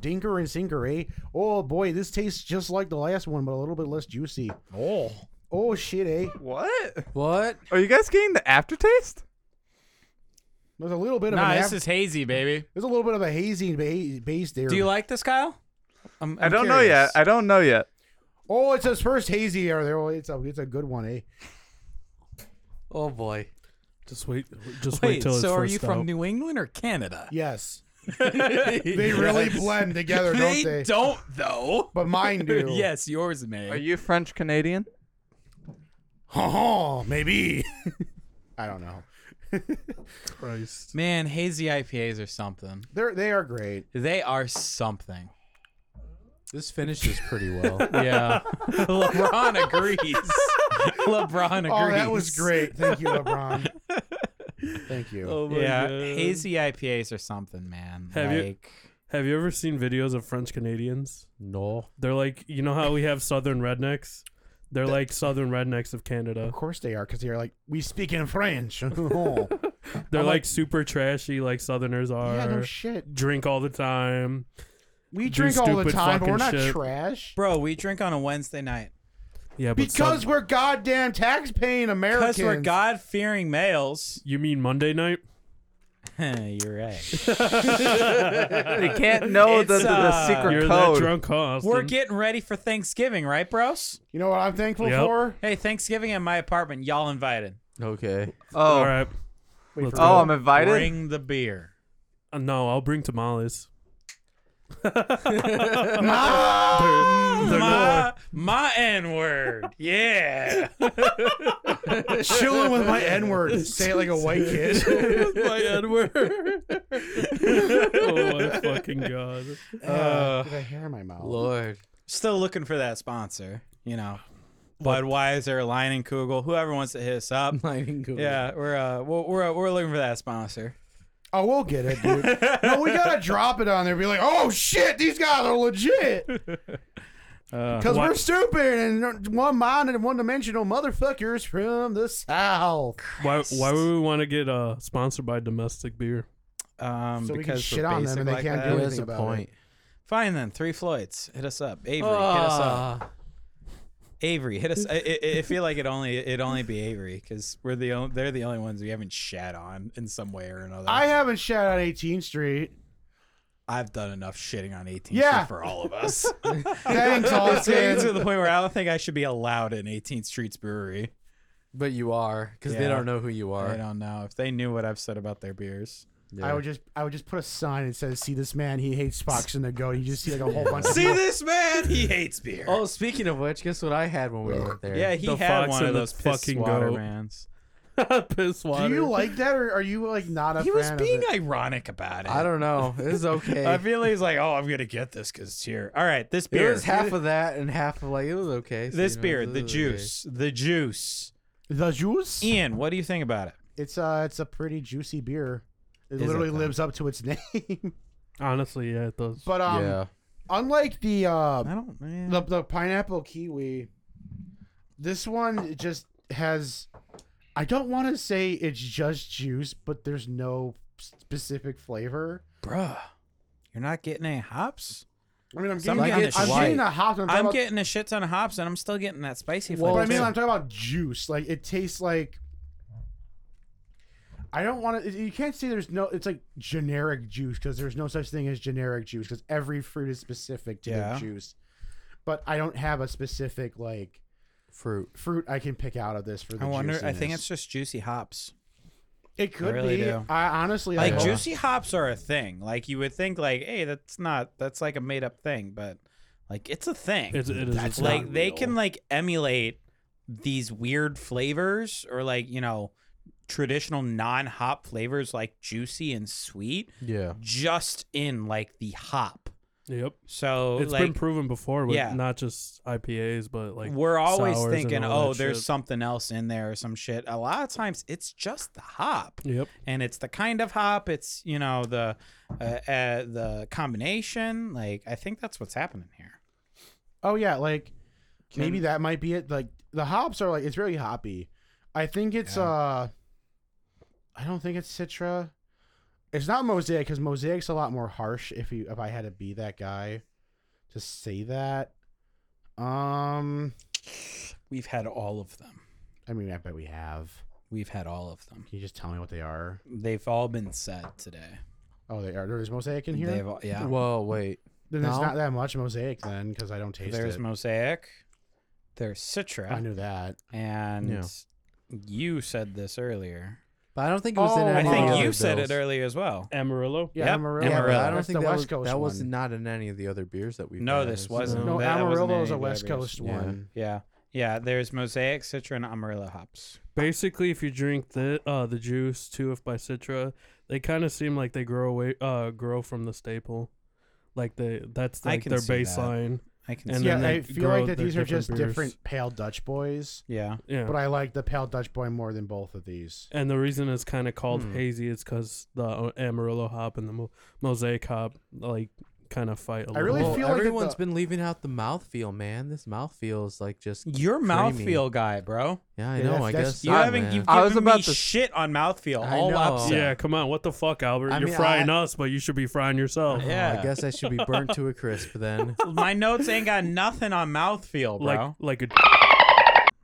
Speaker 5: Dinker and sinker, eh? Oh boy, this tastes just like the last one, but a little bit less juicy.
Speaker 4: Oh,
Speaker 5: Oh shit, eh?
Speaker 2: What?
Speaker 3: What?
Speaker 2: Are you guys getting the aftertaste?
Speaker 5: There's a little bit of
Speaker 4: nah,
Speaker 5: an
Speaker 4: this
Speaker 5: af-
Speaker 4: is hazy, baby.
Speaker 5: there's a little bit of a hazy ba- base there.
Speaker 4: Do you like this, Kyle? I'm,
Speaker 2: I don't know yet. I don't know yet.
Speaker 5: oh, it's his first hazy are there. Oh, it's a it's a good one, eh?
Speaker 3: Oh boy.
Speaker 1: Just wait. Just wait,
Speaker 4: Wait,
Speaker 1: till it's
Speaker 4: so
Speaker 1: first
Speaker 4: are you
Speaker 1: out.
Speaker 4: from New England or Canada?
Speaker 5: Yes.
Speaker 4: they
Speaker 5: They really blend together, don't
Speaker 4: they
Speaker 5: they?
Speaker 4: don't though.
Speaker 5: But mine do.
Speaker 4: yes, yours
Speaker 2: Are
Speaker 4: may.
Speaker 2: you French Canadian?
Speaker 5: Oh, maybe. I don't know.
Speaker 1: Christ?
Speaker 4: Man, hazy IPAs are something.
Speaker 5: They're they are great.
Speaker 4: They are something.
Speaker 3: This finishes pretty well.
Speaker 4: Yeah. LeBron agrees. LeBron agrees.
Speaker 5: Oh, that was great. Thank you, LeBron. Thank you.
Speaker 1: Oh my
Speaker 4: yeah,
Speaker 1: God.
Speaker 4: hazy IPAs or something, man.
Speaker 1: Have you-
Speaker 4: like,
Speaker 1: Have you ever seen videos of French Canadians?
Speaker 3: no.
Speaker 1: They're like, you know how we have Southern rednecks. They're like Southern rednecks of Canada.
Speaker 5: Of course they are, because they're like, we speak in French. Oh.
Speaker 1: They're
Speaker 5: I'm
Speaker 1: like,
Speaker 5: like-
Speaker 1: super trashy, like Southerners are.
Speaker 5: yeah, no shit.
Speaker 1: drink all the time.
Speaker 5: We
Speaker 1: Do
Speaker 5: drink all the
Speaker 1: stupid
Speaker 5: time, but
Speaker 1: fucking
Speaker 5: we're not
Speaker 1: shit.
Speaker 5: trash.
Speaker 4: bro, we drink on a Wednesday night
Speaker 1: Yeah, but
Speaker 5: Because
Speaker 1: South-
Speaker 5: we're goddamn tax-paying Americans.
Speaker 4: because we're God fearing males.
Speaker 1: you mean Monday night?
Speaker 4: You're right.
Speaker 2: They can't know the,
Speaker 4: It's,
Speaker 2: the,
Speaker 4: uh,
Speaker 2: the secret
Speaker 1: You're
Speaker 2: code.
Speaker 1: that drunk, huh? Austin?
Speaker 4: we're getting ready for Thanksgiving, right, bros?
Speaker 5: You know what I'm thankful
Speaker 1: Yep.
Speaker 5: for?
Speaker 4: Hey, Thanksgiving at my apartment. Y'all invited.
Speaker 3: Okay.
Speaker 2: Oh,
Speaker 1: all right.
Speaker 5: Wait
Speaker 1: Let's
Speaker 5: for
Speaker 1: go.
Speaker 2: oh, I'm invited.
Speaker 4: Bring the beer.
Speaker 1: Uh, no, I'll bring tamales. They're- they're
Speaker 4: my my N word. Yeah.
Speaker 5: Chilling with my N word. Say it like a white kid.
Speaker 1: my Edward. oh my fucking god.
Speaker 5: Uh, with a hair in my mouth.
Speaker 3: Lord.
Speaker 4: Still looking for that sponsor, you know. Budweiser, Lion and Kugel, whoever wants to hit us up. Yeah, we're uh, we're we're, we're looking for that sponsor.
Speaker 5: Oh, we'll get it, dude. no, we gotta drop it on there. Be like, oh shit, these guys are legit. Because we're stupid and one minded and one dimensional motherfuckers from the south.
Speaker 1: Why why would we want to get uh sponsored by domestic beer?
Speaker 4: Um,
Speaker 5: So we can
Speaker 4: because
Speaker 5: shit
Speaker 4: we're
Speaker 5: on them and
Speaker 4: basic
Speaker 5: they
Speaker 4: like
Speaker 5: can't
Speaker 4: that.
Speaker 5: do
Speaker 3: Who
Speaker 5: anything
Speaker 3: has a
Speaker 5: about it.
Speaker 3: point?
Speaker 4: Fine then, three Floyds. Hit us up, Avery. hit us
Speaker 3: Ah.
Speaker 4: up, Avery. Hit us. I, I, I feel like it only it only be Avery because we're the only, they're the only ones we haven't shat on in some way or another.
Speaker 5: I haven't shot on 18th Street.
Speaker 4: I've done enough shitting on 18th
Speaker 5: Yeah.
Speaker 4: Street for all of us.
Speaker 5: Thanks,
Speaker 4: it's getting to
Speaker 5: Austin.
Speaker 4: the point where I don't think I should be allowed in 18th Street's brewery.
Speaker 3: But you are, because
Speaker 4: Yeah.
Speaker 3: they don't know who you
Speaker 4: I
Speaker 3: are.
Speaker 4: don't know if they knew what I've said about their beers.
Speaker 3: Yeah.
Speaker 5: I would just, I would just put a sign that says, "See this man? He hates Fox and the Goat." You just see like a whole bunch. of
Speaker 4: See this man? He hates beer.
Speaker 3: Oh, speaking of which, guess what I had when we went there?
Speaker 4: yeah, he
Speaker 1: The
Speaker 4: had
Speaker 1: fox
Speaker 4: one of
Speaker 1: and the
Speaker 4: those piss
Speaker 1: fucking
Speaker 4: water
Speaker 1: goat.
Speaker 4: mans.
Speaker 1: Piss
Speaker 5: Do
Speaker 1: water.
Speaker 5: you like that, or are you like not a
Speaker 4: He
Speaker 5: fan
Speaker 4: was being
Speaker 5: of it?
Speaker 4: ironic about it.
Speaker 3: I don't know. It was okay.
Speaker 4: I feel he's like, oh, I'm gonna get this because it's here. All right, this
Speaker 3: it
Speaker 4: beer,
Speaker 3: was half of that and half of like it was okay. so,
Speaker 4: this
Speaker 3: you know,
Speaker 4: beer,
Speaker 3: it
Speaker 4: the
Speaker 3: was
Speaker 4: juice, the juice.
Speaker 5: the juice.
Speaker 4: Ian, what do you think about it?
Speaker 5: It's uh, it's a pretty juicy beer. It
Speaker 4: Is it
Speaker 5: literally
Speaker 4: though?
Speaker 5: lives up to its name.
Speaker 1: Honestly, yeah, it does.
Speaker 5: but
Speaker 3: okay.
Speaker 5: um,
Speaker 3: yeah,
Speaker 5: unlike the uh,
Speaker 4: I don't. Man.
Speaker 5: the the pineapple kiwi, this one just has. I don't want to say it's just juice, but there's no specific flavor.
Speaker 4: Bruh, you're not getting any hops.
Speaker 5: I mean, I'm
Speaker 4: Some
Speaker 5: getting, I'm,
Speaker 4: like it's
Speaker 5: I'm
Speaker 4: white.
Speaker 5: getting a hop. I'm, talking
Speaker 4: I'm
Speaker 5: about-
Speaker 4: getting a shit ton of hops, and I'm still getting that spicy
Speaker 5: Well,
Speaker 4: flavor.
Speaker 5: but I mean,
Speaker 4: too.
Speaker 5: I'm talking about juice. Like it tastes like. I don't want to. You can't say there's no. It's like generic juice because there's no such thing as generic juice because every fruit is specific to
Speaker 4: Yeah.
Speaker 5: the juice. But I don't have a specific like
Speaker 3: fruit.
Speaker 5: fruit I can pick out of this for the.
Speaker 4: I wonder. I think
Speaker 5: juiciness.
Speaker 4: it's just juicy hops.
Speaker 5: It could
Speaker 4: really
Speaker 5: be.
Speaker 4: do.
Speaker 5: I honestly
Speaker 4: Like
Speaker 5: I hope-
Speaker 4: juicy hops are a thing. Like you would think, like, hey, that's not that's like a made up thing, but like it's a thing.
Speaker 1: It's, it is. it's
Speaker 4: like
Speaker 1: not
Speaker 4: they
Speaker 1: real.
Speaker 4: can like emulate these weird flavors or like you know traditional non hop flavors like juicy and sweet
Speaker 3: Yeah,
Speaker 4: just in like the hop.
Speaker 1: Yep.
Speaker 4: So
Speaker 1: It's
Speaker 4: like
Speaker 1: been proven before with
Speaker 4: yeah.
Speaker 1: not just IPAs, but like
Speaker 4: we're always
Speaker 1: sours and
Speaker 4: thinking,
Speaker 1: all
Speaker 4: oh,
Speaker 1: that
Speaker 4: there's
Speaker 1: shit.
Speaker 4: something else in there or some shit. A lot of times it's just the hop.
Speaker 1: Yep.
Speaker 4: and it's the kind of hop it's you know the uh, uh, the combination like i think that's what's happening here
Speaker 5: Oh yeah, like maybe that might be it. Like the hops are like it's really hoppy. I think it's uh, I don't think it's Citra. It's not Mosaic because Mosaic's a lot more harsh. If you if I had to be that guy, to say that, um,
Speaker 4: we've had all of them
Speaker 5: I mean I bet we have.
Speaker 4: we've had all of them
Speaker 5: Can you just tell me what they are?
Speaker 4: they've all been said today
Speaker 5: Oh, they are. There's Mosaic in here.
Speaker 4: they've all, yeah
Speaker 3: Whoa, wait.
Speaker 5: then there's
Speaker 3: no.
Speaker 5: not that much Mosaic then because I don't taste
Speaker 4: there's
Speaker 5: it.
Speaker 4: mosaic there's
Speaker 5: I
Speaker 4: citra
Speaker 5: knew that.
Speaker 4: and
Speaker 3: Yeah.
Speaker 4: you said this earlier
Speaker 3: But I don't think it was
Speaker 5: Oh,
Speaker 3: in.
Speaker 5: I
Speaker 4: i
Speaker 3: Any
Speaker 4: think
Speaker 3: of
Speaker 4: you
Speaker 3: the other
Speaker 4: said
Speaker 3: bills.
Speaker 4: it earlier as well
Speaker 1: Amarillo.
Speaker 5: Yeah,
Speaker 4: Yep.
Speaker 5: Amarillo.
Speaker 3: Yeah, but I don't
Speaker 5: That's
Speaker 3: think
Speaker 5: the
Speaker 3: that
Speaker 5: West
Speaker 3: was,
Speaker 5: Coast
Speaker 3: that
Speaker 5: one.
Speaker 3: was not in any of the other beers that we.
Speaker 4: no this wasn't
Speaker 5: No,
Speaker 4: That wasn't
Speaker 5: Amarillo is a
Speaker 4: any of the
Speaker 5: West
Speaker 4: others.
Speaker 5: Coast
Speaker 3: Yeah.
Speaker 5: one.
Speaker 4: yeah yeah there's mosaic citra and amarillo hops
Speaker 1: Basically, if you drink the uh, the juice, two if by Citra, they kind of seem like they grow away, uh, grow from the staple. Like they, that's
Speaker 4: I
Speaker 1: like
Speaker 4: can
Speaker 1: their
Speaker 4: see that.
Speaker 1: baseline.
Speaker 4: i can
Speaker 1: And
Speaker 4: see
Speaker 5: yeah,
Speaker 1: then
Speaker 5: I
Speaker 1: they
Speaker 5: feel like
Speaker 1: grow
Speaker 5: that
Speaker 1: their
Speaker 5: these are
Speaker 1: different
Speaker 5: just
Speaker 1: beers.
Speaker 5: different pale Dutch boys,
Speaker 4: yeah
Speaker 1: Yeah.
Speaker 5: but I like the pale Dutch boy more than both of these.
Speaker 1: and the reason it's kind of called
Speaker 3: Hmm.
Speaker 1: hazy is because the uh, Amarillo hop and the mo- Mosaic hop like kind of fight a
Speaker 5: I
Speaker 1: little.
Speaker 5: really
Speaker 3: Well,
Speaker 5: feel like
Speaker 3: everyone's
Speaker 5: the-
Speaker 3: been leaving out the mouthfeel, man. This mouthfeel is like just.
Speaker 4: You're
Speaker 3: creamy.
Speaker 4: mouthfeel guy, bro.
Speaker 3: Yeah, I
Speaker 5: Yeah,
Speaker 3: know.
Speaker 5: that's-
Speaker 3: I
Speaker 5: that's-
Speaker 3: guess
Speaker 4: You
Speaker 3: not,
Speaker 4: haven't
Speaker 3: man.
Speaker 4: you've
Speaker 2: I was
Speaker 4: given me
Speaker 2: about to s-
Speaker 4: shit on mouthfeel
Speaker 3: I
Speaker 4: all
Speaker 3: know.
Speaker 4: up.
Speaker 1: yeah, come on, what the fuck, Albert?
Speaker 3: I
Speaker 1: You're
Speaker 3: mean,
Speaker 1: frying
Speaker 3: I-
Speaker 1: us, but you should be frying yourself.
Speaker 4: Yeah.
Speaker 3: I guess I should be burnt to a crisp then.
Speaker 4: My notes ain't got nothing on mouthfeel, bro.
Speaker 1: Like, like a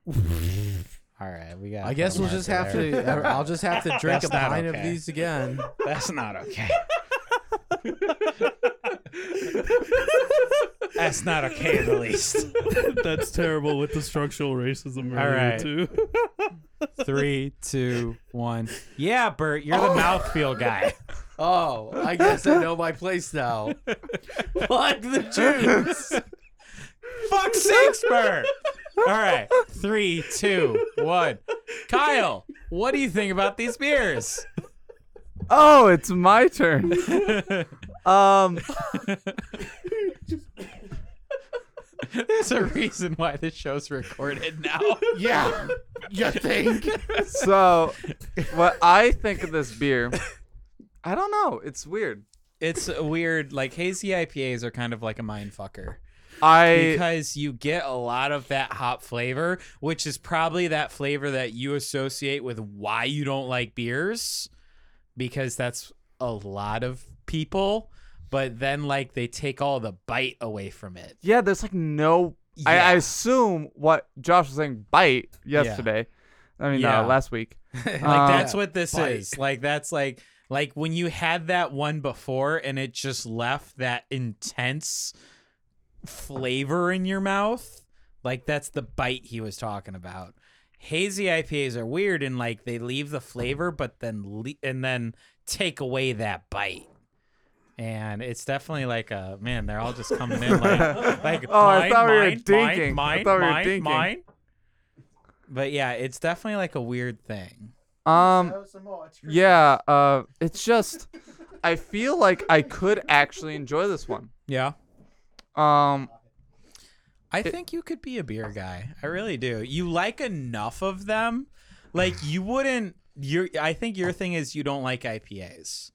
Speaker 4: all right, we got.
Speaker 3: I guess we'll just have to. I'll just have to drink
Speaker 4: That's
Speaker 3: a
Speaker 4: not
Speaker 3: pint of
Speaker 4: okay.
Speaker 3: these again.
Speaker 4: That's not okay. That's not okay, at the least.
Speaker 1: that's terrible with the structural racism earlier
Speaker 4: right.
Speaker 1: too.
Speaker 4: Three, two, one. Yeah, Bert, you're the mouthfeel guy.
Speaker 3: Oh, I guess I know my place now. Fuck the Jews.
Speaker 4: Fuck Shakespeare. All right, three, two, one. Kyle, what do you think about these beers?
Speaker 2: Oh, it's my turn. um,
Speaker 4: There's a reason why this show's recorded now.
Speaker 5: Yeah. You think?
Speaker 2: so what I think of this beer, I don't know. It's weird.
Speaker 4: It's weird. Like hazy IPAs are kind of like a mind fucker.
Speaker 2: I
Speaker 4: because you get a lot of that hop flavor, which is probably that flavor that you associate with why you don't like beers, because that's a lot of people. But then, like, they take all the bite away from it.
Speaker 2: yeah, there's like no. I, I
Speaker 4: Yeah.
Speaker 2: assume what Josh was saying bite yesterday. I mean,
Speaker 4: Yeah.
Speaker 2: uh, last week.
Speaker 4: like,
Speaker 2: Uh,
Speaker 4: that's what this is. Like, that's like, like when you had that one before and it just left that intense flavor in your mouth. Like, that's the bite he was talking about. hazy IPAs are weird and like they leave the flavor, but then le- and then take away that bite. And it's definitely like a man. They're all just coming in like, like
Speaker 2: Oh, I
Speaker 4: mine,
Speaker 2: thought we were
Speaker 4: mine,
Speaker 2: dinking. I
Speaker 4: mine,
Speaker 2: thought we were
Speaker 4: mine,
Speaker 2: dinking.
Speaker 4: mine. But yeah, it's definitely like a weird thing.
Speaker 2: Um, yeah. Uh, it's just I feel like I could actually enjoy this one.
Speaker 4: Yeah,
Speaker 2: Um,
Speaker 4: I think you could be a beer guy. I really do. You like enough of them, like you wouldn't. Your I think your thing is you don't like IPAs.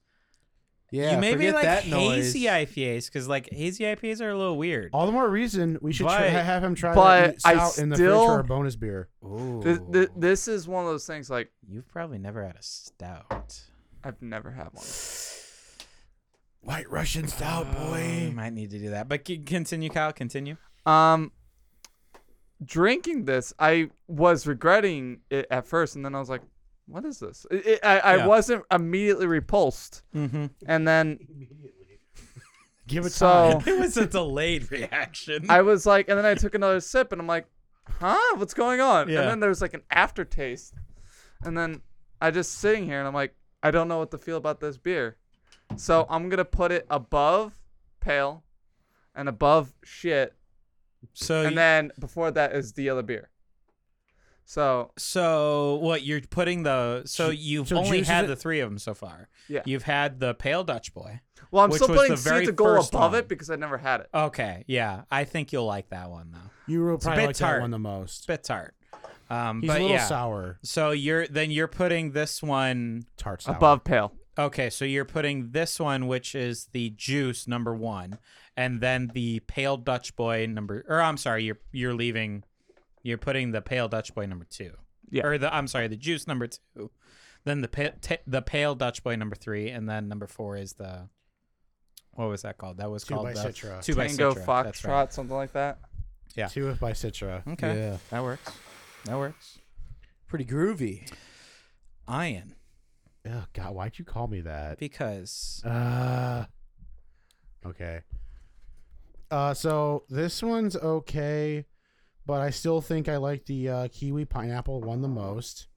Speaker 3: Yeah,
Speaker 4: you maybe
Speaker 3: forget
Speaker 4: like
Speaker 3: that noise.
Speaker 4: hazy IPAs because like hazy IPAs are a little weird.
Speaker 5: All the more reason we should try,
Speaker 4: But-
Speaker 5: have him try
Speaker 2: but
Speaker 5: that
Speaker 2: I
Speaker 5: stout in the fridge for
Speaker 2: still-
Speaker 5: our bonus beer.
Speaker 4: Ooh,
Speaker 2: th- th- this is one of those things like
Speaker 4: you've probably never had a stout.
Speaker 2: I've never had one.
Speaker 5: White Russian stout,
Speaker 4: We might need to do that, but c- continue, Kyle. Continue.
Speaker 2: Um, drinking this, I was regretting it at first, and then I was like, "What is this?" It, it- I, I
Speaker 4: Yeah.
Speaker 2: wasn't immediately repulsed,
Speaker 4: Mm-hmm.
Speaker 2: and then
Speaker 5: Give it
Speaker 2: so
Speaker 4: It was a delayed reaction.
Speaker 2: I was like, and then I took another sip, and I'm like, "Huh? What's going on?"
Speaker 4: Yeah.
Speaker 2: And then there was like an aftertaste, and then I just sitting here, and I'm like, I don't know what to feel about this beer, so I'm gonna put it above pale, and above shit,
Speaker 4: so,
Speaker 2: and
Speaker 4: you-
Speaker 2: then before that is the other beer. So
Speaker 4: so what you're putting the so you've
Speaker 5: so
Speaker 4: only
Speaker 5: juice is
Speaker 4: had
Speaker 5: it-
Speaker 4: the three of them so far.
Speaker 2: Yeah.
Speaker 4: you've had the pale Dutch boy.
Speaker 2: Well, I'm
Speaker 4: which
Speaker 2: still
Speaker 4: was
Speaker 2: putting
Speaker 4: the very
Speaker 2: Seed to Goal above
Speaker 4: first one.
Speaker 2: it because I never had it.
Speaker 4: Okay, yeah, I think you'll like that one though.
Speaker 5: You will
Speaker 4: a
Speaker 5: probably
Speaker 4: bit
Speaker 5: like
Speaker 4: tart.
Speaker 5: that one the
Speaker 4: It's a
Speaker 5: most.
Speaker 4: bit tart. Um,
Speaker 5: He's
Speaker 4: but
Speaker 5: a little
Speaker 4: yeah.
Speaker 5: sour.
Speaker 4: So you're then you're putting this one
Speaker 5: Tart sour.
Speaker 2: Above pale.
Speaker 4: Okay, so you're putting this one, which is the juice number one, and then the pale Dutch boy number, or I'm sorry, you're you're leaving, you're putting the pale Dutch boy number two,
Speaker 2: Yeah.
Speaker 4: or the I'm sorry, the juice number two, then the pa- t- the pale Dutch boy number three, and then number four is the, what was that called? That was
Speaker 5: Two
Speaker 4: called
Speaker 5: by
Speaker 4: the
Speaker 5: Citra.
Speaker 4: two by
Speaker 2: Tango
Speaker 4: Citra. That's
Speaker 2: Foxtrot,
Speaker 4: right.
Speaker 2: something like that.
Speaker 5: Two if by Citra.
Speaker 4: Okay,
Speaker 3: Yeah.
Speaker 4: that works. That works.
Speaker 3: Pretty groovy.
Speaker 4: Iron,
Speaker 5: Oh God, why'd you call me that?
Speaker 4: because
Speaker 5: Uh, okay. Uh, so this one's okay, but I still think I like the uh, kiwi pineapple one the most.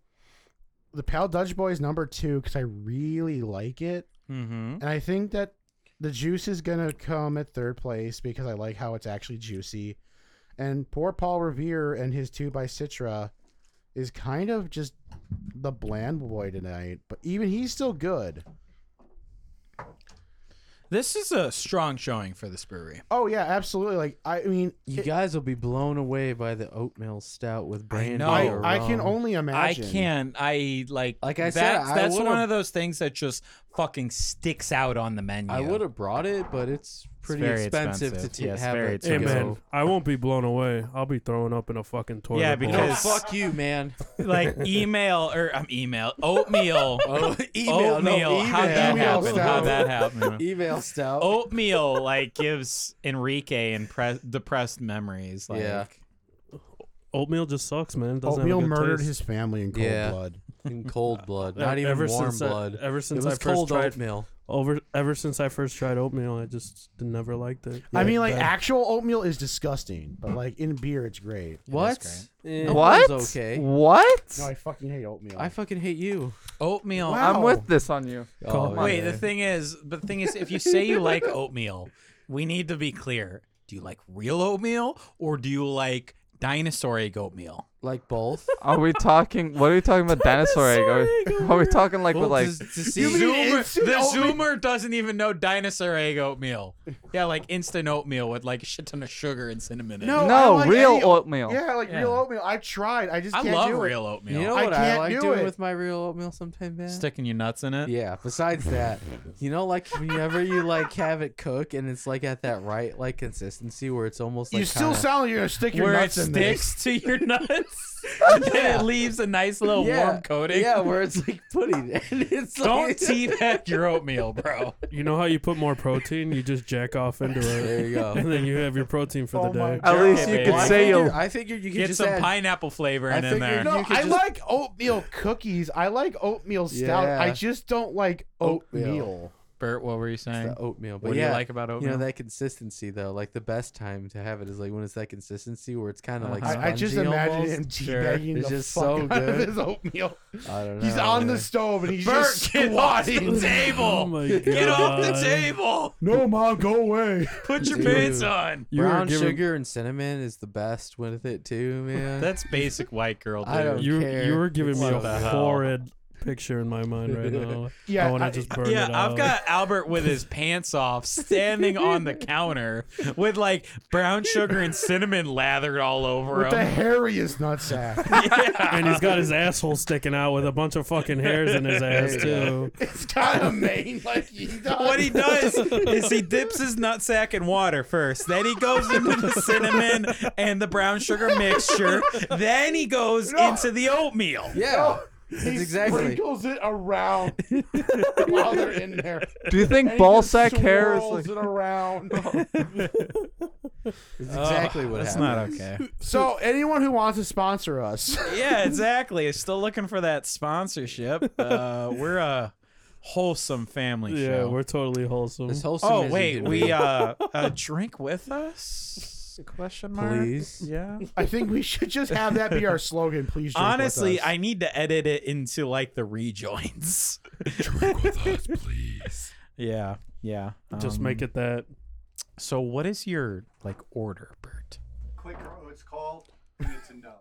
Speaker 5: The pale Dutch Boy is number two because I really like it,
Speaker 4: mm-hmm.
Speaker 5: and I think that the juice is gonna come at third place because I like how it's actually juicy. And poor Paul Revere and his two by Citra is kind of just the bland boy tonight, but even he's still good.
Speaker 4: this is a strong showing for this brewery.
Speaker 5: Oh yeah, absolutely. Like I mean,
Speaker 3: You
Speaker 5: it-
Speaker 3: guys will be blown away by the oatmeal stout with brandy.
Speaker 4: know.
Speaker 3: or
Speaker 5: I, I can
Speaker 3: rum.
Speaker 5: only imagine.
Speaker 4: I can't. I like
Speaker 3: Like I said,
Speaker 4: that's,
Speaker 3: I
Speaker 4: that's
Speaker 3: would've-
Speaker 4: one of those things that just fucking sticks out on the menu.
Speaker 3: I would have brought it, but it's pretty
Speaker 4: very
Speaker 3: expensive,
Speaker 4: expensive.
Speaker 3: to t-
Speaker 4: Yeah, it's
Speaker 3: have
Speaker 4: very
Speaker 3: it. to
Speaker 1: Hey
Speaker 4: expensive.
Speaker 1: man,
Speaker 3: go.
Speaker 1: I won't be blown away. I'll be throwing up in a fucking toilet.
Speaker 4: Yeah,
Speaker 1: bowl.
Speaker 3: No,
Speaker 4: because-
Speaker 3: fuck you, man.
Speaker 4: like email or um, email oatmeal.
Speaker 3: Oh, email, no,
Speaker 4: oatmeal. How'd that
Speaker 5: Email
Speaker 4: happen? How'd
Speaker 5: stout.
Speaker 4: that happen? Oh.
Speaker 3: Email stout.
Speaker 4: oatmeal like gives Enrique impre- depressed memories. Like,
Speaker 3: Yeah.
Speaker 1: oatmeal just sucks, man. It doesn't have a
Speaker 5: Oatmeal
Speaker 1: good
Speaker 5: murdered
Speaker 1: taste.
Speaker 5: his family in cold
Speaker 3: Yeah.
Speaker 5: blood.
Speaker 3: in cold blood, not
Speaker 1: E-
Speaker 3: even
Speaker 1: ever
Speaker 3: warm
Speaker 1: since I-
Speaker 3: blood.
Speaker 1: ever since
Speaker 3: it
Speaker 1: I
Speaker 3: was
Speaker 1: first
Speaker 3: cold
Speaker 1: tried
Speaker 3: oatmeal.
Speaker 1: over ever since I first tried oatmeal, I just never liked it.
Speaker 6: I mean, like
Speaker 3: but-
Speaker 6: actual oatmeal is disgusting, but like in beer, it's great.
Speaker 3: What?
Speaker 1: Eh,
Speaker 3: No,
Speaker 2: What?
Speaker 3: oatmeal's okay.
Speaker 2: What?
Speaker 6: No, I fucking hate oatmeal.
Speaker 3: I fucking hate you.
Speaker 4: Oatmeal.
Speaker 6: Wow.
Speaker 2: I'm with this on you.
Speaker 3: Oh,
Speaker 2: on.
Speaker 4: Wait,
Speaker 3: yeah.
Speaker 4: the thing is, the thing is, if you say you like oatmeal, we need to be clear. Do you like real oatmeal or do you like dinosaur egg oatmeal?
Speaker 3: like both.
Speaker 2: Are we talking? What are we talking about? Dinosaur egg? Are we, are we talking like with like?
Speaker 3: Well, to- to see-
Speaker 4: Zoomer, the Zoomer doesn't even know dinosaur egg oatmeal. Yeah, like instant oatmeal with like a shit ton of sugar and cinnamon. in it.
Speaker 6: No,
Speaker 2: No,
Speaker 6: I like
Speaker 2: real
Speaker 6: any-
Speaker 2: oatmeal.
Speaker 6: Yeah, like
Speaker 4: Yeah.
Speaker 6: real oatmeal. I tried. I just
Speaker 4: I
Speaker 6: can't
Speaker 4: love
Speaker 6: do
Speaker 4: real oatmeal.
Speaker 3: you know
Speaker 6: I
Speaker 3: what I,
Speaker 6: can't
Speaker 3: like
Speaker 6: do
Speaker 3: doing
Speaker 6: it.
Speaker 3: with my real oatmeal sometimes, man.
Speaker 4: Sticking your nuts in it.
Speaker 3: Yeah. Besides that, you know, like whenever you like have it cook and it's like at that right like consistency where it's almost
Speaker 6: it.
Speaker 3: like
Speaker 6: You still
Speaker 3: kinda-
Speaker 6: sound like you're gonna stick your
Speaker 4: Where it
Speaker 6: nuts in this.
Speaker 4: sticks to your nuts and then
Speaker 3: Yeah.
Speaker 4: it leaves a nice little
Speaker 3: yeah,
Speaker 4: warm coating.
Speaker 3: Yeah, where it's like pudding. And it's
Speaker 4: Don't
Speaker 3: like,
Speaker 4: teabag your oatmeal, bro.
Speaker 1: You know how you put more protein? You just jack off into it,
Speaker 3: There you go.
Speaker 1: and then you have your protein for the day.
Speaker 2: At least
Speaker 4: Okay,
Speaker 2: you
Speaker 4: baby.
Speaker 2: could say
Speaker 3: figured,
Speaker 2: you'll.
Speaker 3: I figured you could
Speaker 4: Get
Speaker 3: just
Speaker 4: some
Speaker 3: add-
Speaker 4: pineapple flavor
Speaker 3: I
Speaker 4: in
Speaker 3: figured
Speaker 4: there.
Speaker 3: you
Speaker 6: No,
Speaker 3: could
Speaker 6: I
Speaker 3: just-
Speaker 6: like oatmeal cookies. I like oatmeal stout.
Speaker 3: Yeah.
Speaker 6: I just don't like
Speaker 3: Oatmeal.
Speaker 6: oatmeal.
Speaker 4: Bert, what were you saying?
Speaker 3: the oatmeal. But
Speaker 4: What do
Speaker 3: yeah,
Speaker 4: you like about
Speaker 3: you
Speaker 4: oatmeal?
Speaker 3: know that consistency though. Like the best time to have it is like when it's that consistency where it's kind of
Speaker 4: Uh-huh.
Speaker 3: like
Speaker 6: I, I just
Speaker 3: spongy
Speaker 6: imagine
Speaker 3: almost.
Speaker 6: him
Speaker 4: Sure.
Speaker 6: teabagging
Speaker 3: It's
Speaker 6: the
Speaker 3: just
Speaker 6: fuck
Speaker 3: so
Speaker 6: out of
Speaker 3: good.
Speaker 6: his oatmeal.
Speaker 3: I don't know.
Speaker 6: He's on
Speaker 3: man.
Speaker 6: the stove and he's
Speaker 4: Bert,
Speaker 6: just
Speaker 4: get off the
Speaker 6: squatting.
Speaker 4: table!
Speaker 1: Oh my god!
Speaker 4: Get off the table!
Speaker 6: no, mom, go away.
Speaker 4: Put your
Speaker 3: Dude.
Speaker 4: pants on.
Speaker 1: You were
Speaker 3: brown
Speaker 1: giving-
Speaker 3: sugar and cinnamon is the best with it too, man.
Speaker 4: That's basic white girl, dude.
Speaker 3: I don't
Speaker 1: You you
Speaker 3: care.
Speaker 1: were giving
Speaker 3: It's
Speaker 1: me
Speaker 3: so
Speaker 1: a
Speaker 4: the hell.
Speaker 1: horrid picture in my mind right now.
Speaker 6: Yeah,
Speaker 1: I want
Speaker 6: I-
Speaker 1: to just burn
Speaker 4: yeah,
Speaker 1: it out.
Speaker 4: I've got Albert with his pants off, standing on the counter with like brown sugar and cinnamon lathered all over
Speaker 6: With the
Speaker 4: him.
Speaker 6: hairiest nutsack.
Speaker 1: and he's got his asshole sticking out with a bunch of fucking hairs in his ass too.
Speaker 6: it's kind of mean. Like he does.
Speaker 4: What he does is he dips his nutsack in water first. Then he goes into the cinnamon and the brown sugar mixture. Then he goes into the oatmeal.
Speaker 3: yeah. That's
Speaker 6: He
Speaker 3: exactly.
Speaker 6: sprinkles it around while they're in there.
Speaker 2: Do you think
Speaker 6: And he
Speaker 2: ball
Speaker 6: just
Speaker 2: sack hair is
Speaker 6: swirls
Speaker 2: like?
Speaker 6: it around.
Speaker 3: That's exactly what
Speaker 4: Oh, That's
Speaker 3: happened.
Speaker 4: not okay.
Speaker 6: so anyone who wants to sponsor us,
Speaker 4: yeah, exactly. Still looking for that sponsorship. Uh, we're a wholesome family
Speaker 1: Yeah,
Speaker 4: show.
Speaker 1: we're totally wholesome.
Speaker 3: This whole
Speaker 4: oh wait, we uh, uh, drink with us? Question mark.
Speaker 3: Please.
Speaker 4: Yeah.
Speaker 6: I think we should just have that be our slogan. Please. Drink
Speaker 4: Honestly,
Speaker 6: with us.
Speaker 4: I need to edit it into like the rejoins.
Speaker 3: drink with us, please.
Speaker 4: Yeah. Yeah.
Speaker 1: Just
Speaker 4: Um,
Speaker 1: make it that.
Speaker 4: So, what is your like order, Bert?
Speaker 7: Quicker, oh, it's called. We need to know.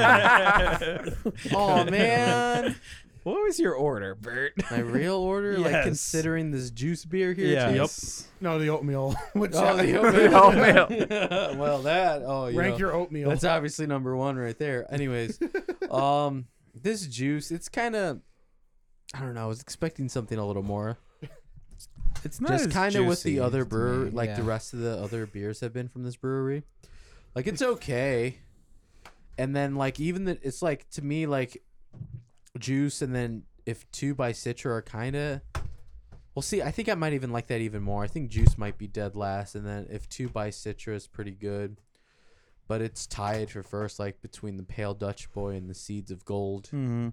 Speaker 3: Oh man,
Speaker 4: What was your order, Bert?
Speaker 3: my real order. Like
Speaker 4: Yes.
Speaker 3: considering this juice beer here.
Speaker 4: Yes.
Speaker 6: no the oatmeal. Which
Speaker 3: Oh, the
Speaker 2: oatmeal.
Speaker 3: oatmeal. well, that. Oh, you
Speaker 6: rank
Speaker 3: know.
Speaker 6: your oatmeal.
Speaker 3: That's obviously number one right there. Anyways, um, this juice, it's kind of, I don't know. I was expecting something a little more.
Speaker 4: It's not
Speaker 3: Just
Speaker 4: as
Speaker 3: kind of with the
Speaker 4: juicy
Speaker 3: other
Speaker 4: to
Speaker 3: brewer,
Speaker 4: me,
Speaker 3: like the
Speaker 4: yeah.
Speaker 3: rest of the other beers have been from this brewery. Like it's okay, and then like even the it's like to me like juice, and then if two by Citra are kind of. Well, see, I think I might even like that even more. I think Juice might be dead last, and then if two by Citra is pretty good, but it's tied for first, like between the Pale Dutch Boy and the Seeds of Gold
Speaker 4: Mhm.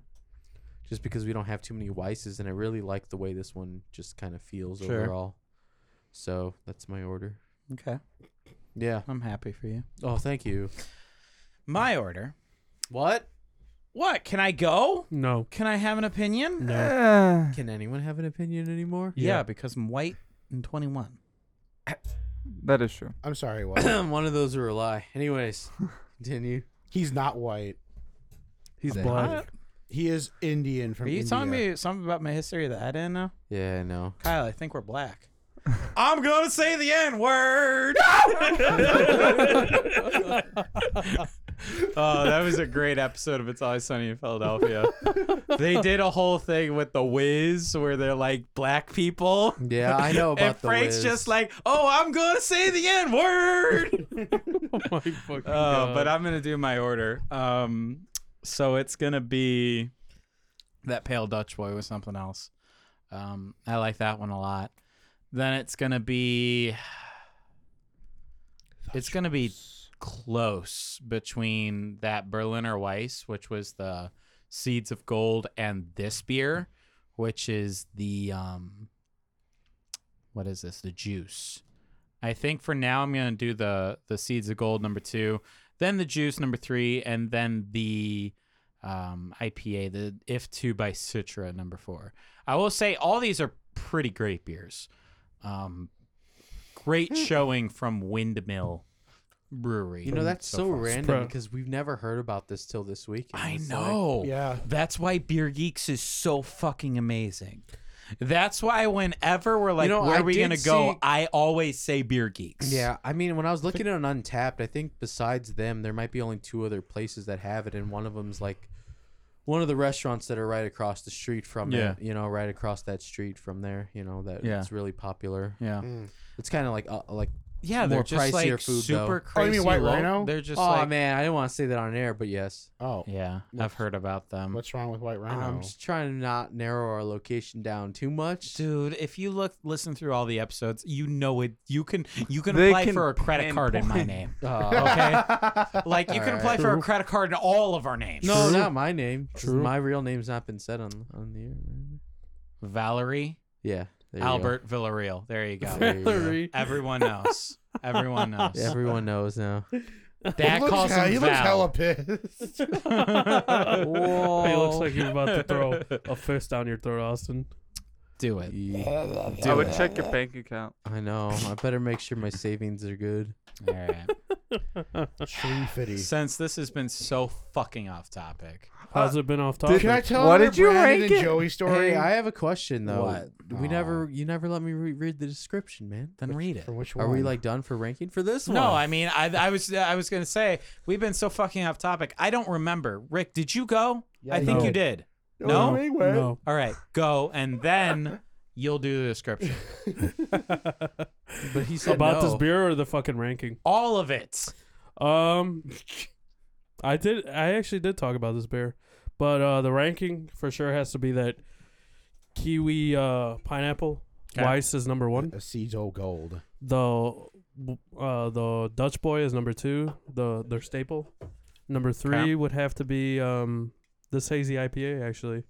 Speaker 3: just because we don't have too many Weisses, and I really like the way this one just kind of feels
Speaker 4: Sure.
Speaker 3: overall. So that's my order.
Speaker 4: Okay,
Speaker 3: Yeah.
Speaker 4: I'm happy for you.
Speaker 3: Oh, thank you.
Speaker 4: My order.
Speaker 3: What?
Speaker 4: What? Can I go?
Speaker 1: No.
Speaker 4: Can I have an opinion?
Speaker 1: No.
Speaker 3: Can anyone have an opinion anymore?
Speaker 4: Yeah, because I'm white and 21.
Speaker 2: That is true.
Speaker 6: I'm sorry. What?
Speaker 3: one of those are a lie. Anyways, continue.
Speaker 6: He's not white.
Speaker 1: He's
Speaker 3: They-
Speaker 1: black.
Speaker 6: He is Indian from.
Speaker 4: Are you
Speaker 6: India.
Speaker 4: telling me something about my history that I didn't know?
Speaker 3: Yeah, I know.
Speaker 4: Kyle, I think we're black. I'm gonna say the N word. oh, that was a great episode of It's Always Sunny in Philadelphia. They did a whole thing with the Wiz where they're like black people.
Speaker 3: Yeah, I know about
Speaker 4: And
Speaker 3: the
Speaker 4: Frank's
Speaker 3: whiz.
Speaker 4: just like, oh, I'm gonna say the N word.
Speaker 1: Oh my fucking
Speaker 4: Oh, but I'm gonna do my order. Um, so it's gonna be that pale Dutch boy with something else. Um, I like that one a lot. Then it's gonna be. It's gonna be close between that Berliner Weiss, which was the Seeds of Gold, and this beer, which is the um, what is this? The juice. I think for now I'm gonna do the the Seeds of Gold number two, then the juice number three, and then the um, IPA, the If Two by Citra number four. I will say all these are pretty great beers. Um, great showing from Windmill Brewery.
Speaker 3: Hmm. You know that's so,
Speaker 4: Mm, far.
Speaker 3: random
Speaker 1: Pro-
Speaker 3: because we've never heard about this till this week. and
Speaker 4: I
Speaker 3: it's like-
Speaker 4: know.
Speaker 5: Yeah.
Speaker 4: That's why Beer Geeks is so fucking amazing. That's why whenever we're like,
Speaker 3: know,
Speaker 4: where
Speaker 3: I
Speaker 4: are we
Speaker 3: did
Speaker 4: gonna go?
Speaker 3: see-
Speaker 4: I always say Beer Geeks.
Speaker 3: yeah, I mean, when I was looking at an Untapped, I think besides them, there might be only two other places that have it, and one of them's like one of the restaurants that are right across the street from
Speaker 4: Yeah.
Speaker 3: it. You know, right across that street from there. You know, that
Speaker 4: Yeah.
Speaker 3: it's really popular.
Speaker 4: yeah,
Speaker 3: It's kind of like uh, like
Speaker 4: yeah.
Speaker 3: Mm. More
Speaker 4: They're just
Speaker 3: pricier
Speaker 4: like
Speaker 3: food,
Speaker 4: super
Speaker 5: Oh, you
Speaker 4: crazy.
Speaker 5: mean White
Speaker 4: low-
Speaker 5: Rhino?
Speaker 4: They're just
Speaker 3: oh
Speaker 4: like,
Speaker 3: man, I didn't want to say that on air, but yes.
Speaker 5: Oh,
Speaker 4: yeah. I've heard about them.
Speaker 5: what's wrong with White Rhino?
Speaker 3: I'm just trying to not narrow our location down too much.
Speaker 4: Dude, if you look listen through all the episodes, you know it. You can you can
Speaker 2: They
Speaker 4: apply
Speaker 2: can
Speaker 4: for a credit card in my
Speaker 2: pinpoint.
Speaker 4: name.
Speaker 3: Uh,
Speaker 4: Okay, like you can
Speaker 3: Alright.
Speaker 4: apply for a credit card in all of our names.
Speaker 3: no, not my name. 'cause
Speaker 1: True.
Speaker 3: My real name's not been said on on the air. man.
Speaker 4: Valerie
Speaker 3: Yeah, there you go.
Speaker 4: Albert Villarreal. There you go.
Speaker 3: There you go.
Speaker 4: Everyone knows. Everyone knows.
Speaker 3: Yeah, Everyone knows now.
Speaker 4: That calls him
Speaker 5: he
Speaker 4: Val.
Speaker 5: looks hella pissed.
Speaker 1: He looks like he's about to throw a fist down your throat, Austin.
Speaker 4: Do it.
Speaker 3: Yeah,
Speaker 2: I would check your bank account.
Speaker 3: I know. I better make sure my savings are good.
Speaker 4: All right.
Speaker 5: Shree fitty.
Speaker 4: Since this has been so fucking off topic,
Speaker 1: How's it been off topic?
Speaker 5: Can I tell
Speaker 2: What
Speaker 5: another
Speaker 2: did you
Speaker 5: Brandon
Speaker 2: rank
Speaker 5: and
Speaker 2: it?
Speaker 5: Joey story?
Speaker 3: Hey, I have a question though.
Speaker 4: What?
Speaker 3: We never, you never let me re- read the description, man.
Speaker 4: then read it.
Speaker 5: For which one?
Speaker 3: Are we like done for ranking for this one?
Speaker 4: No, I mean, I, I was, I was gonna say we've been so fucking off topic. I don't remember. Rick, did you go? I think
Speaker 1: did.
Speaker 4: you did.
Speaker 5: No,
Speaker 4: No.
Speaker 5: we went.
Speaker 1: No.
Speaker 4: All right, go, and then you'll do the description.
Speaker 3: but he said
Speaker 1: About
Speaker 3: no.
Speaker 1: this beer or the fucking ranking?
Speaker 4: All of it.
Speaker 1: Um, I did. I actually did talk about this beer, but uh, the ranking for sure has to be that kiwi uh, pineapple.
Speaker 4: Okay.
Speaker 1: Weiss is number one.
Speaker 5: A seeds old gold.
Speaker 1: The uh, the Dutch boy is number two. The their staple. Number three
Speaker 4: Okay.
Speaker 1: would have to be um this hazy IPA actually,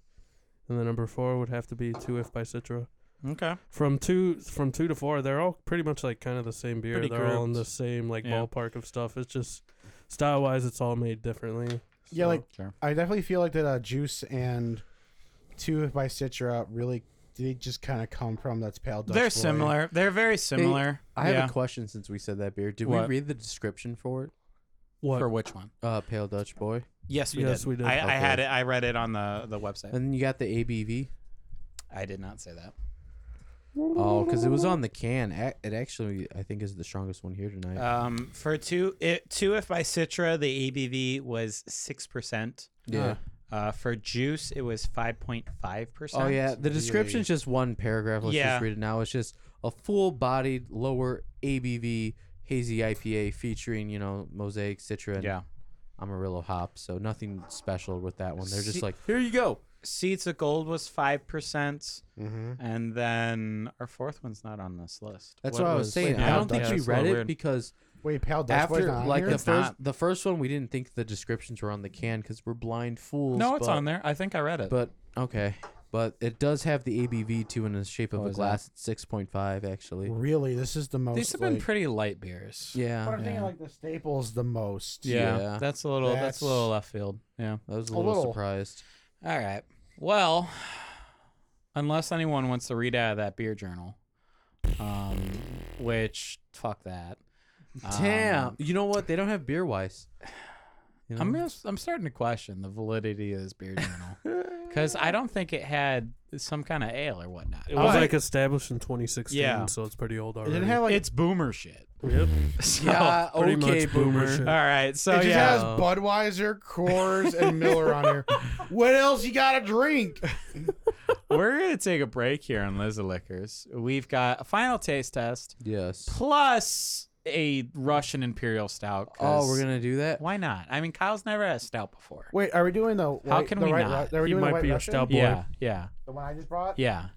Speaker 1: and then number four would have to be two if by Citra.
Speaker 4: Okay.
Speaker 1: From two from two to four, they're all pretty much like kind of the same beer.
Speaker 4: Pretty
Speaker 1: they're all in the
Speaker 4: grouped.
Speaker 1: same like
Speaker 4: Yeah.
Speaker 1: ballpark of stuff. It's just style wise, it's all made differently.
Speaker 5: Yeah, like
Speaker 4: Oh, Sure.
Speaker 5: I definitely feel like that uh, juice and two by Citra really they just kind of come from that's pale. Dutch
Speaker 4: They're
Speaker 5: Boy.
Speaker 4: similar. They're very similar.
Speaker 3: I have
Speaker 4: yeah.
Speaker 3: a question since we said that beer. Did
Speaker 4: What?
Speaker 3: we read the description for it?
Speaker 1: What?
Speaker 4: for which one?
Speaker 3: Uh, Pale Dutch Boy.
Speaker 4: Yes, we
Speaker 1: Yes,
Speaker 4: did.
Speaker 1: we did.
Speaker 4: I, I
Speaker 3: Okay.
Speaker 4: had it. I read it on the the website.
Speaker 3: And then you got the ABV.
Speaker 4: I did not say that.
Speaker 3: Oh, because it was on the can. A- It actually, I think, is the strongest one here tonight.
Speaker 4: Um, for two, it, two if by Citra, the ABV was six percent.
Speaker 3: yeah.
Speaker 4: Uh, for juice, it was five point five percent.
Speaker 3: Oh yeah, the description's just one paragraph. Let's
Speaker 4: Yeah.
Speaker 3: just read it now. It's just a full-bodied, lower ABV hazy IPA featuring, you know, Mosaic, Citra, and
Speaker 4: yeah.
Speaker 3: Amarillo hops. So nothing special with that one. They're just
Speaker 4: See-
Speaker 3: like, here you go.
Speaker 4: Seeds of Gold was five percent,
Speaker 3: Mm-hmm.
Speaker 4: and then our fourth one's not on this list.
Speaker 3: That's what, I was, saying.
Speaker 4: yeah,
Speaker 3: I don't think
Speaker 4: that's a
Speaker 3: we
Speaker 4: little
Speaker 3: read it
Speaker 4: weird.
Speaker 3: because
Speaker 5: Wait, pale Dutch Boy's
Speaker 3: after
Speaker 5: not on
Speaker 3: like
Speaker 5: here?
Speaker 3: the
Speaker 4: It's
Speaker 3: first
Speaker 4: not.
Speaker 3: the first one, we didn't think the descriptions were on the can because we're blind fools.
Speaker 4: No, it's
Speaker 3: but-
Speaker 4: on there. I think I read it.
Speaker 3: But okay, but it does have the ABV too in the shape of
Speaker 4: Oh,
Speaker 3: a
Speaker 4: is that-
Speaker 3: glass. It's six point five actually.
Speaker 5: really, this is the most.
Speaker 4: These have been
Speaker 5: like-
Speaker 4: pretty light beers.
Speaker 5: But I'm
Speaker 3: Yeah,
Speaker 5: thinking like the staples the most.
Speaker 4: Yeah,
Speaker 3: Yeah.
Speaker 4: that's a little. That's, a
Speaker 5: That's-
Speaker 4: little left field. Yeah.
Speaker 3: I was a
Speaker 5: A
Speaker 3: little,
Speaker 5: little.
Speaker 3: surprised.
Speaker 4: All right. Well, unless anyone wants to read out of that beer journal, um, which fuck that. Um,
Speaker 3: Damn, you know what? They don't have beer wise. You know?
Speaker 4: I'm gonna, I'm starting to question the validity of this beer journal because I don't think it had some kind of ale or whatnot.
Speaker 1: It was
Speaker 4: But
Speaker 1: like established in 2016,
Speaker 4: Yeah.
Speaker 1: so it's pretty old
Speaker 5: It
Speaker 1: already.
Speaker 5: didn't have like.
Speaker 4: it's boomer shit.
Speaker 1: Yep.
Speaker 4: So,
Speaker 3: yeah,
Speaker 1: pretty
Speaker 3: okay,
Speaker 1: much boomer
Speaker 3: boomer.
Speaker 1: shit.
Speaker 4: All right. So
Speaker 5: it just
Speaker 4: yeah.
Speaker 5: has Budweiser, Coors, and Miller on here. What else you got to drink?
Speaker 4: We're gonna take a break here on Liz Liquors. We've got a final taste test
Speaker 3: Yes.
Speaker 4: plus a Russian Imperial Stout. 'cause
Speaker 3: Oh, we're gonna do that.
Speaker 4: Why not? I mean, Kyle's never had a stout before.
Speaker 5: Wait, are we doing the? White,
Speaker 4: can
Speaker 5: the
Speaker 4: we
Speaker 5: white,
Speaker 4: not?
Speaker 5: Ru- Are we
Speaker 1: He
Speaker 5: doing the
Speaker 1: might
Speaker 5: White
Speaker 1: be a
Speaker 5: Russian?
Speaker 1: stout boy.
Speaker 4: Yeah, yeah,
Speaker 5: The one I just brought.
Speaker 4: yeah.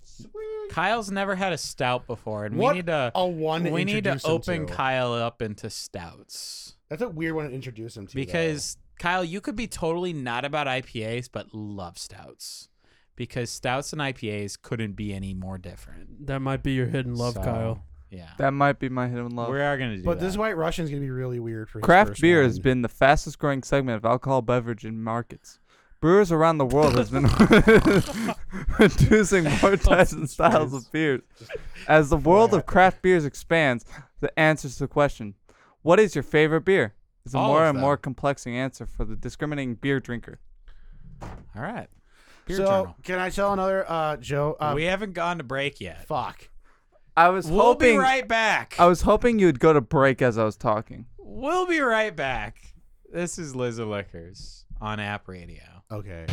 Speaker 4: Kyle's never had a stout before, and
Speaker 5: What
Speaker 4: we need to
Speaker 5: a one. to
Speaker 4: we need to
Speaker 5: introduce him
Speaker 4: open
Speaker 5: to.
Speaker 4: Kyle up into stouts
Speaker 5: That's a weird one to introduce him to. though.
Speaker 4: because Kyle, you could be totally not about IPAs, but love stouts because stouts and IPAs couldn't be any more different.
Speaker 1: That might be your hidden love,
Speaker 4: So,
Speaker 1: Kyle.
Speaker 4: Yeah,
Speaker 2: That might be my hidden love.
Speaker 4: we are gonna do
Speaker 5: But
Speaker 4: that.
Speaker 5: this White Russian's gonna be really weird for his
Speaker 2: Craft
Speaker 5: first
Speaker 2: beer
Speaker 5: one.
Speaker 2: has been the fastest growing segment of alcohol beverage in markets. Brewers around the world has been producing more types and styles of beers. As the world of craft beers expands, the answers to the question, what is your favorite beer? is a
Speaker 4: All
Speaker 2: more
Speaker 4: of
Speaker 2: and
Speaker 4: them.
Speaker 2: more complexing answer for the discriminating beer drinker.
Speaker 4: All right, beer
Speaker 5: so
Speaker 4: journal.
Speaker 5: can I tell another uh Joe? Uh,
Speaker 4: we haven't gone to break yet.
Speaker 5: fuck.
Speaker 2: I was
Speaker 4: We'll
Speaker 2: hoping
Speaker 4: be right back.
Speaker 2: I was hoping you'd go to break as I was talking.
Speaker 4: we'll be right back. This is Liz Liquors on App Radio.
Speaker 5: Okay.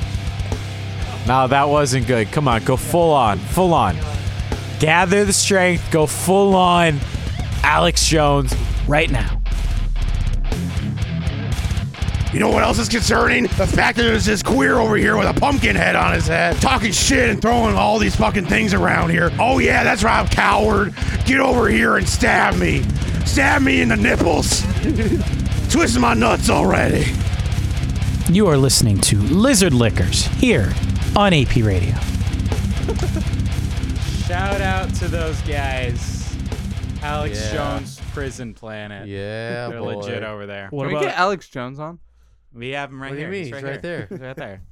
Speaker 4: No, that wasn't good. Come on, go full on, full on. Gather the strength, go full on, Alex Jones, right now.
Speaker 6: You know what else is concerning? The fact that there's this queer over here with a pumpkin head on his head, talking shit and throwing all these fucking things around here. Oh yeah, that's right, I'm coward. Get over here and stab me. Stab me in the nipples. Twisting my nuts already.
Speaker 4: You are listening to Lizard Lickers here on AP Radio. Shout out to those guys, Alex
Speaker 3: Yeah.
Speaker 4: Jones, Prison Planet.
Speaker 3: Yeah,
Speaker 4: They're
Speaker 3: boy.
Speaker 4: legit over there.
Speaker 1: What
Speaker 2: Can we
Speaker 1: about
Speaker 2: get Alex Jones on?
Speaker 4: We have him right
Speaker 3: What do you
Speaker 4: here.
Speaker 3: mean?
Speaker 4: He's right,
Speaker 3: He's right
Speaker 4: here.
Speaker 3: there.
Speaker 4: He's right there.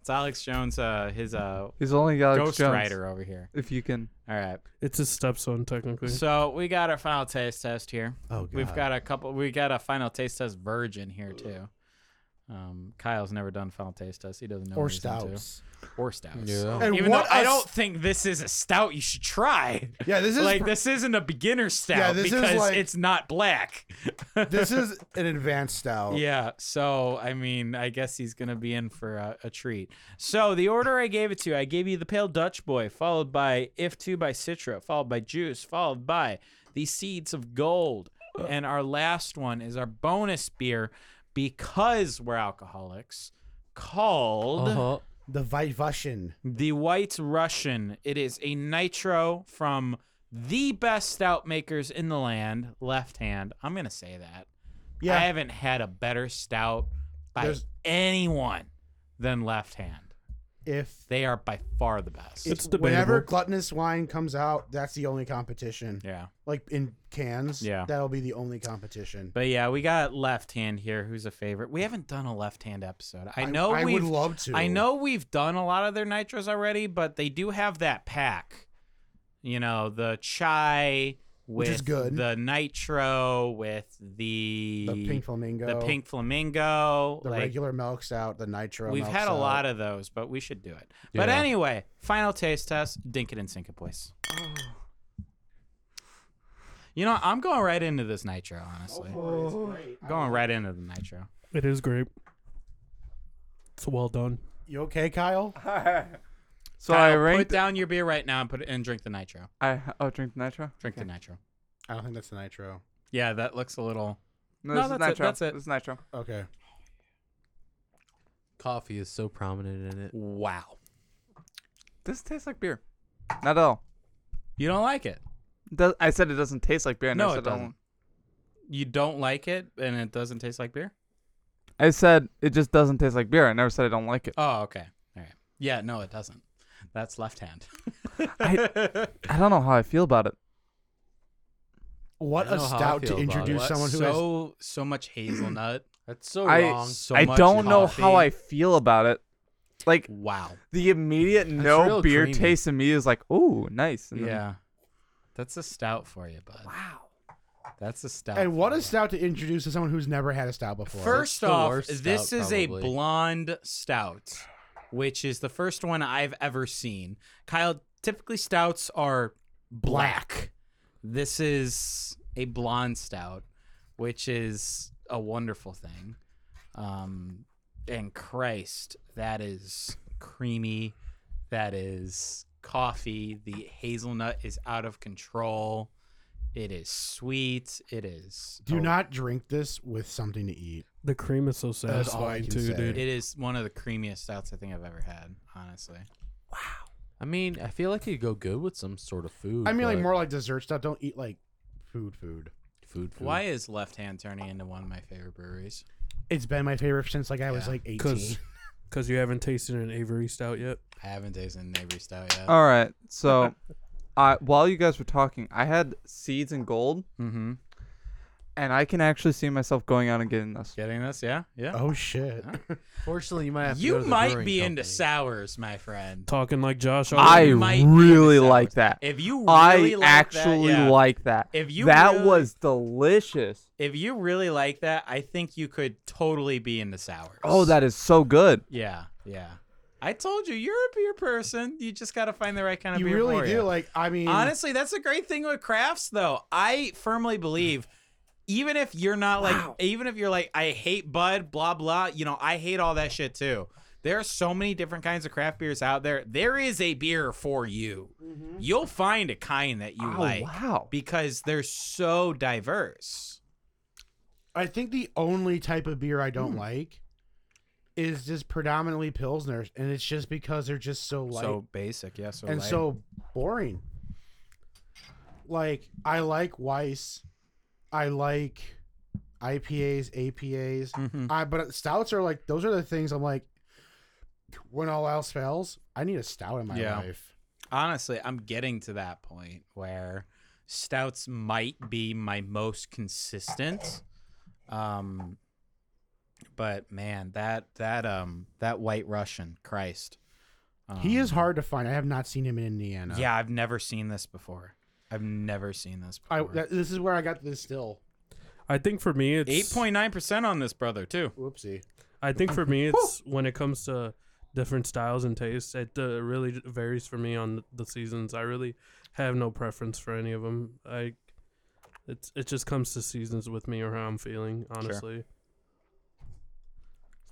Speaker 4: It's Alex Jones, uh, his uh,
Speaker 2: He's only Alex
Speaker 4: ghost
Speaker 2: Jones.
Speaker 4: rider over here.
Speaker 2: If you can.
Speaker 4: All right.
Speaker 1: it's his stepson technically?
Speaker 4: So we got our final taste test here.
Speaker 5: Oh god.
Speaker 4: We've got a couple. We got a final taste test virgin here too. Um, Kyle's never done final taste test. He doesn't know
Speaker 5: or
Speaker 4: what he's into.
Speaker 5: stouts.
Speaker 4: or stouts.
Speaker 3: Yeah.
Speaker 5: And
Speaker 4: Even though
Speaker 5: what
Speaker 4: I
Speaker 5: a
Speaker 4: don't
Speaker 5: s-
Speaker 4: think this is a stout you should try.
Speaker 5: Yeah, this is
Speaker 4: like
Speaker 5: pr-
Speaker 4: this isn't a beginner stout
Speaker 5: this is
Speaker 4: because
Speaker 5: like-
Speaker 4: it's not black.
Speaker 5: this is an advanced style.
Speaker 4: Yeah, so I mean, I guess he's gonna be in for a, a treat. So the order I gave it to, I gave you the Pale Dutch Boy, followed by If Two by Citra, followed by Juice, followed by the Seeds of Gold, and our last one is our bonus beer because we're alcoholics, called
Speaker 3: Uh-huh.
Speaker 5: The White Russian.
Speaker 4: the White Russian. It is a nitro from the best stout makers in the land, Left Hand. I'm gonna say that.
Speaker 5: Yeah.
Speaker 4: I haven't had a better stout by
Speaker 5: There's-
Speaker 4: anyone than Left Hand.
Speaker 5: if
Speaker 4: They are by far the best.
Speaker 1: It's
Speaker 5: whenever
Speaker 1: debatable.
Speaker 5: gluttonous wine comes out, that's the only competition.
Speaker 4: yeah.
Speaker 5: Like in cans.
Speaker 4: Yeah.
Speaker 5: That'll be the only competition.
Speaker 4: But yeah, we got Left Hand here, who's a favorite. We haven't done a Left Hand episode. I
Speaker 5: I-
Speaker 4: know
Speaker 5: I would
Speaker 4: we've-
Speaker 5: love to.
Speaker 4: I know we've done a lot of their nitros already, but they do have that pack. You know, the chai with
Speaker 5: Which is good.
Speaker 4: the nitro with the
Speaker 5: The pink flamingo.
Speaker 4: the pink flamingo,
Speaker 5: The
Speaker 4: like,
Speaker 5: regular milk stout, the nitro.
Speaker 4: We've
Speaker 5: milk
Speaker 4: had a
Speaker 5: stout.
Speaker 4: lot of those, but we should do it. But
Speaker 3: Yeah.
Speaker 4: anyway, final taste test, dink it and sink it, boys. You know, I'm going right into this nitro, honestly. Going right into the nitro.
Speaker 1: it is great. It's well done.
Speaker 5: You okay, Kyle?
Speaker 2: So I
Speaker 4: Kyle, put
Speaker 2: ranked
Speaker 4: down your beer right now and put it and drink the nitro.
Speaker 2: I oh drink the nitro?
Speaker 4: Drink the nitro.
Speaker 5: I don't think that's the nitro.
Speaker 4: Yeah, that looks a little.
Speaker 2: No,
Speaker 4: No,
Speaker 2: this
Speaker 4: that's it,
Speaker 2: is nitro.
Speaker 4: that's it.
Speaker 2: This is nitro.
Speaker 5: Okay.
Speaker 3: Coffee is so prominent in it.
Speaker 4: Wow.
Speaker 2: This tastes like beer. Not at all.
Speaker 4: You don't like it.
Speaker 2: Does, I said it doesn't taste like beer. And
Speaker 4: No,
Speaker 2: I
Speaker 4: it
Speaker 2: said I don't-
Speaker 4: doesn't. You don't like it, and it doesn't taste like beer.
Speaker 2: I said it just doesn't taste like beer. I never said I don't like it.
Speaker 4: Oh, okay. All right. Yeah, no, it doesn't. That's left hand.
Speaker 2: I don't know how I feel about it.
Speaker 5: What
Speaker 3: I
Speaker 5: a
Speaker 3: know how I
Speaker 5: stout to
Speaker 3: feel about it.
Speaker 5: introduce
Speaker 4: What?
Speaker 5: someone who has
Speaker 4: so so much hazelnut.
Speaker 3: That's so
Speaker 2: I-
Speaker 3: wrong.
Speaker 4: so
Speaker 2: I
Speaker 4: much
Speaker 2: don't know how
Speaker 4: coffee.
Speaker 2: I feel about it. Like
Speaker 4: Wow.
Speaker 2: the immediate no
Speaker 3: real
Speaker 2: beer
Speaker 3: creamy.
Speaker 2: taste in me is like, ooh, nice. And then-
Speaker 4: Yeah. That's a stout for you, bud. Wow. That's a stout.
Speaker 5: and what a
Speaker 4: for you.
Speaker 5: stout to introduce to someone who's never had a stout before.
Speaker 4: First
Speaker 3: the
Speaker 4: off,
Speaker 3: worst
Speaker 4: this
Speaker 3: stout,
Speaker 4: is a
Speaker 3: probably.
Speaker 4: blonde stout, which is the first one I've ever seen. Kyle, typically stouts are black. This is a blonde stout, which is a wonderful thing. Um, and Christ, that is creamy. That is coffee. The hazelnut is out of control. It is sweet. It is.
Speaker 5: Do
Speaker 4: a
Speaker 5: not drink this with something to eat.
Speaker 1: The cream is so
Speaker 5: That's all I
Speaker 1: satisfying
Speaker 5: can
Speaker 1: too,
Speaker 5: say.
Speaker 1: dude.
Speaker 4: It is one of the creamiest stouts I think I've ever had, honestly.
Speaker 3: I mean, I feel like it'd go good with some sort of food.
Speaker 5: I mean, like
Speaker 3: but
Speaker 5: more like dessert stuff. Don't eat like food, food.
Speaker 3: Food, food.
Speaker 4: Why is Left Hand turning into one of my favorite breweries?
Speaker 5: It's been my favorite since like I was
Speaker 4: Yeah.
Speaker 5: like 18.
Speaker 1: Because you haven't tasted an Avery Stout yet.
Speaker 4: I haven't tasted an Avery Stout yet.
Speaker 2: All right. So, I while you guys were talking, I had seeds and gold,
Speaker 4: mm-hmm.
Speaker 2: and I can actually see myself going out and getting this.
Speaker 4: Getting this? Yeah, yeah.
Speaker 5: Oh shit.
Speaker 3: Fortunately, you might have. to go
Speaker 4: you
Speaker 3: to the
Speaker 4: might
Speaker 3: brewing
Speaker 4: be into
Speaker 3: company.
Speaker 4: sours, my friend.
Speaker 1: Talking like Josh.
Speaker 2: I
Speaker 1: already.
Speaker 4: might be into
Speaker 2: really
Speaker 4: sours.
Speaker 2: like that.
Speaker 4: If you
Speaker 2: I
Speaker 4: really like
Speaker 2: actually
Speaker 4: that, yeah.
Speaker 2: like that.
Speaker 4: If you
Speaker 2: that
Speaker 4: really-
Speaker 2: was delicious.
Speaker 4: If you really like that, I think you could totally be into sours.
Speaker 2: Oh, that is so good.
Speaker 4: Yeah, yeah. I told you, you're a beer person. You just got to find the right kind of
Speaker 5: You
Speaker 4: beer.
Speaker 5: really
Speaker 4: for
Speaker 5: do.
Speaker 4: you.
Speaker 5: Like, I mean,
Speaker 4: Honestly, that's a great thing with crafts, though. I firmly believe, even if you're not like, even if you're like, I hate Bud, blah blah. You know, I hate all that shit too. There are so many different kinds of craft beers out there. There is a beer for you.
Speaker 5: Mm-hmm.
Speaker 4: You'll find a kind that you
Speaker 2: Oh,
Speaker 4: like
Speaker 2: wow.
Speaker 4: because they're so diverse.
Speaker 5: I think the only type of beer I
Speaker 4: Hmm.
Speaker 5: don't like is just predominantly pilsners, and it's just because they're just so light
Speaker 4: basic, yes.
Speaker 5: and so boring. Like I like Weiss, I like IPAs, APAs.
Speaker 4: Mm-hmm.
Speaker 5: I but stouts are like those are the things I'm like. When all else fails, I need a stout in my
Speaker 4: Yeah.
Speaker 5: life.
Speaker 4: honestly, I'm getting to that point where stouts might be my most consistent. Um, but man, that that um that White Russian, Christ, um,
Speaker 5: He is hard to find. I have not seen him in Indiana.
Speaker 4: Yeah, I've never seen this before. I've never seen this
Speaker 5: I,
Speaker 4: before.
Speaker 5: that, this is where I got the still.
Speaker 1: I think for me, it's
Speaker 4: Eight point nine percent on this brother too.
Speaker 5: Whoopsie.
Speaker 1: I think for me, it's when it comes to different styles and tastes, it uh, really j- varies for me on the seasons. I really have no preference for any of them. I it's it just comes to seasons with me or how I'm feeling, honestly.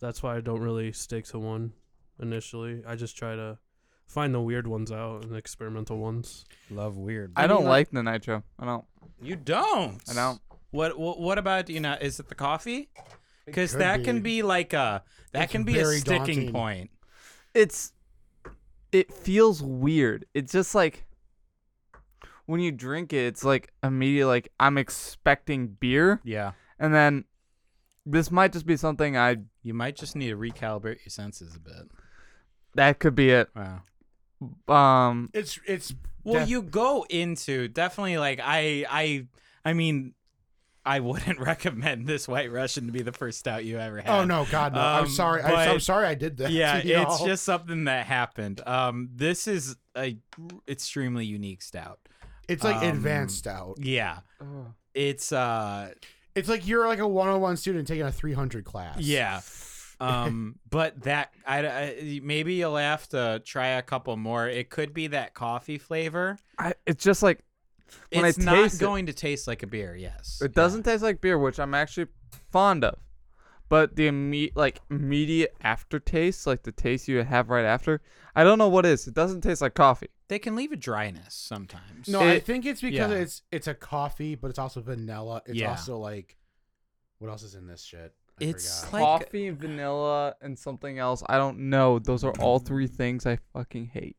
Speaker 1: That's why I don't really stick to one initially. I just try to find the weird ones out and experimental ones.
Speaker 4: Love weird.
Speaker 2: I don't like the nitro. I don't.
Speaker 4: You don't.
Speaker 2: I don't.
Speaker 4: What, what what about you know? Is it the coffee? Because
Speaker 5: could
Speaker 4: that
Speaker 5: be.
Speaker 4: can be like a that
Speaker 5: It's
Speaker 4: can be a
Speaker 5: very
Speaker 4: sticking
Speaker 5: daunting.
Speaker 4: point.
Speaker 2: It's. It feels weird. It's just like. When you drink it, it's like immediately like I'm expecting beer,
Speaker 4: Yeah,
Speaker 2: and then this might just be something I
Speaker 4: you might just need to recalibrate your senses a bit.
Speaker 2: that could be it.
Speaker 4: Wow.
Speaker 2: Um,
Speaker 5: It's it's
Speaker 4: Well,
Speaker 5: Def-
Speaker 4: you go into definitely like I I I mean, I wouldn't recommend this White Russian to be the first stout you ever had.
Speaker 5: oh no God no I'm
Speaker 4: Um,
Speaker 5: sorry I,
Speaker 4: but-
Speaker 5: I'm sorry I did that.
Speaker 4: yeah,
Speaker 5: to y'all.
Speaker 4: it's just something that happened. Um, this is a extremely unique stout.
Speaker 5: it's like
Speaker 4: um,
Speaker 5: advanced stout.
Speaker 4: Yeah,
Speaker 2: oh,
Speaker 4: it's uh
Speaker 5: It's like you're like a 101 student taking a 300 class.
Speaker 4: Yeah. Um, but that I, I maybe you'll have to try a couple more. It could be that coffee flavor.
Speaker 2: I, it's just like When I
Speaker 4: it's not
Speaker 2: taste it-
Speaker 4: going to taste like a beer. Yes,
Speaker 2: It doesn't taste like beer, which I'm actually fond of. But the imme- like immediate aftertaste, like the taste you have right after, I don't know what it is. It doesn't taste like coffee.
Speaker 4: They can leave a dryness sometimes.
Speaker 5: No, I
Speaker 2: It-
Speaker 5: think it's because
Speaker 4: yeah.
Speaker 5: it's it's a coffee, but it's also vanilla. It's
Speaker 4: Yeah.
Speaker 5: also like what else is in this shit? I
Speaker 4: It's
Speaker 5: forgot.
Speaker 4: like-
Speaker 2: coffee, vanilla, and something else. I don't know. Those are all three things I fucking hate.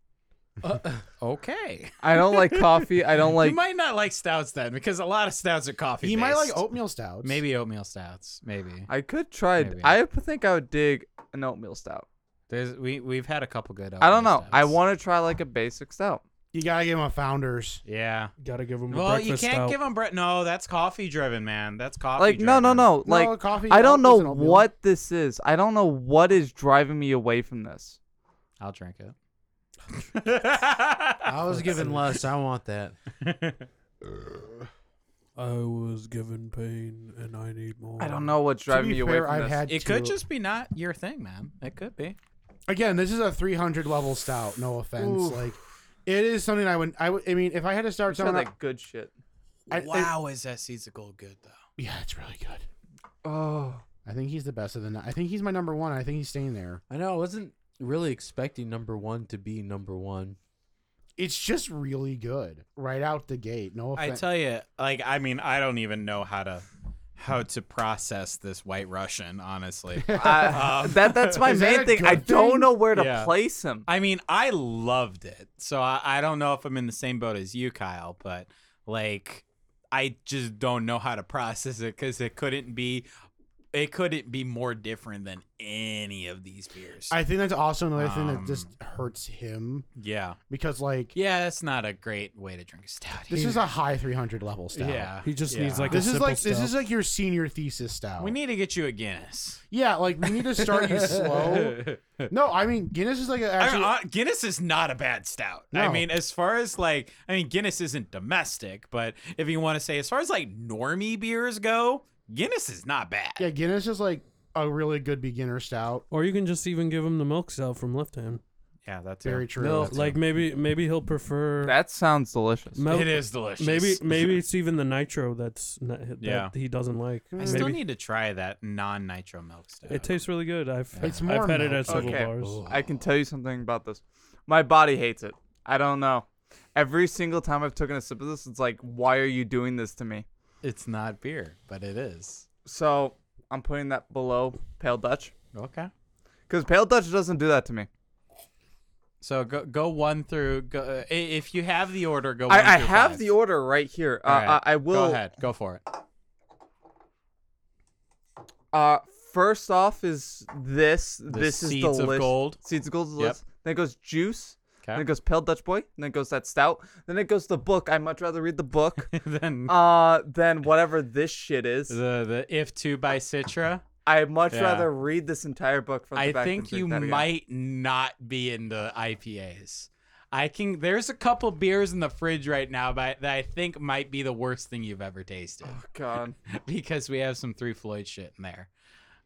Speaker 4: Uh, okay.
Speaker 2: I don't like coffee. I don't like.
Speaker 4: you might not like stouts then, because a lot of stouts are coffee.
Speaker 5: he might like
Speaker 4: based.
Speaker 5: oatmeal stouts.
Speaker 4: maybe oatmeal stouts. Maybe
Speaker 2: I could try. it.
Speaker 4: Maybe.
Speaker 2: I think I would dig an oatmeal stout.
Speaker 4: there's we we've had a couple good. Oatmeal
Speaker 2: I don't know. I
Speaker 4: stouts.
Speaker 2: want to try like a basic stout.
Speaker 5: you gotta give him a founders.
Speaker 4: Yeah.
Speaker 1: Gotta give them. a
Speaker 4: Well, you
Speaker 1: breakfast
Speaker 4: can't
Speaker 1: stout.
Speaker 4: give them bread. No, that's coffee driven, man. That's coffee.
Speaker 2: like no, no,
Speaker 4: driven.
Speaker 2: no. Like
Speaker 5: no, coffee.
Speaker 2: I don't
Speaker 5: oat-
Speaker 2: know
Speaker 5: is an oatmeal.
Speaker 2: what this is. I don't know what is driving me away from this.
Speaker 4: I'll drink it.
Speaker 3: I was given less. I want that.
Speaker 1: I was given pain and I need more.
Speaker 2: I don't know what's
Speaker 5: To
Speaker 2: driving
Speaker 5: be
Speaker 2: me away
Speaker 5: fair,
Speaker 2: from
Speaker 5: I've
Speaker 2: this.
Speaker 5: had
Speaker 4: It could
Speaker 5: two-
Speaker 4: just be not your thing, man. It could be.
Speaker 5: again. This is a 300 level stout. No offense, like it is something I would. I, would, I mean, if I had to start
Speaker 2: It's got
Speaker 5: something,
Speaker 2: that good shit.
Speaker 5: I- I-
Speaker 4: wow, is that seeds of gold good though?
Speaker 5: yeah, it's really good.
Speaker 2: Oh,
Speaker 5: I think he's the best of the. ni- I think he's my number one. I think he's staying there.
Speaker 3: I know. I wasn't really expecting number one to be number one.
Speaker 5: It's just really good right out the gate. No
Speaker 4: I
Speaker 5: offense.
Speaker 4: tell you, like, I mean, I don't even know how to how to process this White Russian. Honestly,
Speaker 2: I,
Speaker 4: Um,
Speaker 2: that that's my
Speaker 5: Is that
Speaker 2: main
Speaker 5: a
Speaker 2: thing. I
Speaker 5: good
Speaker 2: don't
Speaker 5: thing?
Speaker 2: know where to
Speaker 4: Yeah.
Speaker 2: place him.
Speaker 4: I mean, I loved it. So I, I don't know if I'm in the same boat as you, Kyle, but like, I just don't know how to process it because it couldn't be, it couldn't be more different than any of these beers.
Speaker 5: I think that's also another thing that just
Speaker 4: Um,
Speaker 5: hurts him
Speaker 4: yeah,
Speaker 5: because like
Speaker 4: yeah, that's not a great way to drink a stout.
Speaker 5: this is a high 300 level stout.
Speaker 4: yeah.
Speaker 1: He just
Speaker 4: yeah.
Speaker 1: needs like
Speaker 5: This
Speaker 1: a
Speaker 5: is
Speaker 1: simple
Speaker 5: like this
Speaker 1: stout.
Speaker 5: is like your senior thesis stout.
Speaker 4: We need to get you a Guinness.
Speaker 5: yeah, like we need to start you slow. No, I mean Guinness is like a,
Speaker 4: I
Speaker 5: actually
Speaker 4: mean, uh, Guinness is not a bad stout. I
Speaker 5: No.
Speaker 4: mean, as far as like, I mean, Guinness isn't domestic, but if you want to say as far as like normie beers go, Guinness is not bad.
Speaker 5: yeah Guinness is like a really good beginner stout.
Speaker 1: or you can just even give him the milk stout from left hand.
Speaker 4: yeah that's
Speaker 5: Very true.
Speaker 1: No, like maybe maybe he'll prefer
Speaker 2: That sounds delicious.
Speaker 1: milk.
Speaker 4: It is delicious.
Speaker 1: Maybe maybe it's even the nitro that's not, that
Speaker 4: Yeah.
Speaker 1: he doesn't like.
Speaker 4: I still
Speaker 1: Maybe.
Speaker 4: need to try that non nitro milk stout.
Speaker 1: It tastes really good. I've
Speaker 5: It's
Speaker 1: I've
Speaker 5: more
Speaker 1: had it
Speaker 5: milk.
Speaker 1: at several
Speaker 2: Okay.
Speaker 1: bars.
Speaker 2: I can tell you something about this. My body hates it. I don't know. Every single time I've taken a sip of this, it's like, why are you doing this to me?
Speaker 4: It's not beer, but it is.
Speaker 2: So I'm putting that below Pale Dutch
Speaker 4: Okay.
Speaker 2: because Pale Dutch doesn't do that to me.
Speaker 4: So go go one through. Go, uh, i- if you have the order, go. one
Speaker 2: I, I
Speaker 4: through
Speaker 2: have
Speaker 4: five.
Speaker 2: the order right here. Uh,
Speaker 4: All right.
Speaker 2: I, I will.
Speaker 4: Go ahead. Go for it.
Speaker 2: Uh, first off is this. this is
Speaker 4: Seeds of
Speaker 2: delicious.
Speaker 4: Gold.
Speaker 2: Seeds of gold. Is
Speaker 4: Yep.
Speaker 2: delicious. Then it goes juice. Then
Speaker 4: Okay.
Speaker 2: it goes pale Dutch boy. Then it goes that stout. Then it goes the book. I much rather read the book.
Speaker 4: then
Speaker 2: uh, than whatever this shit is.
Speaker 4: the the if two by Citra.
Speaker 2: I much
Speaker 4: Yeah.
Speaker 2: rather read this entire book from. The
Speaker 4: I
Speaker 2: back than
Speaker 4: think
Speaker 2: drink
Speaker 4: you
Speaker 2: that again.
Speaker 4: might not be into IPAs. I can. There's a couple beers in the fridge right now, but that I think might be the worst thing you've ever tasted
Speaker 2: Oh, God,
Speaker 4: because we have some Three Floyd shit in there.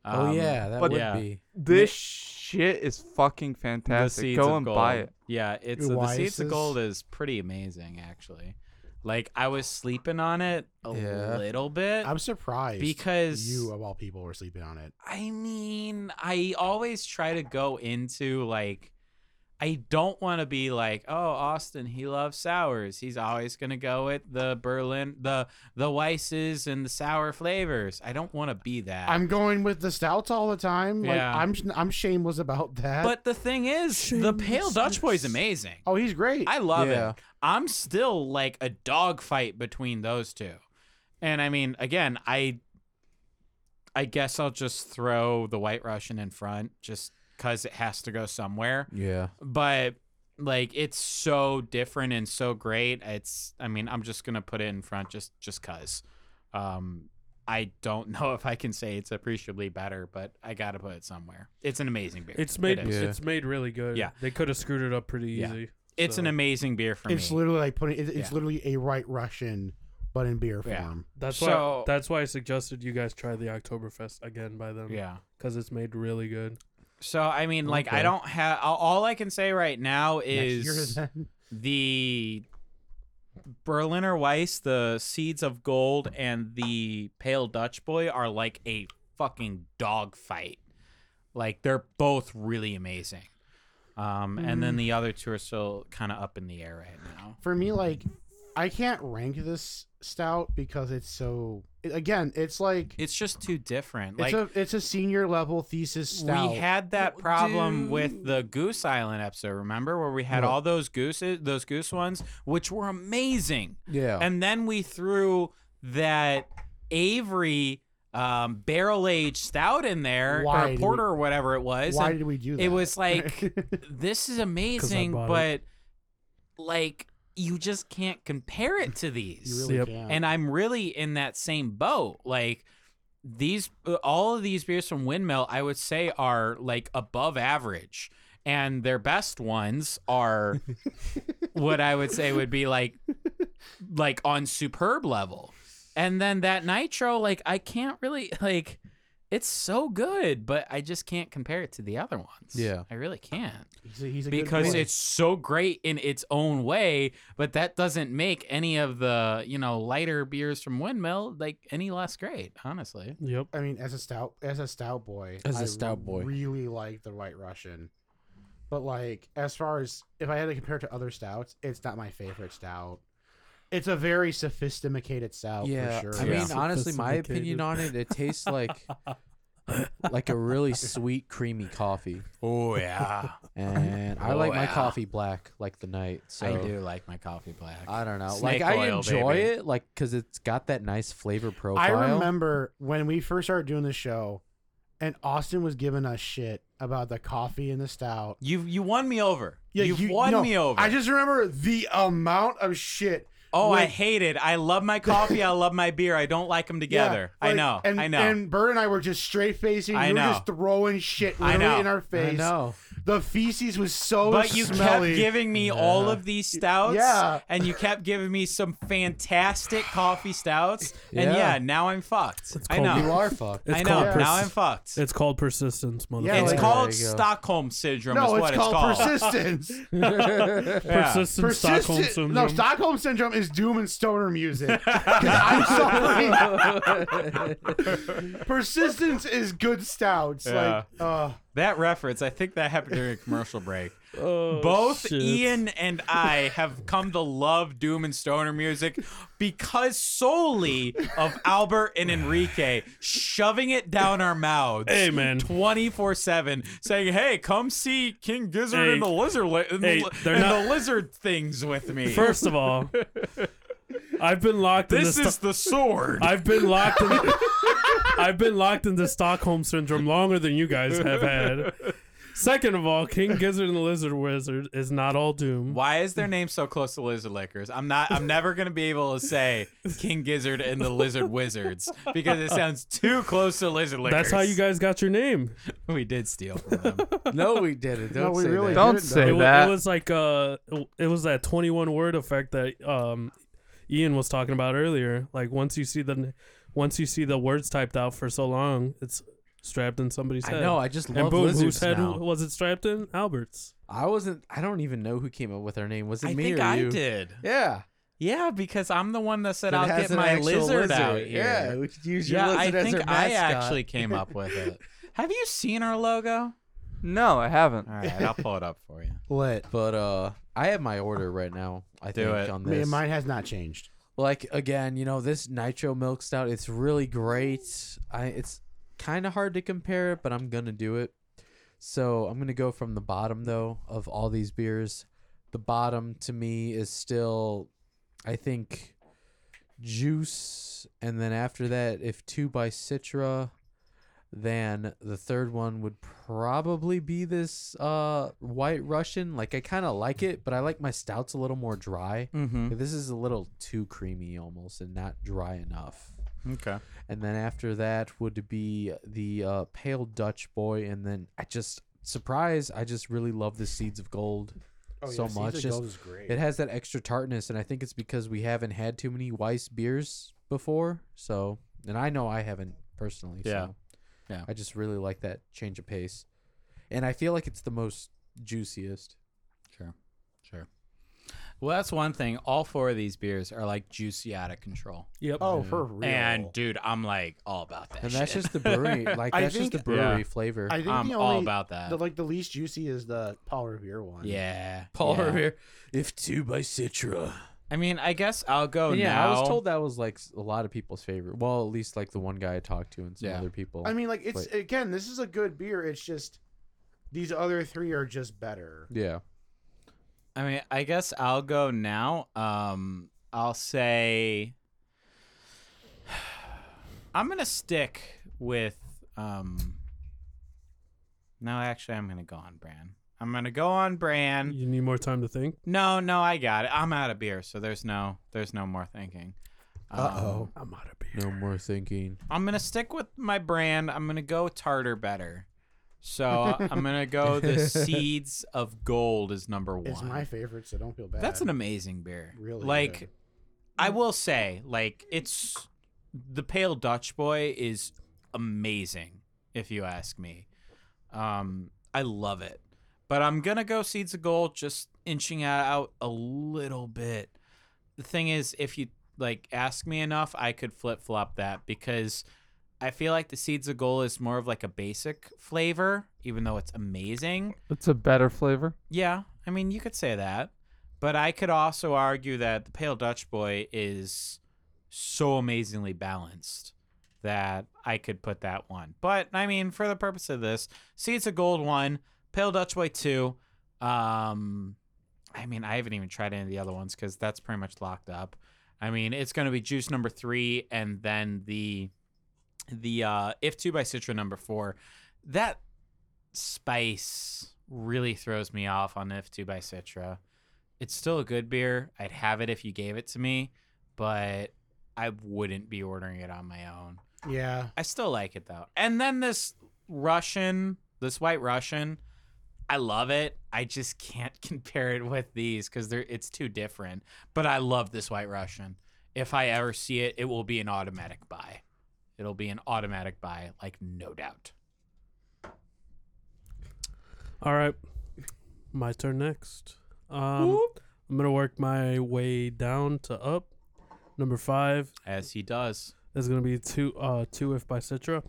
Speaker 3: oh
Speaker 4: Um,
Speaker 3: yeah, that
Speaker 2: but-
Speaker 3: would
Speaker 4: Yeah.
Speaker 3: be.
Speaker 2: this shit is fucking
Speaker 4: the
Speaker 2: fantastic.
Speaker 4: seeds
Speaker 2: Go
Speaker 4: of
Speaker 2: and
Speaker 4: gold.
Speaker 2: buy it.
Speaker 4: Yeah, it's uh,
Speaker 5: Ooh,
Speaker 4: the
Speaker 5: why
Speaker 4: seeds
Speaker 5: is
Speaker 4: of
Speaker 5: this-
Speaker 4: gold is pretty amazing actually. Like I was sleeping on it a
Speaker 3: Yeah.
Speaker 4: little bit
Speaker 5: I'm surprised
Speaker 4: because
Speaker 5: you of all people were sleeping on it.
Speaker 4: I mean, I always try to go into like I don't want to be like, oh, Austin, he loves sours. He's always gonna go with the Berlin, the the Weisses and the sour flavors. I don't want to be that.
Speaker 5: I'm going with the stouts all the time. Like
Speaker 4: Yeah.
Speaker 5: I'm I'm shameless about that.
Speaker 4: but the thing is, the Pale Dutch Boy's amazing.
Speaker 5: oh, he's great.
Speaker 4: I love
Speaker 3: Yeah.
Speaker 4: it. I'm still like a dogfight between those two. And I mean, again, I I guess I'll just throw the White Russian in front just cuz it has to go somewhere.
Speaker 3: Yeah.
Speaker 4: But like it's so different and so great. It's I mean, I'm just going to put it in front just just cuz. Um I don't know if I can say it's appreciably better, but I got to put it somewhere. It's an amazing beer.
Speaker 1: It's made
Speaker 4: It is.
Speaker 3: Yeah.
Speaker 1: it's made really good.
Speaker 4: Yeah.
Speaker 1: They could have screwed it up pretty
Speaker 4: Yeah.
Speaker 1: easy.
Speaker 4: It's an
Speaker 1: so-
Speaker 4: amazing beer for
Speaker 5: it's
Speaker 4: me.
Speaker 5: literally like putting it, it's
Speaker 4: Yeah.
Speaker 5: literally a right Russian, but in beer
Speaker 4: Yeah.
Speaker 5: form.
Speaker 1: That's why
Speaker 4: So-
Speaker 1: that's why I suggested you guys try the Oktoberfest again by them.
Speaker 4: Yeah.
Speaker 1: Because it's made really good.
Speaker 4: So I mean, like I
Speaker 1: Okay.
Speaker 4: don't have all I can say right now is
Speaker 5: You're-
Speaker 4: the Berliner Weiss, the Seeds of Gold, and the Pale Dutch Boy are like a fucking dog fight. Like they're both really amazing. Um, and
Speaker 5: Mm.
Speaker 4: then the other two are still kind of up in the air right now.
Speaker 5: for me like i can't rank this stout because it's so it- again it's like
Speaker 4: It's just too different.
Speaker 5: it's
Speaker 4: Like
Speaker 5: a it's a senior level thesis stout
Speaker 4: We had that problem with the Goose Island episode, remember, where we had all those gooses, those goose ones, which were amazing.
Speaker 3: Yeah.
Speaker 4: And then we threw that Avery um, barrel aged stout in there,
Speaker 5: Why
Speaker 4: or
Speaker 5: did we-
Speaker 4: porter or whatever it was.
Speaker 5: why
Speaker 4: and
Speaker 5: did we do that
Speaker 4: it was like, this is amazing,
Speaker 1: bought
Speaker 4: but like you just can't compare it to these
Speaker 5: you really
Speaker 1: Yep.
Speaker 5: can't.
Speaker 4: and I'm really in that same boat. Like these, uh, all of these beers from Windmill, I would say are like above average, and their best ones are what I would say would be like, like on superb level. And then that Nitro, like I can't really like. It's so good, but I just can't compare it to the other ones.
Speaker 3: Yeah.
Speaker 4: I really can't
Speaker 5: he's a, he's a good
Speaker 4: because
Speaker 5: boy.
Speaker 4: it's so great in its own way, but that doesn't make any of the you know lighter beers from Windmill like any less great. Honestly,
Speaker 1: Yep.
Speaker 5: i mean as a stout as a stout boy
Speaker 3: As
Speaker 5: a
Speaker 3: a stout boy.
Speaker 5: really like the white russian but like as far as if i had to compare it to other stouts it's not my favorite stout it's a very sophisticated stout
Speaker 4: Oh,
Speaker 3: yeah.
Speaker 5: for sure
Speaker 3: I mean, honestly, my
Speaker 1: Sophisticated.
Speaker 3: opinion on it, it tastes like like a really sweet, creamy coffee.
Speaker 4: Oh yeah,
Speaker 3: And I
Speaker 4: Oh,
Speaker 3: like my
Speaker 4: yeah.
Speaker 3: coffee black, like the night. So
Speaker 4: I do like my coffee black.
Speaker 3: I don't know.
Speaker 4: Snake
Speaker 3: like I
Speaker 4: oil,
Speaker 3: enjoy
Speaker 4: baby.
Speaker 3: it, like because it's got that nice flavor profile.
Speaker 6: I remember when we first started doing the show, and Austin was giving us shit about the coffee and the stout.
Speaker 4: you you won me over. You've
Speaker 6: you-
Speaker 4: won
Speaker 6: no,
Speaker 4: me over.
Speaker 6: I just remember the amount of shit.
Speaker 4: oh, I
Speaker 6: when-
Speaker 4: hate it. I love my coffee. I love my beer. I don't like them together.
Speaker 6: Yeah,
Speaker 4: I
Speaker 6: like,
Speaker 4: know.
Speaker 6: And,
Speaker 4: I know.
Speaker 6: And Bert and I were just straight facing.
Speaker 4: I
Speaker 6: you
Speaker 4: know.
Speaker 6: were just throwing shit
Speaker 4: I
Speaker 6: literally
Speaker 4: know.
Speaker 6: in our
Speaker 3: I
Speaker 6: face.
Speaker 3: know.
Speaker 6: The feces was so
Speaker 4: but you
Speaker 6: smelly.
Speaker 4: kept giving me all of these stouts
Speaker 6: Yeah.
Speaker 4: and you kept giving me some fantastic coffee stouts and
Speaker 3: Yeah.
Speaker 4: yeah now i'm fucked i
Speaker 1: called-
Speaker 4: know
Speaker 3: You are fucked.
Speaker 1: It's
Speaker 4: i know
Speaker 1: called pers-
Speaker 4: now i'm fucked
Speaker 1: It's called persistence, motherfucker.
Speaker 6: Yeah,
Speaker 4: it's
Speaker 6: like-
Speaker 4: called
Speaker 3: There you go.
Speaker 4: stockholm syndrome
Speaker 6: no,
Speaker 4: is
Speaker 6: it's
Speaker 4: what
Speaker 6: called,
Speaker 4: it's called
Speaker 6: persistence.
Speaker 4: Yeah.
Speaker 1: persistent
Speaker 6: Persistent.
Speaker 1: Stockholm syndrome.
Speaker 6: No, Stockholm syndrome is doom and stoner music. 'Cause I'm sorry. Persistence is good stouts. Like, uh,
Speaker 4: that reference i think that happened during a commercial break
Speaker 1: Oh,
Speaker 4: both
Speaker 1: shit.
Speaker 4: Ian and I have come to love doom and stoner music because solely of Albert and Enrique shoving it down our mouths.
Speaker 1: Hey, man.
Speaker 4: 24 7 saying, Hey, come see King Gizzard
Speaker 1: Hey.
Speaker 4: and the lizard li- and,
Speaker 1: Hey,
Speaker 4: the, li-
Speaker 1: they're
Speaker 4: and
Speaker 1: not-
Speaker 4: the lizard things with me.
Speaker 1: First of all, I've been locked in
Speaker 4: this
Speaker 1: this.
Speaker 4: is the sword.
Speaker 1: I've been locked in. I've been locked into Stockholm syndrome longer than you guys have had. Second of all, King Gizzard and the Lizard Wizard is not all doom.
Speaker 4: Why is their name so close to lizard lickers? I'm not. I'm never gonna be able to say King Gizzard and the Lizard Wizards because it sounds too close to lizard lickers.
Speaker 1: That's how you guys got your name.
Speaker 4: We did steal from them.
Speaker 3: no, we didn't. Don't
Speaker 6: we
Speaker 3: say
Speaker 6: really
Speaker 3: that.
Speaker 2: Don't
Speaker 1: It,
Speaker 2: say
Speaker 1: wa-
Speaker 2: that.
Speaker 1: it was like uh, it was that 21 word effect that um, Ian was talking about earlier. Like once you see the, once you see the words typed out for so long, it's strapped in somebody's
Speaker 3: I
Speaker 1: head.
Speaker 3: know. I just love
Speaker 1: and boom, whose
Speaker 3: lizards
Speaker 1: head
Speaker 3: now.
Speaker 1: was it strapped in? Albert's.
Speaker 3: I wasn't. I don't even know who came up with our name. Was it
Speaker 4: I
Speaker 3: me
Speaker 4: think
Speaker 3: or
Speaker 4: I
Speaker 3: you?
Speaker 4: did.
Speaker 3: Yeah.
Speaker 4: Yeah, because I'm the one that said
Speaker 3: That
Speaker 4: I'll
Speaker 3: has
Speaker 4: get
Speaker 3: an
Speaker 4: my
Speaker 3: actual
Speaker 4: lizard, out
Speaker 3: lizard.
Speaker 4: here.
Speaker 3: Yeah, we could use your
Speaker 4: Yeah, I
Speaker 3: lizard as
Speaker 4: think
Speaker 3: our
Speaker 4: I
Speaker 3: mascot.
Speaker 4: actually came up with it. Have you seen our logo?
Speaker 2: No, I haven't.
Speaker 4: All right, I'll pull it up for you.
Speaker 6: lit.
Speaker 3: But uh, I have my order right now. I
Speaker 4: Do
Speaker 3: think
Speaker 4: it.
Speaker 3: on
Speaker 6: I mean,
Speaker 3: this.
Speaker 6: mine has not changed.
Speaker 3: like again, you know, this nitro milk stout, it's really great. I it's kind of hard to compare it, but I'm gonna do it. So I'm gonna go from the bottom though of all these beers. The bottom to me is still, I think, juice, and then after that, if two by Citra, then the third one would probably be this uh White Russian. Like I kind of like it, but I like my stouts a little more dry.
Speaker 4: Mm-hmm.
Speaker 3: Like, This is a little too creamy almost and not dry enough.
Speaker 4: Okay.
Speaker 3: And then after that would be the uh, Pale Dutch Boy. And then I just, surprise, I just really love the Seeds of Gold
Speaker 4: Oh,
Speaker 5: Oh,
Speaker 3: so much. Just- It has that extra tartness. And I think it's because we haven't had too many Weiss beers before. So, and I know I haven't personally.
Speaker 4: Yeah.
Speaker 3: So
Speaker 4: Yeah.
Speaker 3: I just really like that change of pace. And I feel like it's the most juiciest.
Speaker 4: Sure. Well, that's one thing. All four of these beers are like juicy out of control.
Speaker 1: Yep.
Speaker 6: Oh, for real.
Speaker 4: And dude, I'm like all about that.
Speaker 3: And that's
Speaker 4: shit.
Speaker 3: just the brewery. Like,
Speaker 6: I
Speaker 3: that's just the
Speaker 6: think-
Speaker 3: brewery
Speaker 4: Yeah.
Speaker 3: flavor.
Speaker 6: I think
Speaker 4: I'm
Speaker 6: the
Speaker 4: all
Speaker 6: only
Speaker 4: about that.
Speaker 6: the, like the least juicy is the Paul Revere one.
Speaker 4: yeah.
Speaker 3: Paul
Speaker 4: yeah.
Speaker 3: Revere. If two by Citra.
Speaker 4: I mean, I guess I'll go
Speaker 3: yeah,
Speaker 4: Oh, now.
Speaker 3: I was told that was like s- a lot of people's favorite. Well, at least like the one guy I talked to and some
Speaker 4: Yeah.
Speaker 3: other people.
Speaker 6: I mean, like it's
Speaker 3: But-
Speaker 6: again, this is a good beer. It's just these other three are just better.
Speaker 3: yeah,
Speaker 4: I mean, I guess I'll go now. Um, I'll say I'm gonna stick with. Um, no, actually, I'm gonna go on brand. I'm gonna go on brand.
Speaker 1: You need more time to think.
Speaker 4: No, no, I got it. I'm out of beer, so there's no, there's no more thinking. Uh oh.
Speaker 1: I'm out of beer.
Speaker 3: no more thinking.
Speaker 4: I'm gonna stick with my brand. I'm gonna go tartar better. So I'm gonna go the seeds of gold is number one.
Speaker 6: It's my favorite, so don't feel bad.
Speaker 4: That's an amazing beer.
Speaker 6: Really
Speaker 4: Like,
Speaker 6: good.
Speaker 4: I will say, like, it's the Pale Dutch Boy is amazing, if you ask me. Um, I love it. But I'm going to go Seeds of Gold, just inching out a little bit. The thing is, if you, like, ask me enough, I could flip flop that because I feel like the Seeds of Gold is more of like a basic flavor, even though it's amazing.
Speaker 2: It's a better flavor.
Speaker 4: Yeah, I mean, you could say that, but I could also argue that the Pale Dutch Boy is so amazingly balanced that I could put that one. But I mean, for the purpose of this, see, it's a gold one. Pale Dutch White two. Um, I mean, I haven't even tried any of the other ones because that's pretty much locked up. I mean, it's going to be Juice number three, and then the the uh, If Two by Citra number four. That spice really throws me off on If Two by Citra. It's still a good beer. I'd have it if you gave it to me, but I wouldn't be ordering it on my own.
Speaker 6: Yeah.
Speaker 4: I still like it though. And then this Russian, this White Russian, I love it. I just can't compare it with these because they're it's too different. But I love this White Russian. If I ever see it, it will be an automatic buy. It'll be an automatic buy, like no doubt.
Speaker 1: All right. My turn next. Um, I'm going to work my way down to up. Number five
Speaker 4: As he does.
Speaker 1: is going to be two, uh, two if by Citra.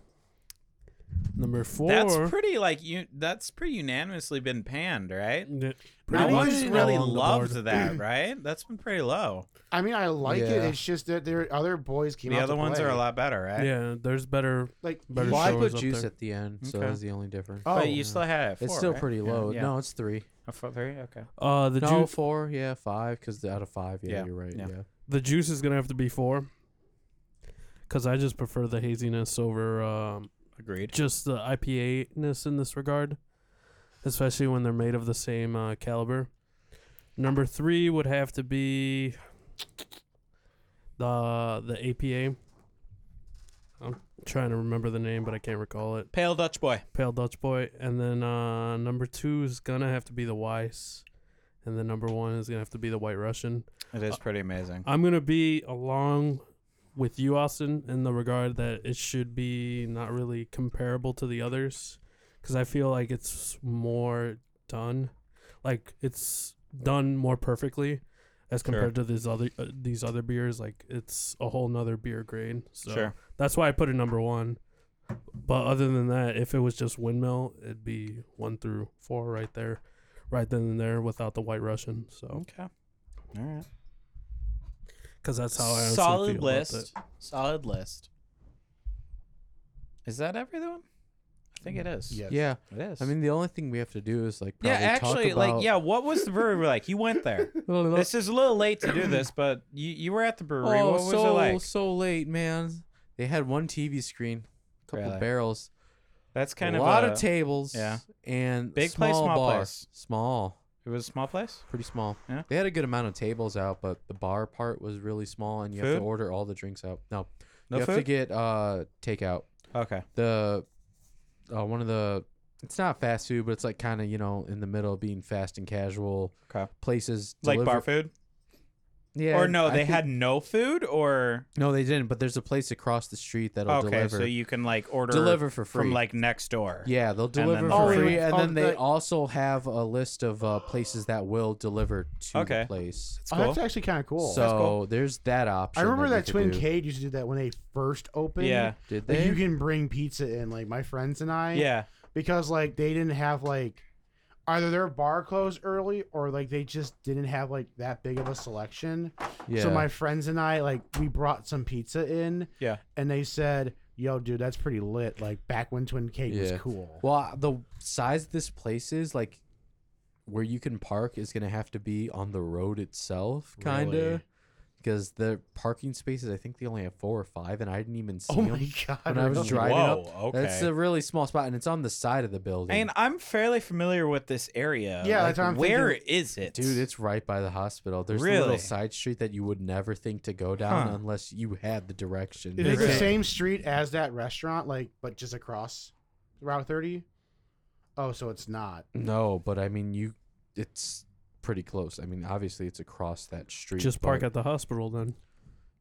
Speaker 1: Number four.
Speaker 4: That's pretty like you. That's pretty unanimously been panned, right?
Speaker 1: Yeah,
Speaker 4: No
Speaker 1: much
Speaker 4: one's really
Speaker 1: along the board.
Speaker 4: loved that, right? That's been pretty low.
Speaker 6: I mean, I like it.
Speaker 3: Yeah.
Speaker 6: It's just that there other boys came
Speaker 4: The
Speaker 6: out
Speaker 4: other
Speaker 6: to
Speaker 4: ones
Speaker 6: play.
Speaker 4: are a lot better, right?
Speaker 1: Yeah, there's better.
Speaker 6: like
Speaker 1: better
Speaker 3: Well, I
Speaker 1: shows
Speaker 3: put
Speaker 1: up
Speaker 3: juice
Speaker 1: there.
Speaker 3: at the end, so
Speaker 4: Okay.
Speaker 3: that's the only difference.
Speaker 6: oh,
Speaker 4: But you still had it.
Speaker 3: it's
Speaker 4: four,
Speaker 3: still
Speaker 4: right?
Speaker 3: pretty
Speaker 4: Yeah,
Speaker 3: low.
Speaker 4: yeah.
Speaker 3: No, it's three.
Speaker 4: A four, three? Okay.
Speaker 1: Uh, the
Speaker 3: no,
Speaker 1: juice.
Speaker 3: four. Yeah, five. Because out of five, yeah,
Speaker 4: Yeah,
Speaker 3: you're right.
Speaker 4: yeah.
Speaker 3: Yeah.
Speaker 1: The juice is gonna have to be four. Cause I just prefer the haziness over um,
Speaker 4: Agreed.
Speaker 1: just the IPA ness in this regard, especially when they're made of the same uh, caliber. Number three would have to be the the APA. I'm trying to remember the name, but I can't recall it.
Speaker 4: Pale Dutch boy.
Speaker 1: Pale Dutch Boy, and then uh, number two is gonna have to be the Weiss, and then number one is gonna have to be the White Russian.
Speaker 4: It
Speaker 3: Uh,
Speaker 4: is pretty amazing.
Speaker 1: I'm gonna be along with you, Austin, in the regard that it should be not really comparable to the others, because I feel like it's more done, like it's done more perfectly, as compared to these other uh, these other beers. Like it's a whole nother beer grade. So
Speaker 4: Sure.
Speaker 1: that's why I put it number one. But other than that, if it was just windmill, it'd be one through four right there, right then and there without the White Russian. So
Speaker 4: Okay. All right.
Speaker 1: because that's how I honestly feel
Speaker 4: Solid
Speaker 1: about that.
Speaker 4: list. Solid list. Is that everyone? I think it is.
Speaker 6: Yes.
Speaker 3: Yeah.
Speaker 4: It is.
Speaker 3: I mean, the only thing we have to do is like
Speaker 4: yeah,
Speaker 3: probably
Speaker 4: actually,
Speaker 3: talk about
Speaker 4: like, yeah, what was the brewery like? You went there. this is a little late to do this, but you, you were at the brewery.
Speaker 3: Oh,
Speaker 4: what was
Speaker 3: so
Speaker 4: it like?
Speaker 3: so late, man. They had one TV screen, a couple
Speaker 4: Really?
Speaker 3: barrels,
Speaker 4: That's kind
Speaker 3: a
Speaker 4: of
Speaker 3: lot
Speaker 4: a,
Speaker 3: of tables,
Speaker 4: yeah.
Speaker 3: and
Speaker 4: Big
Speaker 3: small
Speaker 4: place, small
Speaker 3: bar.
Speaker 4: place?
Speaker 3: small,
Speaker 4: It was a small place.
Speaker 3: pretty small.
Speaker 4: Yeah.
Speaker 3: They had a good amount of tables out, but the bar part was really small, and you have
Speaker 4: Food?
Speaker 3: to order all the drinks out. No,
Speaker 4: No
Speaker 3: you have to
Speaker 4: food?
Speaker 3: get uh takeout.
Speaker 4: Okay.
Speaker 3: The uh, one of the it's not fast food, but it's like kind of you know in the middle of being fast and casual
Speaker 4: Okay.
Speaker 3: places.
Speaker 4: Like bar
Speaker 3: deliver-
Speaker 4: food?
Speaker 3: Yeah,
Speaker 4: or no,
Speaker 3: I
Speaker 4: they
Speaker 3: think-
Speaker 4: had no food or
Speaker 3: no, they didn't. But there's a place across the street that'll
Speaker 4: Okay,
Speaker 3: deliver.
Speaker 4: so you can like order
Speaker 3: deliver for free.
Speaker 4: from like next door.
Speaker 3: Yeah, they'll
Speaker 4: then
Speaker 3: deliver
Speaker 4: the
Speaker 3: for
Speaker 4: free.
Speaker 3: free, and
Speaker 6: Oh,
Speaker 3: then they
Speaker 6: the-
Speaker 3: also have a list of uh, places that will deliver to
Speaker 4: Okay.
Speaker 3: the place.
Speaker 4: It's
Speaker 6: Oh,
Speaker 4: cool.
Speaker 6: that's actually kind of cool.
Speaker 3: So
Speaker 4: cool.
Speaker 3: there's that option.
Speaker 6: I remember
Speaker 3: we
Speaker 6: that
Speaker 3: could
Speaker 6: Twin
Speaker 3: do.
Speaker 6: Cade used to do that when they first opened.
Speaker 4: yeah.
Speaker 3: Did
Speaker 6: Like,
Speaker 3: they?
Speaker 6: you can bring pizza in, like my friends and I.
Speaker 4: Yeah.
Speaker 6: Because like they didn't have like either their bar closed early or like they just didn't have like that big of a selection.
Speaker 3: yeah.
Speaker 6: So my friends and I like we brought some pizza in.
Speaker 4: Yeah.
Speaker 6: And they said, "Yo, dude, that's pretty lit." Like back when Twin Cade was
Speaker 3: Yeah.
Speaker 6: cool.
Speaker 3: well, the size this place is like where you can park is gonna have to be on the road itself, kind of,
Speaker 6: Really?
Speaker 3: because the parking spaces I think they only have four or five, and I didn't even see
Speaker 6: Oh
Speaker 3: them
Speaker 6: my god!
Speaker 3: when I was
Speaker 6: really?
Speaker 3: driving up.
Speaker 4: Whoa,
Speaker 3: That's
Speaker 4: okay.
Speaker 3: a really small spot, and it's on the side of the building.
Speaker 4: And I'm fairly familiar with this area.
Speaker 6: Yeah,
Speaker 4: Like,
Speaker 6: that's what I'm
Speaker 4: where
Speaker 6: thinking.
Speaker 4: is it?
Speaker 3: Dude, it's right by the hospital. There's a
Speaker 4: Really?
Speaker 3: little side street that you would never think to go down
Speaker 4: Huh.
Speaker 3: unless you had the direction.
Speaker 6: Is it
Speaker 4: Really?
Speaker 6: the same street as that restaurant, like, but just across Route 30? Oh, so it's not.
Speaker 3: No, but I mean, you. It's pretty close. I mean, obviously, it's across that street.
Speaker 1: Just park
Speaker 3: but-
Speaker 1: at the hospital then.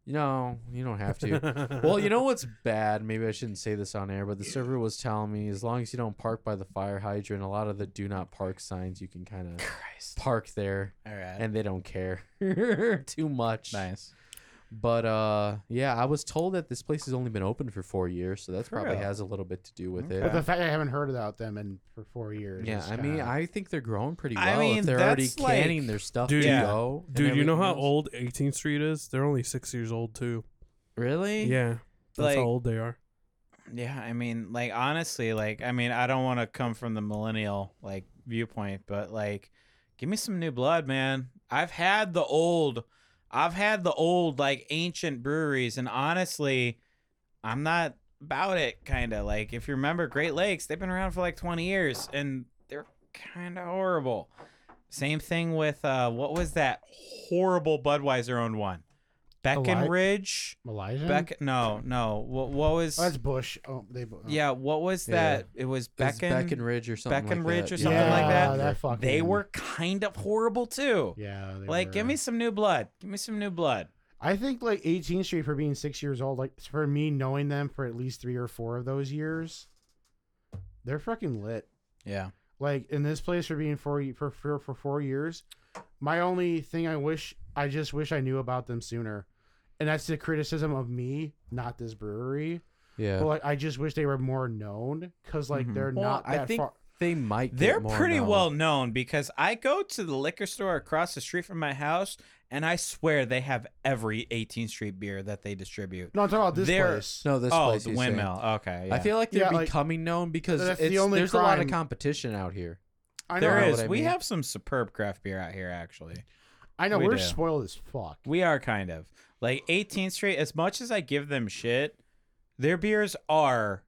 Speaker 3: No, you don't have to. well, you know what's bad? Maybe I shouldn't say this on air, but the server was telling me as long as you don't park by the fire hydrant, a lot of the do not park signs you can kind of
Speaker 4: Christ.
Speaker 3: park there,
Speaker 4: All right.
Speaker 3: and they don't care too much.
Speaker 4: nice.
Speaker 3: But uh, yeah, I was told that this place has only been open for four years, so that's
Speaker 4: For
Speaker 3: probably
Speaker 4: real?
Speaker 3: has a little bit to do with
Speaker 4: Okay.
Speaker 3: it.
Speaker 6: But the fact I haven't heard about them in for four years.
Speaker 3: Yeah,
Speaker 6: is
Speaker 3: I mean,
Speaker 6: kinda-
Speaker 3: I think they're growing pretty well.
Speaker 4: I mean,
Speaker 3: if they're already
Speaker 4: that's like-
Speaker 3: canning their stuff
Speaker 1: Dude,
Speaker 3: to
Speaker 4: yeah.
Speaker 3: go. and
Speaker 1: Dude, you know
Speaker 3: everything
Speaker 1: how
Speaker 3: else.
Speaker 1: old 18th Street is? They're only six years old too.
Speaker 3: Really?
Speaker 1: Yeah, that's
Speaker 4: Like-
Speaker 1: how old they are.
Speaker 4: Yeah, I mean, like honestly, like I mean, I don't want to come from the millennial like viewpoint, but like give me some new blood, man. I've had the old I've had the old like ancient breweries and honestly, I'm not about it kind of. Like if you remember Great Lakes, they've been around for like 20 years and they're kind of horrible. Same thing with uh what was that horrible Budweiser owned one? Beckenridge?
Speaker 5: Malaysia.
Speaker 4: Beck no, no. What what was
Speaker 5: Mm-hmm. Oh, that's Bush. Oh, they. Oh.
Speaker 4: yeah, what was
Speaker 3: Yeah.
Speaker 4: that? It was
Speaker 3: It's
Speaker 4: Becken.
Speaker 3: Beckenridge or something.
Speaker 4: Beckenridge
Speaker 3: like that.
Speaker 4: or something like that.
Speaker 5: fucking-
Speaker 4: They were kind of horrible too.
Speaker 5: Yeah. They
Speaker 4: like,
Speaker 5: were.
Speaker 4: give me some new blood. Give me some new blood.
Speaker 5: I think like 18th Street for being six years old. Like for me knowing them for at least three or four of those years, they're fucking lit.
Speaker 4: Yeah.
Speaker 5: like in this place for being four for for, for four years. My only thing I wish I just wish I knew about them sooner, and that's the criticism of me, not this brewery. But
Speaker 3: Yeah.
Speaker 5: like I just wish they were more known because like
Speaker 4: Mhm.
Speaker 5: they're
Speaker 3: Well,
Speaker 5: not
Speaker 3: I
Speaker 5: that
Speaker 3: think
Speaker 5: far.
Speaker 3: They might.
Speaker 4: They're
Speaker 3: get more
Speaker 4: pretty
Speaker 3: now.
Speaker 4: well known because I go to the liquor store across the street from my house and I swear they have every 18th Street beer that they distribute.
Speaker 5: No, I'm talking about this
Speaker 4: they're-
Speaker 5: place.
Speaker 3: No, this
Speaker 4: oh,
Speaker 3: place.
Speaker 4: the
Speaker 3: he's saying.
Speaker 4: windmill. Okay. Yeah.
Speaker 3: I feel like they're
Speaker 5: Yeah, like-
Speaker 3: becoming known because
Speaker 5: That's the
Speaker 3: it's,
Speaker 5: only
Speaker 3: there's a lot of
Speaker 5: crime.
Speaker 3: competition out here.
Speaker 5: I know.
Speaker 4: there
Speaker 3: know
Speaker 4: is.
Speaker 3: what I
Speaker 4: We
Speaker 3: mean.
Speaker 4: have some superb craft beer out here, actually.
Speaker 5: I know
Speaker 4: we
Speaker 5: we are
Speaker 4: do.
Speaker 5: spoiled as fuck. Oh,
Speaker 4: We are kind of like 18th Street. As much as I give them shit, their beers are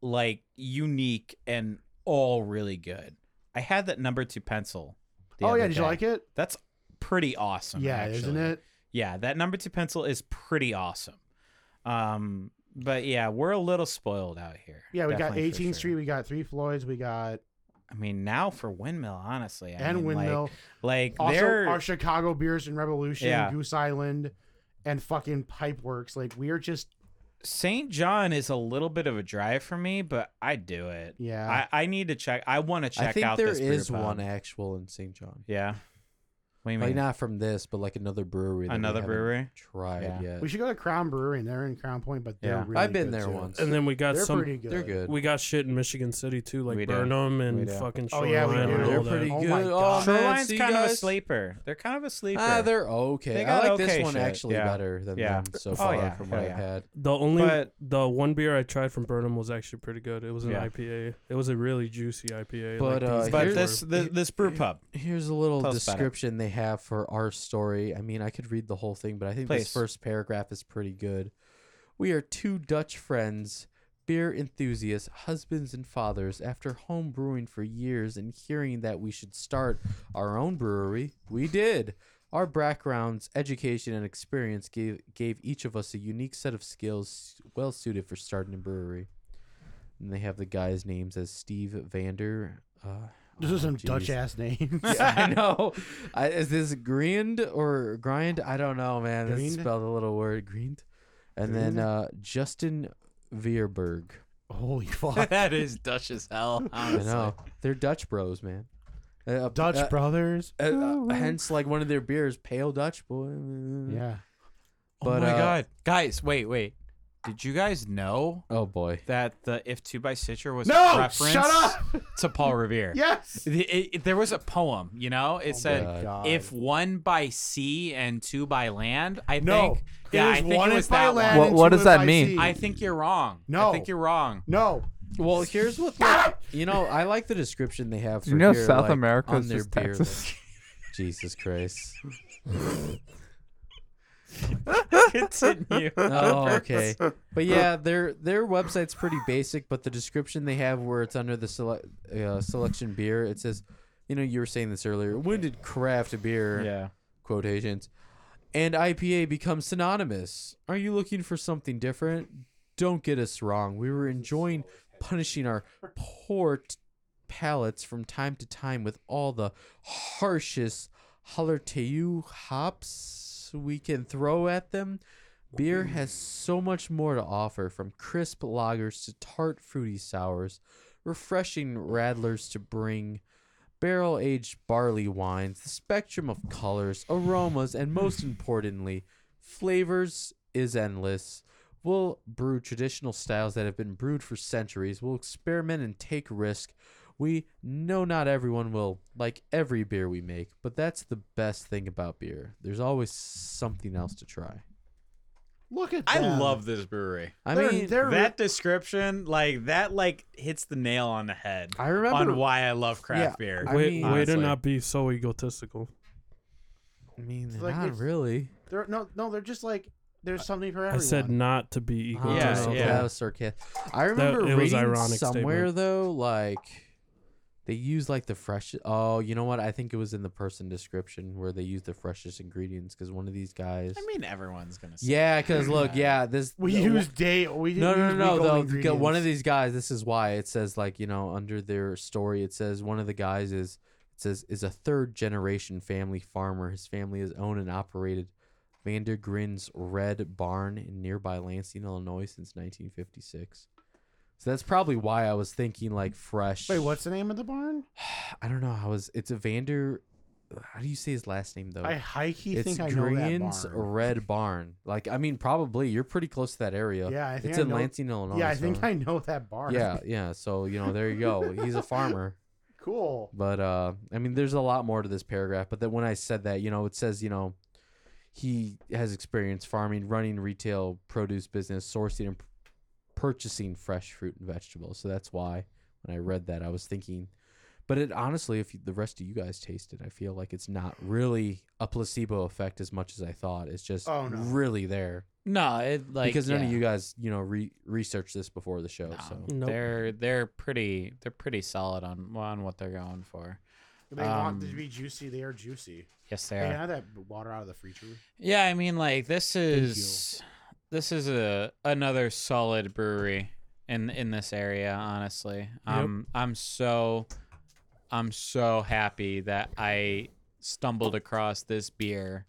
Speaker 4: like unique and all really good. I had that number two pencil. the
Speaker 5: oh
Speaker 4: other
Speaker 5: yeah, did you
Speaker 4: day.
Speaker 5: like it?
Speaker 4: That's pretty awesome.
Speaker 5: yeah,
Speaker 4: actually.
Speaker 5: isn't it?
Speaker 4: Yeah, that number two pencil is pretty awesome. Um, but yeah, we're a little spoiled out here.
Speaker 5: Yeah, we
Speaker 4: Definitely
Speaker 5: got
Speaker 4: for
Speaker 5: 18th
Speaker 4: sure.
Speaker 5: Street, we got Three Floyds, we got
Speaker 4: I mean, now for windmill, honestly, I
Speaker 5: and
Speaker 4: mean, like-
Speaker 5: Windmill.
Speaker 4: Like,
Speaker 5: also,
Speaker 4: they're
Speaker 5: our Chicago beers and Revolution,
Speaker 4: Yeah.
Speaker 5: Goose Island, and fucking Pipeworks. Like we are just
Speaker 4: St. John is a little bit of a drive for me, but I do it.
Speaker 5: yeah.
Speaker 4: I, I need to check. I want to check
Speaker 3: I think
Speaker 4: out
Speaker 3: there
Speaker 4: this brew
Speaker 3: is
Speaker 4: pub.
Speaker 3: one actual in St. John.
Speaker 4: Yeah. What do you
Speaker 3: Like
Speaker 4: mean?
Speaker 3: not from this, but like another brewery. that we
Speaker 4: Another
Speaker 3: haven't
Speaker 4: brewery?
Speaker 3: Tried
Speaker 4: Yeah.
Speaker 3: yet?
Speaker 5: We should go to Crown Brewery, and they're in Crown Point, but they're
Speaker 4: Yeah.
Speaker 5: really
Speaker 3: I've been
Speaker 5: good,
Speaker 3: there
Speaker 5: too.
Speaker 3: once.
Speaker 1: And then we got
Speaker 5: They're
Speaker 1: some.
Speaker 5: pretty good.
Speaker 3: They're good.
Speaker 1: We got shit in Michigan City too, like
Speaker 4: We do.
Speaker 1: Burnham
Speaker 4: We
Speaker 1: and
Speaker 4: do.
Speaker 1: fucking
Speaker 5: Oh,
Speaker 1: Shoreline.
Speaker 5: yeah, we do.
Speaker 1: and all
Speaker 3: They're
Speaker 1: that.
Speaker 3: pretty
Speaker 5: Oh my
Speaker 3: good.
Speaker 5: God.
Speaker 3: man,
Speaker 4: Shoreline's
Speaker 3: see,
Speaker 4: kind of a
Speaker 3: guys?
Speaker 4: sleeper. They're kind of a sleeper.
Speaker 3: Ah, they're okay.
Speaker 4: They
Speaker 3: I
Speaker 4: got
Speaker 3: like
Speaker 4: okay
Speaker 3: this one
Speaker 4: shit,
Speaker 3: actually
Speaker 4: yeah.
Speaker 3: better than
Speaker 4: Yeah.
Speaker 3: them so
Speaker 4: Oh,
Speaker 3: far
Speaker 4: yeah,
Speaker 3: from
Speaker 4: hell
Speaker 3: what I've
Speaker 4: yeah.
Speaker 3: had.
Speaker 1: The only
Speaker 4: But-
Speaker 1: the one beer I tried from Burnham was actually pretty good. It was an
Speaker 4: Yeah.
Speaker 1: IPA. It was a really juicy IPA.
Speaker 3: But,
Speaker 1: like
Speaker 3: uh,
Speaker 1: these
Speaker 4: but
Speaker 1: guys
Speaker 3: Here's-
Speaker 4: this
Speaker 1: were.
Speaker 4: the, this brew pub.
Speaker 3: Here's a little
Speaker 4: Tell us about it.
Speaker 3: description they have for our story. I mean, I could read the whole thing, but I think
Speaker 4: Please.
Speaker 3: this first paragraph is pretty good. We are two Dutch friends, beer enthusiasts, husbands and fathers. After home brewing for years and hearing that we should start our own brewery, we did. Our backgrounds, education, and experience gave gave each of us a unique set of skills well suited for starting a brewery. And they have the guys' names as Steve Vander. Uh,
Speaker 5: This is
Speaker 3: oh,
Speaker 5: some Dutch
Speaker 3: geez.
Speaker 5: ass name.
Speaker 3: Yeah, I know. I, is this grind or grind? I don't know, man. This
Speaker 5: Grind?
Speaker 3: spelled a little word, grind. And then uh, Justin Vierberg.
Speaker 5: Holy fuck,
Speaker 4: that is Dutch as hell.
Speaker 3: I know they're Dutch bros, man. Uh,
Speaker 5: Dutch
Speaker 3: uh,
Speaker 5: Brothers.
Speaker 3: uh, uh, hence, like one of their beers, pale Dutch boy.
Speaker 5: Yeah,
Speaker 3: But,
Speaker 4: oh my
Speaker 3: uh,
Speaker 4: god, guys, wait, wait. Did you guys know
Speaker 3: Oh boy.
Speaker 4: that the If Two by Stitcher was
Speaker 5: No,
Speaker 4: a reference
Speaker 5: shut up!
Speaker 4: to Paul Revere?
Speaker 5: yes.
Speaker 4: The- it- it- there was a poem, you know. It said,
Speaker 3: God.
Speaker 5: God.
Speaker 4: "If one by sea and two by land." I
Speaker 5: No,
Speaker 4: think. Yeah,
Speaker 5: There's
Speaker 4: I think
Speaker 5: one
Speaker 4: it
Speaker 5: is
Speaker 4: was
Speaker 5: by
Speaker 4: that
Speaker 5: land
Speaker 12: What-
Speaker 5: and
Speaker 12: what
Speaker 5: two
Speaker 12: does
Speaker 5: is
Speaker 12: that
Speaker 5: by
Speaker 12: mean?
Speaker 5: sea.
Speaker 4: One. I think you're wrong. I
Speaker 5: No.
Speaker 4: think you're wrong.
Speaker 5: no.
Speaker 3: Well, here's what. Like, you know, I like the description they have. For
Speaker 2: You know,
Speaker 3: here,
Speaker 2: South
Speaker 3: like,
Speaker 2: America
Speaker 3: on
Speaker 2: is
Speaker 3: their
Speaker 2: just
Speaker 3: beer
Speaker 2: Texas.
Speaker 3: list. Jesus Christ.
Speaker 4: Continue.
Speaker 3: Oh, okay. But yeah, their their website's pretty basic, but the description they have where it's under the sele- uh, selection beer, it says, you know, you were saying this earlier. When did craft beer
Speaker 4: yeah.
Speaker 3: quotations and IPA become synonymous? Are you looking for something different? Don't get us wrong. We were enjoying punishing our poor t- palates from time to time with all the harshest halerteu hops we can throw at them. Beer has so much more to offer, from crisp lagers to tart, fruity sours, refreshing radlers to bring, barrel aged barley wines, the spectrum of colors, aromas, and most importantly, flavors is endless. We'll brew traditional styles that have been brewed for centuries. We'll experiment and take risk. We know not everyone will like every beer we make, but that's the best thing about beer. There's always something else to try.
Speaker 5: Look at
Speaker 4: I
Speaker 5: that.
Speaker 4: love this brewery.
Speaker 8: I
Speaker 5: They're-
Speaker 8: mean,
Speaker 5: they're
Speaker 4: That description, like that, like hits the nail on the head
Speaker 8: I remember.
Speaker 4: on why I love craft beer.
Speaker 8: I
Speaker 1: way,
Speaker 8: mean-
Speaker 1: way to
Speaker 4: Honestly.
Speaker 1: not be so egotistical.
Speaker 8: I mean,
Speaker 5: It's like
Speaker 8: not
Speaker 5: it's-
Speaker 8: really.
Speaker 5: They're, no, no, they're just like there's something for
Speaker 1: I
Speaker 5: everyone.
Speaker 1: said not to be
Speaker 4: yeah,
Speaker 1: egotistical.
Speaker 4: yeah.
Speaker 3: Ah, That was sarcastic. I remember
Speaker 1: it was
Speaker 3: reading
Speaker 1: ironic
Speaker 3: somewhere
Speaker 1: statement.
Speaker 3: though, like they use like the fresh. Oh, you know what? I think it was in the person description where they use the freshest ingredients because one of these guys.
Speaker 4: I mean, everyone's gonna. Say
Speaker 3: yeah, because look, yeah, this
Speaker 5: we
Speaker 3: the-
Speaker 5: use day. We
Speaker 3: No,
Speaker 5: didn't
Speaker 3: no,
Speaker 5: use
Speaker 3: no,
Speaker 5: week-old
Speaker 3: no. Though g- one
Speaker 5: ingredients.
Speaker 3: of these guys, this is why it says like you know under their story, it says one of the guys is it says is a third generation family farmer. His family has owned and operated Vandergrin's Red Barn in nearby Lansing, Illinois, since 1956. So that's probably why I was thinking like fresh.
Speaker 5: Wait, what's the name of the barn?
Speaker 3: I don't know. I was. It's a Vander. How do you say his last name though?
Speaker 5: I high key
Speaker 3: Oh. it's
Speaker 5: think I know that
Speaker 3: Green's
Speaker 5: barn.
Speaker 3: Red Barn. Like I mean, probably you're pretty close to that area.
Speaker 5: Yeah, I think
Speaker 3: it's
Speaker 5: I
Speaker 3: in
Speaker 5: know-
Speaker 3: Lansing, Illinois.
Speaker 5: Yeah, I think
Speaker 3: so-
Speaker 5: I know that barn.
Speaker 3: yeah, yeah. So you know, there you go. He's a farmer,
Speaker 5: cool.
Speaker 3: but uh, I mean, there's a lot more to this paragraph. But then when I said that, you know, it says you know, he has experience farming, running retail produce business, sourcing and p- purchasing fresh fruit and vegetables. So that's why when I read that, I was thinking. But it honestly, if you- the rest of you guys taste it, I feel like it's not really a placebo effect as much as I thought. It's just
Speaker 5: Oh, no.
Speaker 3: really there
Speaker 4: No, it like
Speaker 3: because none
Speaker 4: yeah.
Speaker 3: of you guys, you know, re- researched this before the show.
Speaker 4: No,
Speaker 3: So
Speaker 1: Nope.
Speaker 4: They're they're pretty they're pretty solid on on what they're going for.
Speaker 5: They want it to
Speaker 4: Um,
Speaker 5: be juicy. They are juicy.
Speaker 4: Yes,
Speaker 5: They
Speaker 4: they
Speaker 5: can
Speaker 4: are.
Speaker 5: have that water out of the freezer.
Speaker 4: Yeah, I mean, like this is this is a another solid brewery in in this area. Honestly, um, I'm so I'm so happy that I stumbled across this beer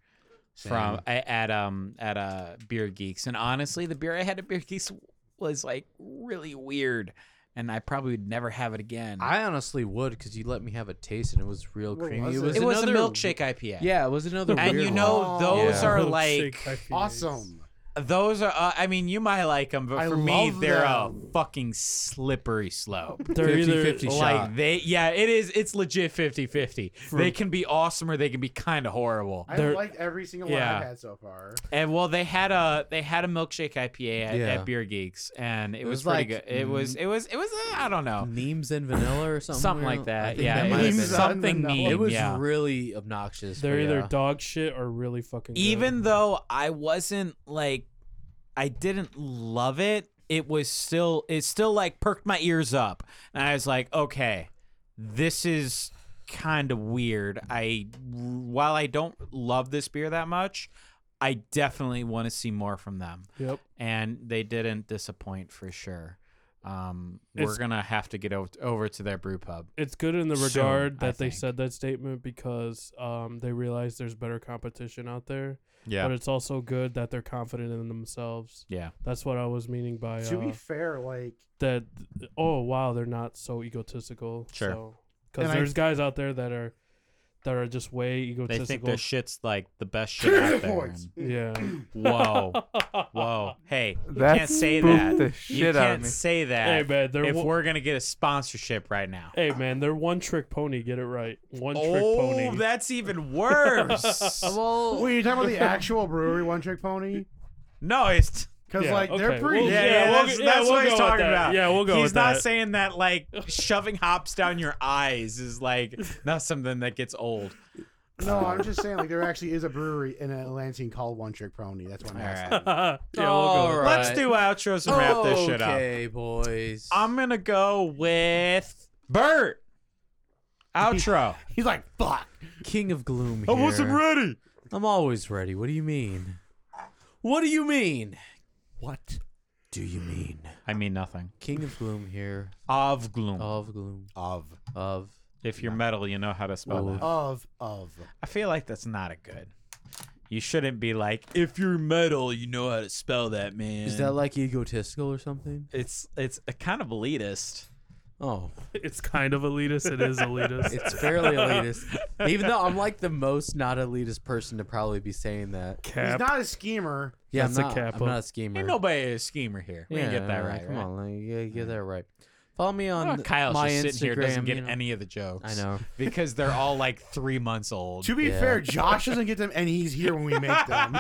Speaker 4: from I, at um at uh Beer Geeks, and honestly, the beer I had at Beer Geeks was like really weird, and I probably would never have it again.
Speaker 3: I honestly would because you let me have a taste and it was real
Speaker 5: What
Speaker 3: creamy.
Speaker 5: was
Speaker 3: it
Speaker 5: it?
Speaker 3: was
Speaker 4: it was a
Speaker 3: another-
Speaker 4: milkshake IPA.
Speaker 3: Yeah, it was another.
Speaker 4: and
Speaker 3: weird
Speaker 4: you
Speaker 3: one.
Speaker 4: know
Speaker 5: one.
Speaker 4: those
Speaker 3: Yeah.
Speaker 4: are
Speaker 1: Milkshake
Speaker 4: like.
Speaker 1: IPAs.
Speaker 5: Awesome.
Speaker 4: Those are, uh, I mean, you might like them, but
Speaker 5: I
Speaker 4: for me,
Speaker 5: love
Speaker 4: they're
Speaker 5: them.
Speaker 4: a fucking slippery slope.
Speaker 1: They're
Speaker 3: 50
Speaker 1: either
Speaker 3: 50 shot.
Speaker 4: like, they, yeah, it is, it's legit 50 50. They can be awesome or they can be kind of horrible.
Speaker 5: I've
Speaker 1: They're-
Speaker 5: liked every single one
Speaker 4: Yeah.
Speaker 5: I've had so far.
Speaker 4: And well, they had a, they had a milkshake IPA at,
Speaker 3: Yeah.
Speaker 4: at Beer Geeks, and it, was,
Speaker 3: was
Speaker 4: pretty
Speaker 3: like- mm.
Speaker 4: good. It was, it was, it was, uh, I don't know,
Speaker 3: Neems and vanilla or something.
Speaker 4: something
Speaker 3: weird.
Speaker 4: like
Speaker 3: I
Speaker 4: that.
Speaker 3: think
Speaker 4: Yeah,
Speaker 3: that
Speaker 4: it
Speaker 3: might
Speaker 4: was
Speaker 3: have
Speaker 5: Neems
Speaker 3: been-
Speaker 5: and
Speaker 4: something
Speaker 5: vanilla.
Speaker 4: mean.
Speaker 3: It was
Speaker 4: yeah.
Speaker 3: really obnoxious.
Speaker 1: They're
Speaker 3: but
Speaker 1: either
Speaker 3: yeah.
Speaker 1: dog shit or really fucking. good.
Speaker 4: even though I wasn't like I didn't love it, it was still it still like perked my ears up. And I was like, okay, this is kind of weird. I while I don't love this beer that much, I definitely want to see more from them.
Speaker 1: Yep.
Speaker 4: And they didn't disappoint for sure. Um, we're
Speaker 1: It's-
Speaker 4: gonna have to get over, over to their brew pub.
Speaker 1: it's good in the
Speaker 4: Soon,
Speaker 1: regard
Speaker 4: I
Speaker 1: that they
Speaker 4: think.
Speaker 1: said that statement because um, they realize there's better competition out there.
Speaker 4: Yeah,
Speaker 1: But it's also good that they're confident in themselves.
Speaker 4: yeah.
Speaker 1: That's what I was meaning by
Speaker 5: To be
Speaker 1: uh,
Speaker 5: fair, like
Speaker 1: that. Oh wow, they're not so egotistical.
Speaker 4: Sure.
Speaker 1: Because
Speaker 5: And I-
Speaker 1: there's guys out there that are that are just way
Speaker 4: They think
Speaker 1: egotistical.
Speaker 4: their shit's like the best shit out there.
Speaker 5: Points.
Speaker 1: yeah.
Speaker 4: Whoa. Whoa. Hey, you
Speaker 2: That
Speaker 4: can't say
Speaker 2: spooked
Speaker 4: that.
Speaker 2: the
Speaker 4: you
Speaker 2: shit out of
Speaker 4: can't
Speaker 2: me.
Speaker 4: say
Speaker 1: hey
Speaker 4: that.
Speaker 1: man, they're
Speaker 4: if
Speaker 1: one,
Speaker 4: we're going to get a sponsorship right now.
Speaker 1: hey man, they're one trick pony. Get it right. One trick
Speaker 4: Oh,
Speaker 1: pony.
Speaker 4: that's even worse.
Speaker 5: Wait, you're talking about the actual brewery One Trick Pony?
Speaker 4: no, it's
Speaker 5: Because
Speaker 1: Yeah,
Speaker 5: like they're
Speaker 1: okay,
Speaker 5: pretty.
Speaker 1: we'll-
Speaker 4: yeah,
Speaker 1: Yeah,
Speaker 4: yeah,
Speaker 1: we'll
Speaker 4: that's,
Speaker 1: go- yeah,
Speaker 4: that's
Speaker 1: we'll
Speaker 4: what
Speaker 1: go
Speaker 4: he's
Speaker 1: with
Speaker 4: talking
Speaker 1: that.
Speaker 4: about.
Speaker 1: Yeah, we'll go
Speaker 4: He's
Speaker 1: with
Speaker 4: not
Speaker 1: that.
Speaker 4: saying that like shoving hops down your eyes is like not something that gets old.
Speaker 5: No, I'm just saying like there actually is a brewery in Lansing called One Trick Pony. That's what I'm
Speaker 4: All
Speaker 5: asking.
Speaker 4: right.
Speaker 1: yeah, we'll go.
Speaker 3: Alright.
Speaker 4: Let's do outros and wrap this shit up.
Speaker 3: Okay, boys.
Speaker 4: I'm going to go with Bert. Outro.
Speaker 5: He's like, fuck.
Speaker 3: king of gloom here.
Speaker 4: I wasn't ready.
Speaker 3: I'm always ready. What do you mean? What do you mean? What do you mean?
Speaker 4: I mean nothing.
Speaker 3: King of gloom here.
Speaker 4: Of gloom.
Speaker 3: Of gloom.
Speaker 5: Of
Speaker 3: Of.
Speaker 4: If you're metal, you know how to spell
Speaker 3: Ooh.
Speaker 4: that.
Speaker 5: of of.
Speaker 4: I feel like that's not a good. You shouldn't be like, if you're metal, you know how to spell that, man.
Speaker 3: Is that like egotistical or something?
Speaker 4: It's it's a kind of elitist.
Speaker 3: Oh.
Speaker 1: It's kind of elitist. It is elitist.
Speaker 3: It's fairly elitist. Even though I'm like the most not elitist person to probably be saying that.
Speaker 5: He's
Speaker 1: Cap.
Speaker 5: not a schemer.
Speaker 3: Yeah,
Speaker 1: That's a
Speaker 3: I'm not,
Speaker 1: cap
Speaker 3: I'm
Speaker 1: up.
Speaker 3: not a schemer.
Speaker 4: Ain't nobody a schemer here. We didn't get that
Speaker 3: Yeah,
Speaker 4: right.
Speaker 3: Come
Speaker 4: right?
Speaker 3: on, like, you gotta get that right. Follow me on
Speaker 4: Oh, Kyle's
Speaker 3: my
Speaker 4: just
Speaker 3: Instagram.
Speaker 4: sitting here doesn't get
Speaker 3: you know.
Speaker 4: any of the jokes.
Speaker 3: I know.
Speaker 4: because they're all like three months old.
Speaker 5: To be
Speaker 3: Yeah.
Speaker 5: fair, Josh doesn't get them, and he's here when we make them.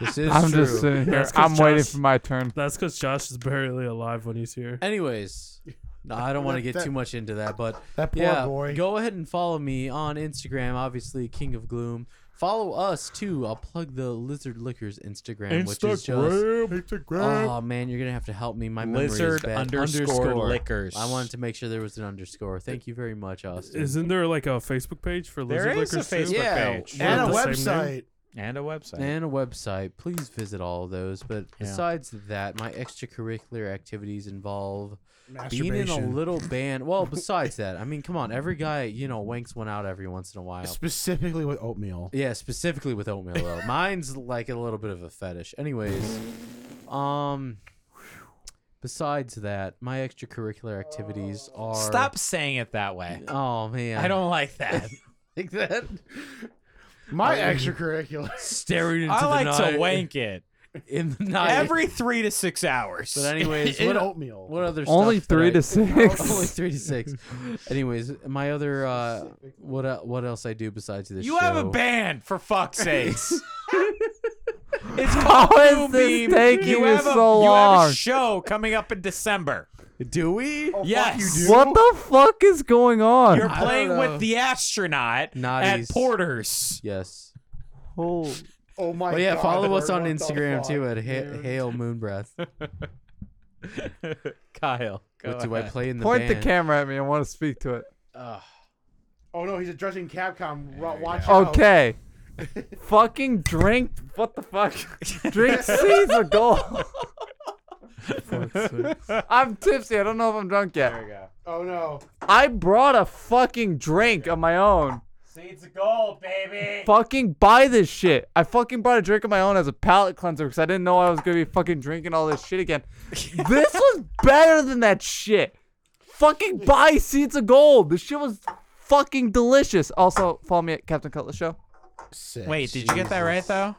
Speaker 3: This is
Speaker 2: I'm
Speaker 3: true.
Speaker 2: just sitting here.
Speaker 1: That's 'cause
Speaker 2: I'm waiting
Speaker 1: Josh-
Speaker 2: for my turn.
Speaker 1: That's because Josh is barely alive when he's here.
Speaker 3: Anyways, no, I don't want to
Speaker 5: That-
Speaker 3: get
Speaker 5: that-
Speaker 3: too much into that, but
Speaker 5: That poor
Speaker 3: yeah,
Speaker 5: boy.
Speaker 3: go ahead and follow me on Instagram. Obviously, King of Gloom. Follow us too. I'll plug the Lizard Liquors Instagram, which is just. Oh man, you're gonna have to help me. My memory is
Speaker 4: Lizard
Speaker 3: bad.
Speaker 4: underscore liquors.
Speaker 3: I wanted to make sure there was an underscore. Thank you very much, Austin.
Speaker 1: Isn't there like a Facebook page for
Speaker 4: There
Speaker 1: Lizard
Speaker 4: is a
Speaker 1: Liquors too?
Speaker 4: Facebook
Speaker 3: Yeah.
Speaker 4: page
Speaker 1: We're
Speaker 5: and a
Speaker 1: the same name?
Speaker 5: website.
Speaker 4: and a website.
Speaker 3: and a website. Please visit all of those. But
Speaker 4: Yeah.
Speaker 3: besides that, my extracurricular activities involve being in a
Speaker 5: Masturbation.
Speaker 3: little band. Well, besides that, I mean, come on, every guy you know wanks one out every once in a while.
Speaker 5: Specifically with oatmeal.
Speaker 3: Yeah, specifically with oatmeal though. Mine's like a little bit of a fetish. Anyways, um besides that, my extracurricular activities are
Speaker 4: Stop saying it that way.
Speaker 3: Oh man.
Speaker 4: I don't like that.
Speaker 3: think that.
Speaker 5: My extracurricular.
Speaker 3: Staring into
Speaker 4: I
Speaker 3: the
Speaker 4: like
Speaker 3: night
Speaker 4: to wank it
Speaker 3: in the night.
Speaker 4: every three to six hours.
Speaker 3: But anyways,
Speaker 5: in
Speaker 3: what,
Speaker 5: oatmeal.
Speaker 3: what other
Speaker 2: Only
Speaker 3: stuff that
Speaker 2: three
Speaker 3: I-
Speaker 2: to
Speaker 3: only
Speaker 2: six.
Speaker 3: three to six. Anyways, my other uh, what el- what else I do besides this?
Speaker 4: you have a
Speaker 3: show-
Speaker 4: band for fuck's sakes. it's
Speaker 2: How
Speaker 4: called
Speaker 2: is
Speaker 4: Blue
Speaker 2: this
Speaker 4: Beam.
Speaker 2: taking
Speaker 4: you
Speaker 2: you
Speaker 4: have a,
Speaker 2: so
Speaker 4: you have
Speaker 2: long?
Speaker 4: a show coming up in December.
Speaker 3: Do we?
Speaker 4: yes,
Speaker 2: What the fuck is going on?
Speaker 4: you're
Speaker 3: I don't
Speaker 4: playing
Speaker 3: know.
Speaker 4: with the astronaut
Speaker 3: Naughties.
Speaker 4: at Porter's.
Speaker 3: Yes.
Speaker 2: Oh,
Speaker 5: Oh my
Speaker 3: But yeah,
Speaker 5: god.
Speaker 3: follow us
Speaker 5: Lord,
Speaker 3: on
Speaker 5: what the
Speaker 3: Instagram
Speaker 5: fuck?
Speaker 3: too at ha- Hail Moonbreath.
Speaker 4: Kyle, go
Speaker 3: What do I
Speaker 4: ahead.
Speaker 3: play in the
Speaker 2: point the
Speaker 3: band?
Speaker 2: camera at me. I want to speak to it.
Speaker 5: Oh no, he's addressing Capcom. Ro- Watch out.
Speaker 1: Oh,
Speaker 2: Okay. Fucking drink. What the fuck? Drink Caesar Gold. I'm tipsy. I don't know if I'm drunk yet.
Speaker 5: Oh no.
Speaker 2: I brought a fucking drink of my own.
Speaker 4: Seeds of gold, baby.
Speaker 2: Fucking buy this shit. I fucking brought a drink of my own as a palate cleanser because I didn't know I was gonna be fucking drinking all this shit again. this was better than that shit. Fucking buy seeds of gold. This shit was fucking delicious. Also, follow me at Captain Cutlass Show.
Speaker 5: Sick.
Speaker 4: Wait, did you get that right though?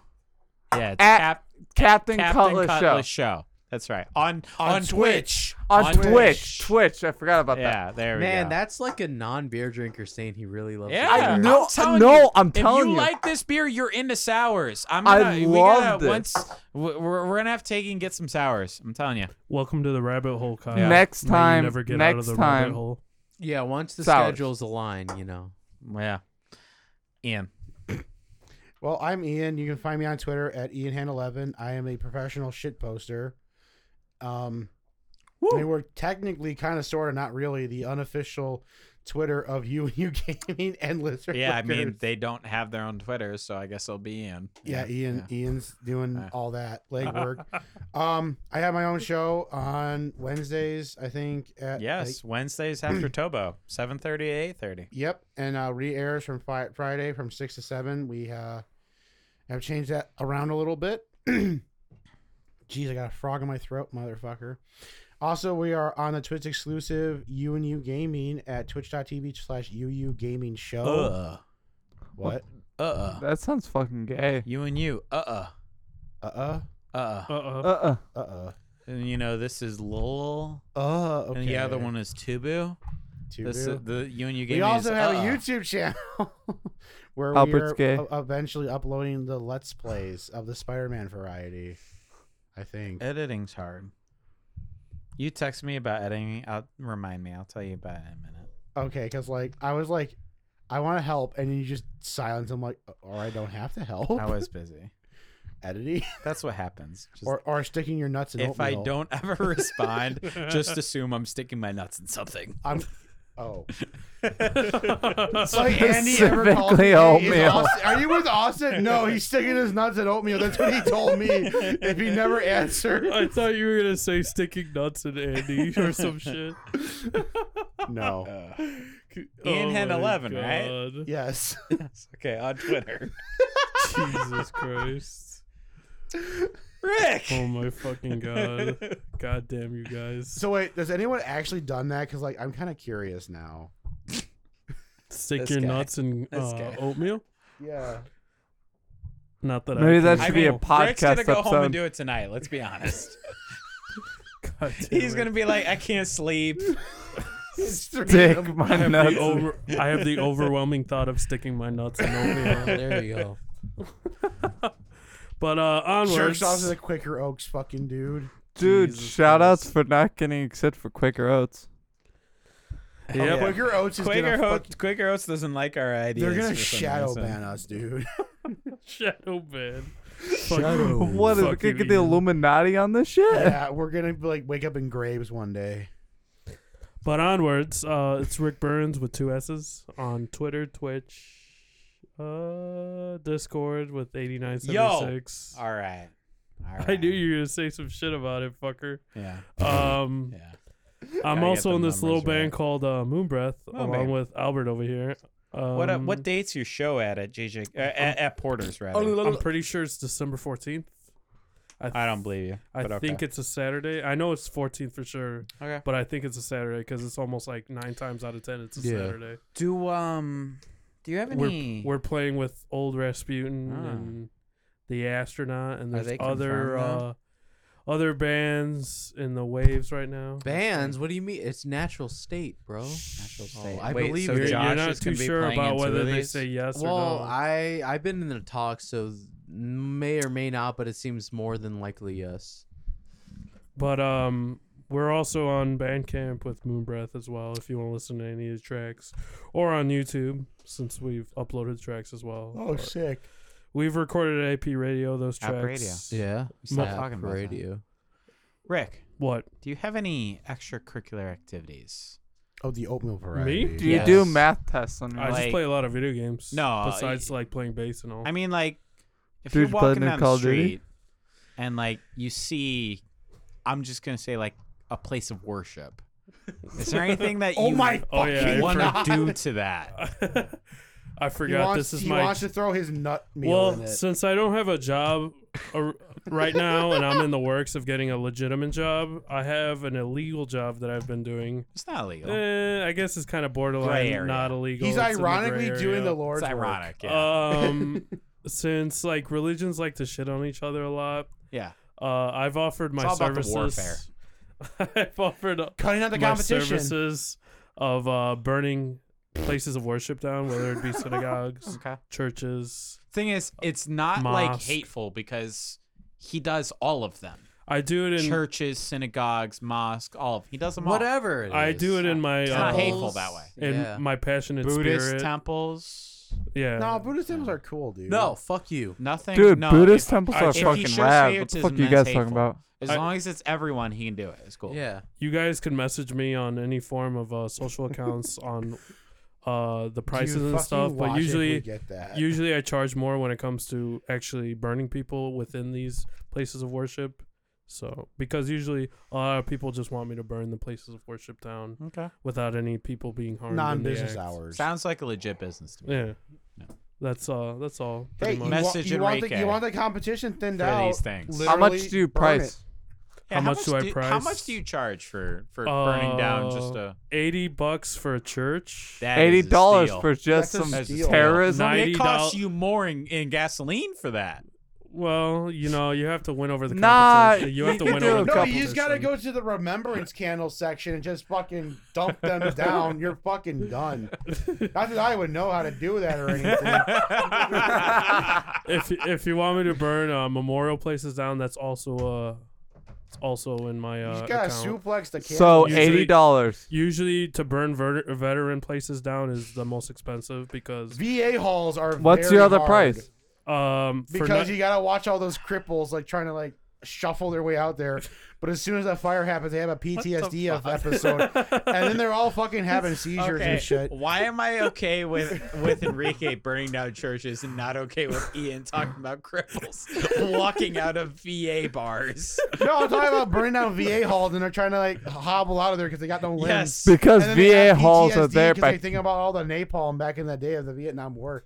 Speaker 4: Yeah, it's
Speaker 2: At
Speaker 4: Cap-
Speaker 2: Captain,
Speaker 4: Captain
Speaker 2: Cutlass,
Speaker 4: Cutlass
Speaker 2: Show.
Speaker 4: show. That's right. On on,
Speaker 5: On
Speaker 4: Twitch.
Speaker 2: On, Twitch. Twitch. I forgot about that.
Speaker 4: Yeah, there we
Speaker 3: Man,
Speaker 4: go.
Speaker 3: that's like a non-beer drinker saying he really loves.
Speaker 4: yeah,
Speaker 3: beer.
Speaker 2: I know-
Speaker 4: am telling
Speaker 2: no,
Speaker 4: you,
Speaker 2: I'm
Speaker 4: if
Speaker 2: telling
Speaker 4: you,
Speaker 2: you.
Speaker 4: like this beer, you're into sours. I'm
Speaker 2: I
Speaker 4: gonna, we
Speaker 2: loved
Speaker 4: gotta,
Speaker 2: it.
Speaker 4: Once we- we're, we're gonna have to take and get some sours. I'm telling you.
Speaker 1: Welcome to the rabbit hole, Kyle.
Speaker 4: Yeah.
Speaker 2: Next
Speaker 1: May you
Speaker 2: time.
Speaker 1: never get out of
Speaker 2: next
Speaker 1: the
Speaker 2: time.
Speaker 1: rabbit hole.
Speaker 3: Yeah, once the
Speaker 2: Sours.
Speaker 3: schedules align, you know.
Speaker 4: Yeah. Ian.
Speaker 5: Well, I'm Ian. You can find me on Twitter at IanHan11. I am a professional shit poster. Um, I mean, we're technically kind of, sort of, not really the unofficial Twitter of you and you gaming and lizard.
Speaker 4: Yeah, I mean
Speaker 5: Lickers.
Speaker 4: they don't have their own Twitter, so I guess it'll be Ian.
Speaker 5: yeah, Ian, Ian's doing
Speaker 4: Yeah.
Speaker 5: all that legwork. um, I have my own show on Wednesdays, I think. At like,
Speaker 4: Yes, Wednesdays after Tobo, seven thirty to eight thirty.
Speaker 5: Yep, and uh, re-airs from fi- Friday from six to seven. We uh, have changed that around a little bit. Jeez, I got a frog in my throat, motherfucker. Also, we are on the Twitch exclusive U and U Gaming at twitch.tv slash UU Gaming Show.
Speaker 4: Uh,
Speaker 5: What?
Speaker 4: uh, uh.
Speaker 2: That sounds fucking gay.
Speaker 4: You and you. Uh, uh,
Speaker 5: Uh
Speaker 4: uh, uh.
Speaker 1: Uh uh
Speaker 2: Uh-uh.
Speaker 5: uh. Uh
Speaker 4: And you know this is Lul,
Speaker 5: uh. Uh. Okay.
Speaker 4: and the other one is Tubu.
Speaker 5: Two
Speaker 4: This
Speaker 5: do.
Speaker 4: is the you and you game.
Speaker 5: we also
Speaker 4: is,
Speaker 5: have
Speaker 4: uh,
Speaker 5: a YouTube channel where
Speaker 2: Albert's
Speaker 5: we
Speaker 2: gay.
Speaker 5: are e- eventually uploading the Let's Plays of the Spider-Man variety. I think.
Speaker 4: Editing's hard. You text me about editing. I'll remind me. I'll tell you about it in a minute.
Speaker 5: Okay, because like I was like, I want to help, and then you just silence. I'm like, "Uh, or I don't have to help.
Speaker 4: I was busy.
Speaker 5: editing
Speaker 4: That's what happens. Just-
Speaker 5: or or sticking your nuts in.
Speaker 4: if I
Speaker 5: oatmeal.
Speaker 4: don't ever respond, just assume I'm sticking my nuts in something.
Speaker 5: I'm. Oh,
Speaker 1: uh.
Speaker 5: it's like Andy ever called
Speaker 2: Specifically
Speaker 5: me, "Hey, is
Speaker 2: oatmeal.
Speaker 5: Austin- are you with Austin? No, he's sticking his nuts in oatmeal. That's what he told me. If he never answered,
Speaker 1: I thought you were gonna say sticking nuts in Andy or some shit.
Speaker 5: no.
Speaker 4: Ian had
Speaker 1: Uh, Oh my
Speaker 4: 11, right?
Speaker 1: God.
Speaker 5: Yes.
Speaker 4: Okay, on Twitter.
Speaker 1: Jesus Christ.
Speaker 4: Rick.
Speaker 1: Oh my fucking god. God damn you guys.
Speaker 5: So wait, has anyone actually done that? Because like I'm kind of curious now.
Speaker 1: Stick
Speaker 4: this
Speaker 1: your
Speaker 4: guy.
Speaker 1: nuts in
Speaker 4: This
Speaker 1: uh,
Speaker 4: guy.
Speaker 1: oatmeal?
Speaker 5: Yeah.
Speaker 1: Not that
Speaker 2: Maybe
Speaker 1: I
Speaker 2: that
Speaker 1: can-
Speaker 2: should be a
Speaker 4: Rick's gonna
Speaker 2: podcast
Speaker 4: go home
Speaker 2: episode.
Speaker 4: and do it tonight. Let's be honest.
Speaker 1: God damn
Speaker 4: He's
Speaker 1: it.
Speaker 4: gonna be like, I can't sleep.
Speaker 2: Dick, my
Speaker 1: I have,
Speaker 2: nuts.
Speaker 1: the over, I have the overwhelming thought of sticking my nuts in oatmeal.
Speaker 3: There you go.
Speaker 1: But uh, onwards.
Speaker 5: Jerks off to the Quaker Oaks fucking dude.
Speaker 2: Dude,
Speaker 1: Jesus
Speaker 2: shout outs for not getting accepted for Quaker Oats.
Speaker 1: Yep.
Speaker 5: Quaker Oats is
Speaker 4: Quaker
Speaker 5: gonna
Speaker 4: Oats,
Speaker 5: fuck-
Speaker 4: Quaker Oats doesn't like our ideas.
Speaker 5: They're gonna
Speaker 4: for some
Speaker 5: shadow
Speaker 4: reason.
Speaker 5: ban us, dude.
Speaker 1: Shadow ban.
Speaker 2: What is
Speaker 1: Fuck you,
Speaker 2: get the
Speaker 1: Ethan.
Speaker 2: Illuminati on this shit?
Speaker 5: yeah, we're gonna like wake up in graves one day.
Speaker 1: But onwards, uh, it's Rick Burns with two S's on Twitter, Twitch, uh, Discord with eighty nine seventy six.
Speaker 4: All right. All right.
Speaker 1: I knew you were gonna say some shit about it, fucker.
Speaker 4: Yeah.
Speaker 1: Um,
Speaker 4: Yeah.
Speaker 1: I'm
Speaker 4: get
Speaker 1: also
Speaker 4: the
Speaker 1: in this little
Speaker 4: numbers right.
Speaker 1: band called uh, Moon Breath,
Speaker 4: Moon
Speaker 1: along
Speaker 4: Breath.
Speaker 1: with Albert over here. Um,
Speaker 4: what uh, what date's your show at at JJ uh, at, at Porter's rather?
Speaker 1: I'm pretty sure it's December fourteenth.
Speaker 4: I don't believe you.
Speaker 1: I
Speaker 4: but okay.
Speaker 1: think it's a Saturday. I know it's 14th for sure,
Speaker 4: Okay.
Speaker 1: but I think it's a Saturday because it's almost like nine times out of ten it's a
Speaker 3: Yeah.
Speaker 1: Saturday.
Speaker 4: Do um do you have any
Speaker 1: We're playing with old Rasputin
Speaker 4: Ah.
Speaker 1: and the astronaut, and
Speaker 4: Are
Speaker 1: there's
Speaker 4: they
Speaker 1: other uh,
Speaker 4: confirmed,
Speaker 1: other bands in the waves right now.
Speaker 3: Bands? What do you mean? It's natural state, bro.
Speaker 4: Natural
Speaker 3: Oh,
Speaker 4: state.
Speaker 3: I
Speaker 4: Wait,
Speaker 3: believe
Speaker 4: so
Speaker 3: you.
Speaker 1: You're,
Speaker 4: Josh
Speaker 1: you're not
Speaker 4: is gonna
Speaker 1: too
Speaker 4: be
Speaker 1: sure
Speaker 4: playing
Speaker 1: about
Speaker 4: in two
Speaker 1: whether
Speaker 4: of
Speaker 1: they
Speaker 4: these?
Speaker 1: say yes
Speaker 3: Well,
Speaker 1: or no.
Speaker 3: I I've been in the talk, so may or may not, but it seems more than likely yes.
Speaker 1: but um, we're also on Bandcamp with Moonbreath as well. If you want to listen to any of the tracks, or on YouTube since we've uploaded tracks as well.
Speaker 5: Oh,
Speaker 1: But
Speaker 5: sick.
Speaker 1: we've recorded at AP Radio those
Speaker 4: App
Speaker 1: tracks.
Speaker 4: Radio.
Speaker 3: Yeah,
Speaker 4: Stop talking about that.
Speaker 3: radio.
Speaker 4: Rick,
Speaker 1: What
Speaker 4: do you have any extracurricular activities?
Speaker 5: Oh, the oatmeal
Speaker 1: me?
Speaker 5: variety.
Speaker 2: Do you do
Speaker 3: Yes.
Speaker 2: math tests on your
Speaker 1: I just
Speaker 4: Like-
Speaker 1: play a lot of video games.
Speaker 4: No,
Speaker 1: besides like playing bass and all.
Speaker 4: I mean like if
Speaker 2: Dude,
Speaker 4: you're
Speaker 2: you play
Speaker 4: walking
Speaker 2: new
Speaker 4: down
Speaker 2: Call
Speaker 4: the
Speaker 2: of Duty?
Speaker 4: street and like you see I'm just going to say like a place of worship. Is there anything that
Speaker 5: Oh
Speaker 4: you
Speaker 5: my
Speaker 1: Oh, yeah, I
Speaker 4: want to
Speaker 5: God.
Speaker 4: do to that?
Speaker 1: I
Speaker 5: He
Speaker 1: forgot
Speaker 5: wants,
Speaker 1: this is
Speaker 5: he
Speaker 1: my
Speaker 5: wants to throw his nut meal in
Speaker 1: well
Speaker 5: it.
Speaker 1: since i don't have a job ar- right now and i'm in the works of getting a legitimate job i have an illegal job that i've been doing
Speaker 4: It's not illegal.
Speaker 1: eh, i guess it's kind of
Speaker 4: Gray
Speaker 1: borderline
Speaker 4: area.
Speaker 1: not illegal
Speaker 5: He's
Speaker 1: it's in the gray
Speaker 5: ironically doing
Speaker 1: area.
Speaker 5: the Lord's
Speaker 4: it's
Speaker 5: work.
Speaker 4: ironic. Yeah.
Speaker 1: um since like religions like to shit on each other a lot
Speaker 4: yeah.
Speaker 1: uh i've offered my
Speaker 4: all about the
Speaker 1: services i've offered uh,
Speaker 5: Cutting out the
Speaker 1: my
Speaker 5: competition.
Speaker 1: services of uh burning places of worship down whether it be synagogues
Speaker 4: Okay.
Speaker 1: churches
Speaker 4: Thing is, it's not like
Speaker 1: Mosque.
Speaker 4: hateful because he does all of them.
Speaker 1: i do it in
Speaker 4: Churches, synagogues, mosque, all of He does them all.
Speaker 3: Whatever.
Speaker 1: I do it in my
Speaker 4: It's not
Speaker 1: uh,
Speaker 4: hateful that way.
Speaker 1: in
Speaker 3: yeah.
Speaker 1: my passionate
Speaker 4: Buddhist
Speaker 1: spirit.
Speaker 4: temples.
Speaker 1: yeah.
Speaker 5: No, Buddhist temples are cool, dude.
Speaker 3: no, fuck you.
Speaker 4: Nothing.
Speaker 2: Dude,
Speaker 4: no,
Speaker 2: Buddhist
Speaker 4: if-
Speaker 2: temples
Speaker 1: I-
Speaker 2: are
Speaker 1: if he
Speaker 2: fucking
Speaker 4: shows
Speaker 2: rad. What the fuck are
Speaker 4: favoritism,
Speaker 2: you
Speaker 4: that's
Speaker 2: guys talking
Speaker 4: hateful.
Speaker 2: about?
Speaker 4: As
Speaker 1: I-
Speaker 4: long as it's everyone, he can do it. It's cool.
Speaker 3: Yeah.
Speaker 1: you guys can message me on any form of uh, social accounts on uh, the
Speaker 5: Dude,
Speaker 1: prices and
Speaker 5: fucking
Speaker 1: stuff. But
Speaker 5: watch if we
Speaker 1: usually,
Speaker 5: get that.
Speaker 1: usually I charge more when it comes to actually burning people within these places of worship. So because usually a lot of people just want me to burn the places of worship down
Speaker 4: Okay.
Speaker 1: without any people being harmed. in the
Speaker 5: non-business
Speaker 1: act.
Speaker 5: hours.
Speaker 4: Sounds like a legit business to me.
Speaker 1: Yeah.
Speaker 4: Yeah.
Speaker 1: That's uh. That's all. pretty
Speaker 5: Hey, you,
Speaker 1: much.
Speaker 5: wa-
Speaker 4: Message
Speaker 5: you want the,
Speaker 4: Enrique
Speaker 5: you want the competition thinned
Speaker 4: For
Speaker 5: out.
Speaker 4: these things.
Speaker 2: How much
Speaker 5: literally
Speaker 2: do you
Speaker 5: burn
Speaker 2: price?
Speaker 1: How much do I
Speaker 4: How
Speaker 1: price?
Speaker 4: much do you charge for for burning down just
Speaker 1: Uh,
Speaker 4: a
Speaker 1: Eighty bucks for a church.
Speaker 4: that is a
Speaker 2: Eighty dollars
Speaker 4: steal.
Speaker 2: for just
Speaker 5: That's a
Speaker 2: some
Speaker 5: steal.
Speaker 2: terrorism.
Speaker 1: Nice.
Speaker 4: It costs
Speaker 1: $90
Speaker 4: you more in, in gasoline for that.
Speaker 1: Well, you know, you have to win over the
Speaker 2: Nah,
Speaker 1: competition. you have
Speaker 2: you
Speaker 1: to
Speaker 2: could
Speaker 1: win
Speaker 2: do
Speaker 1: over
Speaker 2: a
Speaker 1: the
Speaker 5: No,
Speaker 1: competition.
Speaker 5: you just gotta go to the remembrance candle section and just fucking dump them down. You're fucking done. Not that I would know how to do that or anything.
Speaker 1: If if you want me to burn uh, memorial places down, that's also uh, it's also in my
Speaker 5: You
Speaker 1: uh.
Speaker 5: just gotta
Speaker 1: account.
Speaker 5: suplex the candle.
Speaker 2: So
Speaker 1: Usually-
Speaker 2: eighty dollars.
Speaker 1: Usually, to burn ver- veteran places down is the most expensive because
Speaker 5: VA halls are.
Speaker 2: What's
Speaker 5: very
Speaker 2: your other
Speaker 5: hard
Speaker 2: price?
Speaker 1: um for
Speaker 5: Because
Speaker 1: no-
Speaker 5: you gotta watch all those cripples like trying to like shuffle their way out there. But as soon as that fire happens, they have a PTSD of episode, and then they're all fucking having seizures and shit.
Speaker 4: Why am I okay with with Enrique burning down churches and not okay with Ian talking about cripples walking out of VA bars?
Speaker 5: No, I'm talking about burning down VA halls, and they're trying to like hobble out of there because they got no limbs.
Speaker 4: Yes.
Speaker 2: Because
Speaker 5: And then they
Speaker 2: VA
Speaker 5: have
Speaker 2: halls are
Speaker 5: PTSD
Speaker 2: there
Speaker 5: 'cause
Speaker 2: by
Speaker 5: they think about all the napalm back in the day of the Vietnam War,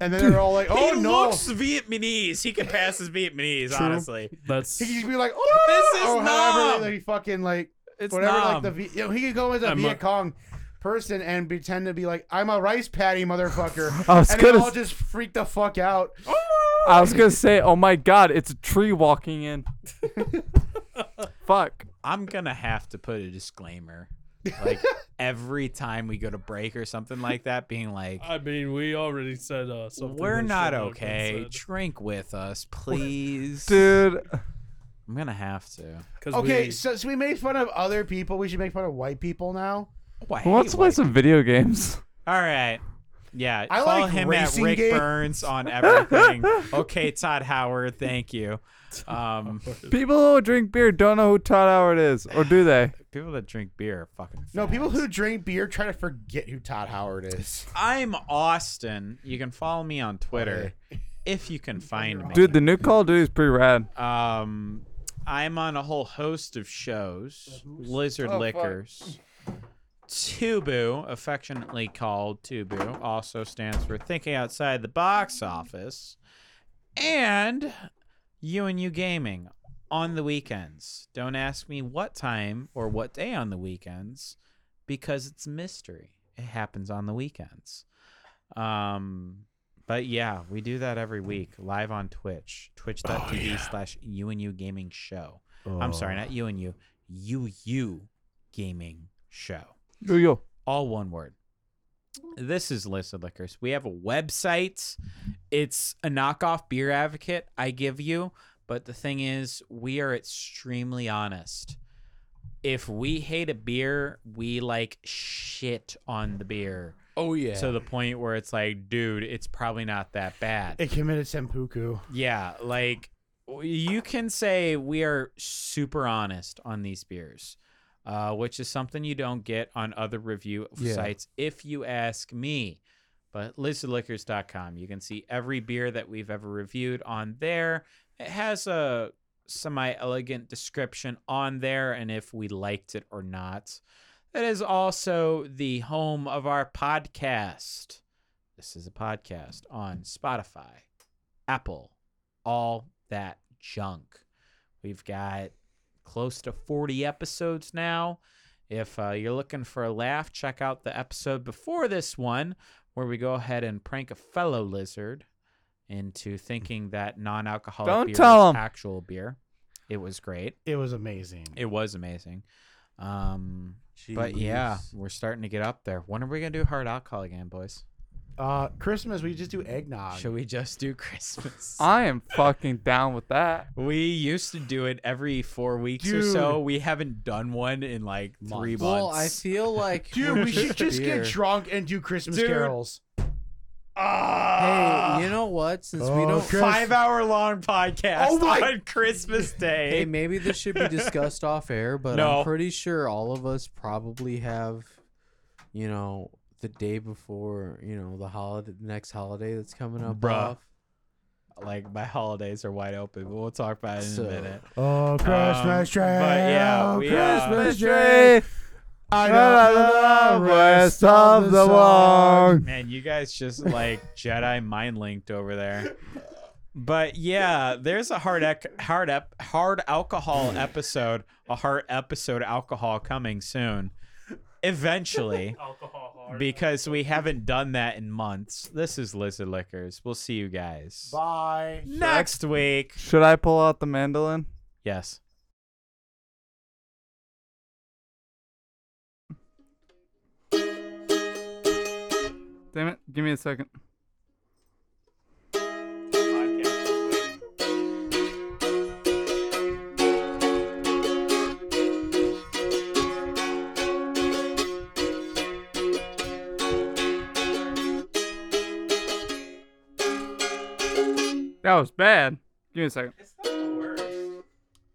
Speaker 5: and then they're all like, "Oh
Speaker 4: he
Speaker 5: no!"
Speaker 4: looks Vietnamese. He can pass as Vietnamese,
Speaker 1: True.
Speaker 4: honestly.
Speaker 1: that's
Speaker 5: he could just be like, "Oh!"
Speaker 4: This is
Speaker 5: or however
Speaker 4: numb.
Speaker 5: they fucking like
Speaker 4: It's
Speaker 5: whatever.
Speaker 4: numb.
Speaker 5: Like the v- you know, he could go as a
Speaker 1: I'm
Speaker 5: Viet
Speaker 1: a-
Speaker 5: Cong person and pretend to be like, "I'm a rice patty, motherfucker,"
Speaker 2: I was
Speaker 5: and they
Speaker 2: gonna
Speaker 5: all
Speaker 2: s-
Speaker 5: just freak the fuck out.
Speaker 2: I was gonna say, oh my god, it's a tree walking in. Fuck.
Speaker 4: I'm gonna have to put a disclaimer Like every time we go to break or something like that, being like,
Speaker 1: I mean, we already said uh, something. that
Speaker 4: "We're not
Speaker 1: shouldn't have been
Speaker 4: okay.
Speaker 1: said.
Speaker 4: Drink with us, please."
Speaker 2: dude.
Speaker 4: I'm gonna have to.
Speaker 1: 'Cause
Speaker 5: Okay,
Speaker 1: we-
Speaker 5: so, so we made fun of other people. We should make fun of white people now.
Speaker 4: Oh, I
Speaker 2: Well, let's
Speaker 4: hate
Speaker 2: play
Speaker 4: white-
Speaker 2: some video games.
Speaker 4: All right. Yeah,
Speaker 5: I
Speaker 4: call
Speaker 5: like
Speaker 4: him at
Speaker 5: racing
Speaker 4: Rick
Speaker 5: games.
Speaker 4: Burns on everything. okay, Todd Howard, thank you. Um,
Speaker 2: People who drink beer don't know who Todd Howard is, or do they?
Speaker 4: people that drink beer are fucking.
Speaker 5: No, people
Speaker 4: fags.
Speaker 5: who drink beer try to forget who Todd Howard is.
Speaker 4: I'm Austin. You can follow me on Twitter if you can find me.
Speaker 2: Dude, the new Call of Duty is pretty rad.
Speaker 4: Um, I'm on a whole host of shows. Lizard Liquors. Tubu, affectionately called Tubu, also stands for Thinking Outside the Box Office. And you and you gaming on the weekends. Don't ask me what time or what day on the weekends because it's a mystery. It happens on the weekends. Um but yeah, we do that every week live on Twitch. Twitch.tv slash you and you gaming show. I'm sorry, not you and you. You you gaming show
Speaker 2: Yo, yo.
Speaker 4: all one word. This is List of Liquors. We have a website. It's a knockoff beer advocate, I give you. But the thing is, we are extremely honest. If we hate a beer, we like shit on the beer
Speaker 3: Oh yeah.
Speaker 4: to the point where it's like, dude, it's probably not that bad.
Speaker 5: It committed seppuku.
Speaker 4: Yeah, like w- you can say we are super honest on these beers, uh, which is something you don't get on other review
Speaker 3: Yeah.
Speaker 4: sites if you ask me. But listedliquors.com, you can see every beer that we've ever reviewed on there. It has a semi elegant description on there and if we liked it or not. That is also the home of our podcast. This is a podcast on Spotify, Apple, all that junk. We've got close to 40 episodes now. If uh, you're looking for a laugh, check out the episode before this one where we go ahead and prank a fellow lizard into thinking that non alcoholic
Speaker 2: Don't
Speaker 4: beer
Speaker 2: tell
Speaker 4: was
Speaker 2: him.
Speaker 4: actual beer. It was great.
Speaker 5: It was amazing.
Speaker 4: It was amazing. Um, but yeah, we're starting to get up there. When are we going to do hard alcohol again, boys?
Speaker 5: Uh, Christmas, we just do eggnog.
Speaker 4: Should we just do Christmas?
Speaker 2: I am fucking down with that.
Speaker 4: We used to do it every four weeks or so. We haven't done one in like three months.
Speaker 3: Well, I feel like
Speaker 5: Dude, we should just get drunk and do Christmas
Speaker 4: Dude.
Speaker 5: carols.
Speaker 3: Hey, you know what? Since we don't
Speaker 4: five hour long podcast
Speaker 5: Oh my-
Speaker 4: on Christmas Day.
Speaker 3: Hey, maybe this should be discussed off air, but
Speaker 4: No.
Speaker 3: I'm pretty sure all of us probably have, you know, the day before, you know, the holiday, the next holiday that's coming up.
Speaker 4: Bruh.
Speaker 3: off.
Speaker 4: like my holidays are wide open, but we'll talk about it in
Speaker 3: So-
Speaker 4: a minute.
Speaker 5: Oh,
Speaker 2: Uh,
Speaker 4: Christmas tree, yeah, oh, we, uh, Christmas
Speaker 2: I know the rest of the song.
Speaker 4: Man, you guys just like Jedi mind linked over there. But yeah, there's a hard ec- hard ep- hard alcohol episode, a hard episode alcohol coming soon. Eventually, because we haven't done that in months. This is Lizard Liquors. We'll see you guys
Speaker 5: Bye.
Speaker 4: next week.
Speaker 2: Should I pull out the mandolin?
Speaker 4: Yes.
Speaker 2: Damn it. Give me a second. That was bad. Give me a second. It's not the worst.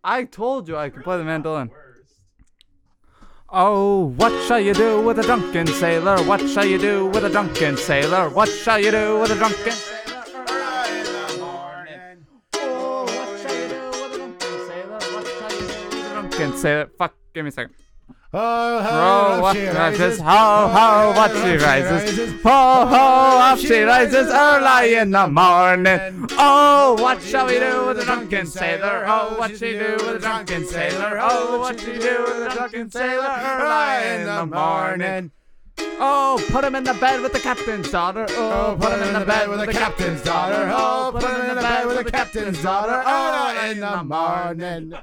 Speaker 2: I told you I could play the mandolin. Oh, what shall you do with a drunken sailor? What shall you do with a drunken sailor? What shall you do with a drunken sailor? Oh, what shall you do with a drunken sailor? What shall you do with a drunken sailor? Fuck, give me a second.
Speaker 5: Oh,
Speaker 2: Row up she rises, ho ho, what she rises. Ho ho, up she rises early in the morning. Oh, what shall we do with a drunken sailor? Oh, what she do with a drunken sailor? Oh, what she do with a drunken sailor early in the morning? Oh, put him in the bed with the captain's daughter. Oh, put him in the bed with the captain's daughter. Oh, put Oh, him in the bed with the captain's daughter. Oh, in the morning.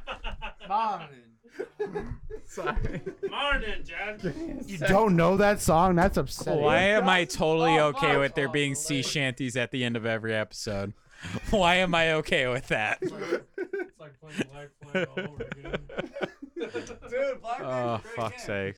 Speaker 2: Sorry.
Speaker 1: Morning, John.
Speaker 5: You don't know that song? That's upsetting.
Speaker 4: Why am I totally
Speaker 7: Oh,
Speaker 4: okay
Speaker 7: fuck.
Speaker 4: with there being sea shanties at the end of every episode? Why am I okay with that?
Speaker 1: It's like playing Black Flag all over again.
Speaker 7: Dude, Black Man's
Speaker 4: Oh,
Speaker 7: great
Speaker 4: fuck's
Speaker 7: game.
Speaker 4: sake.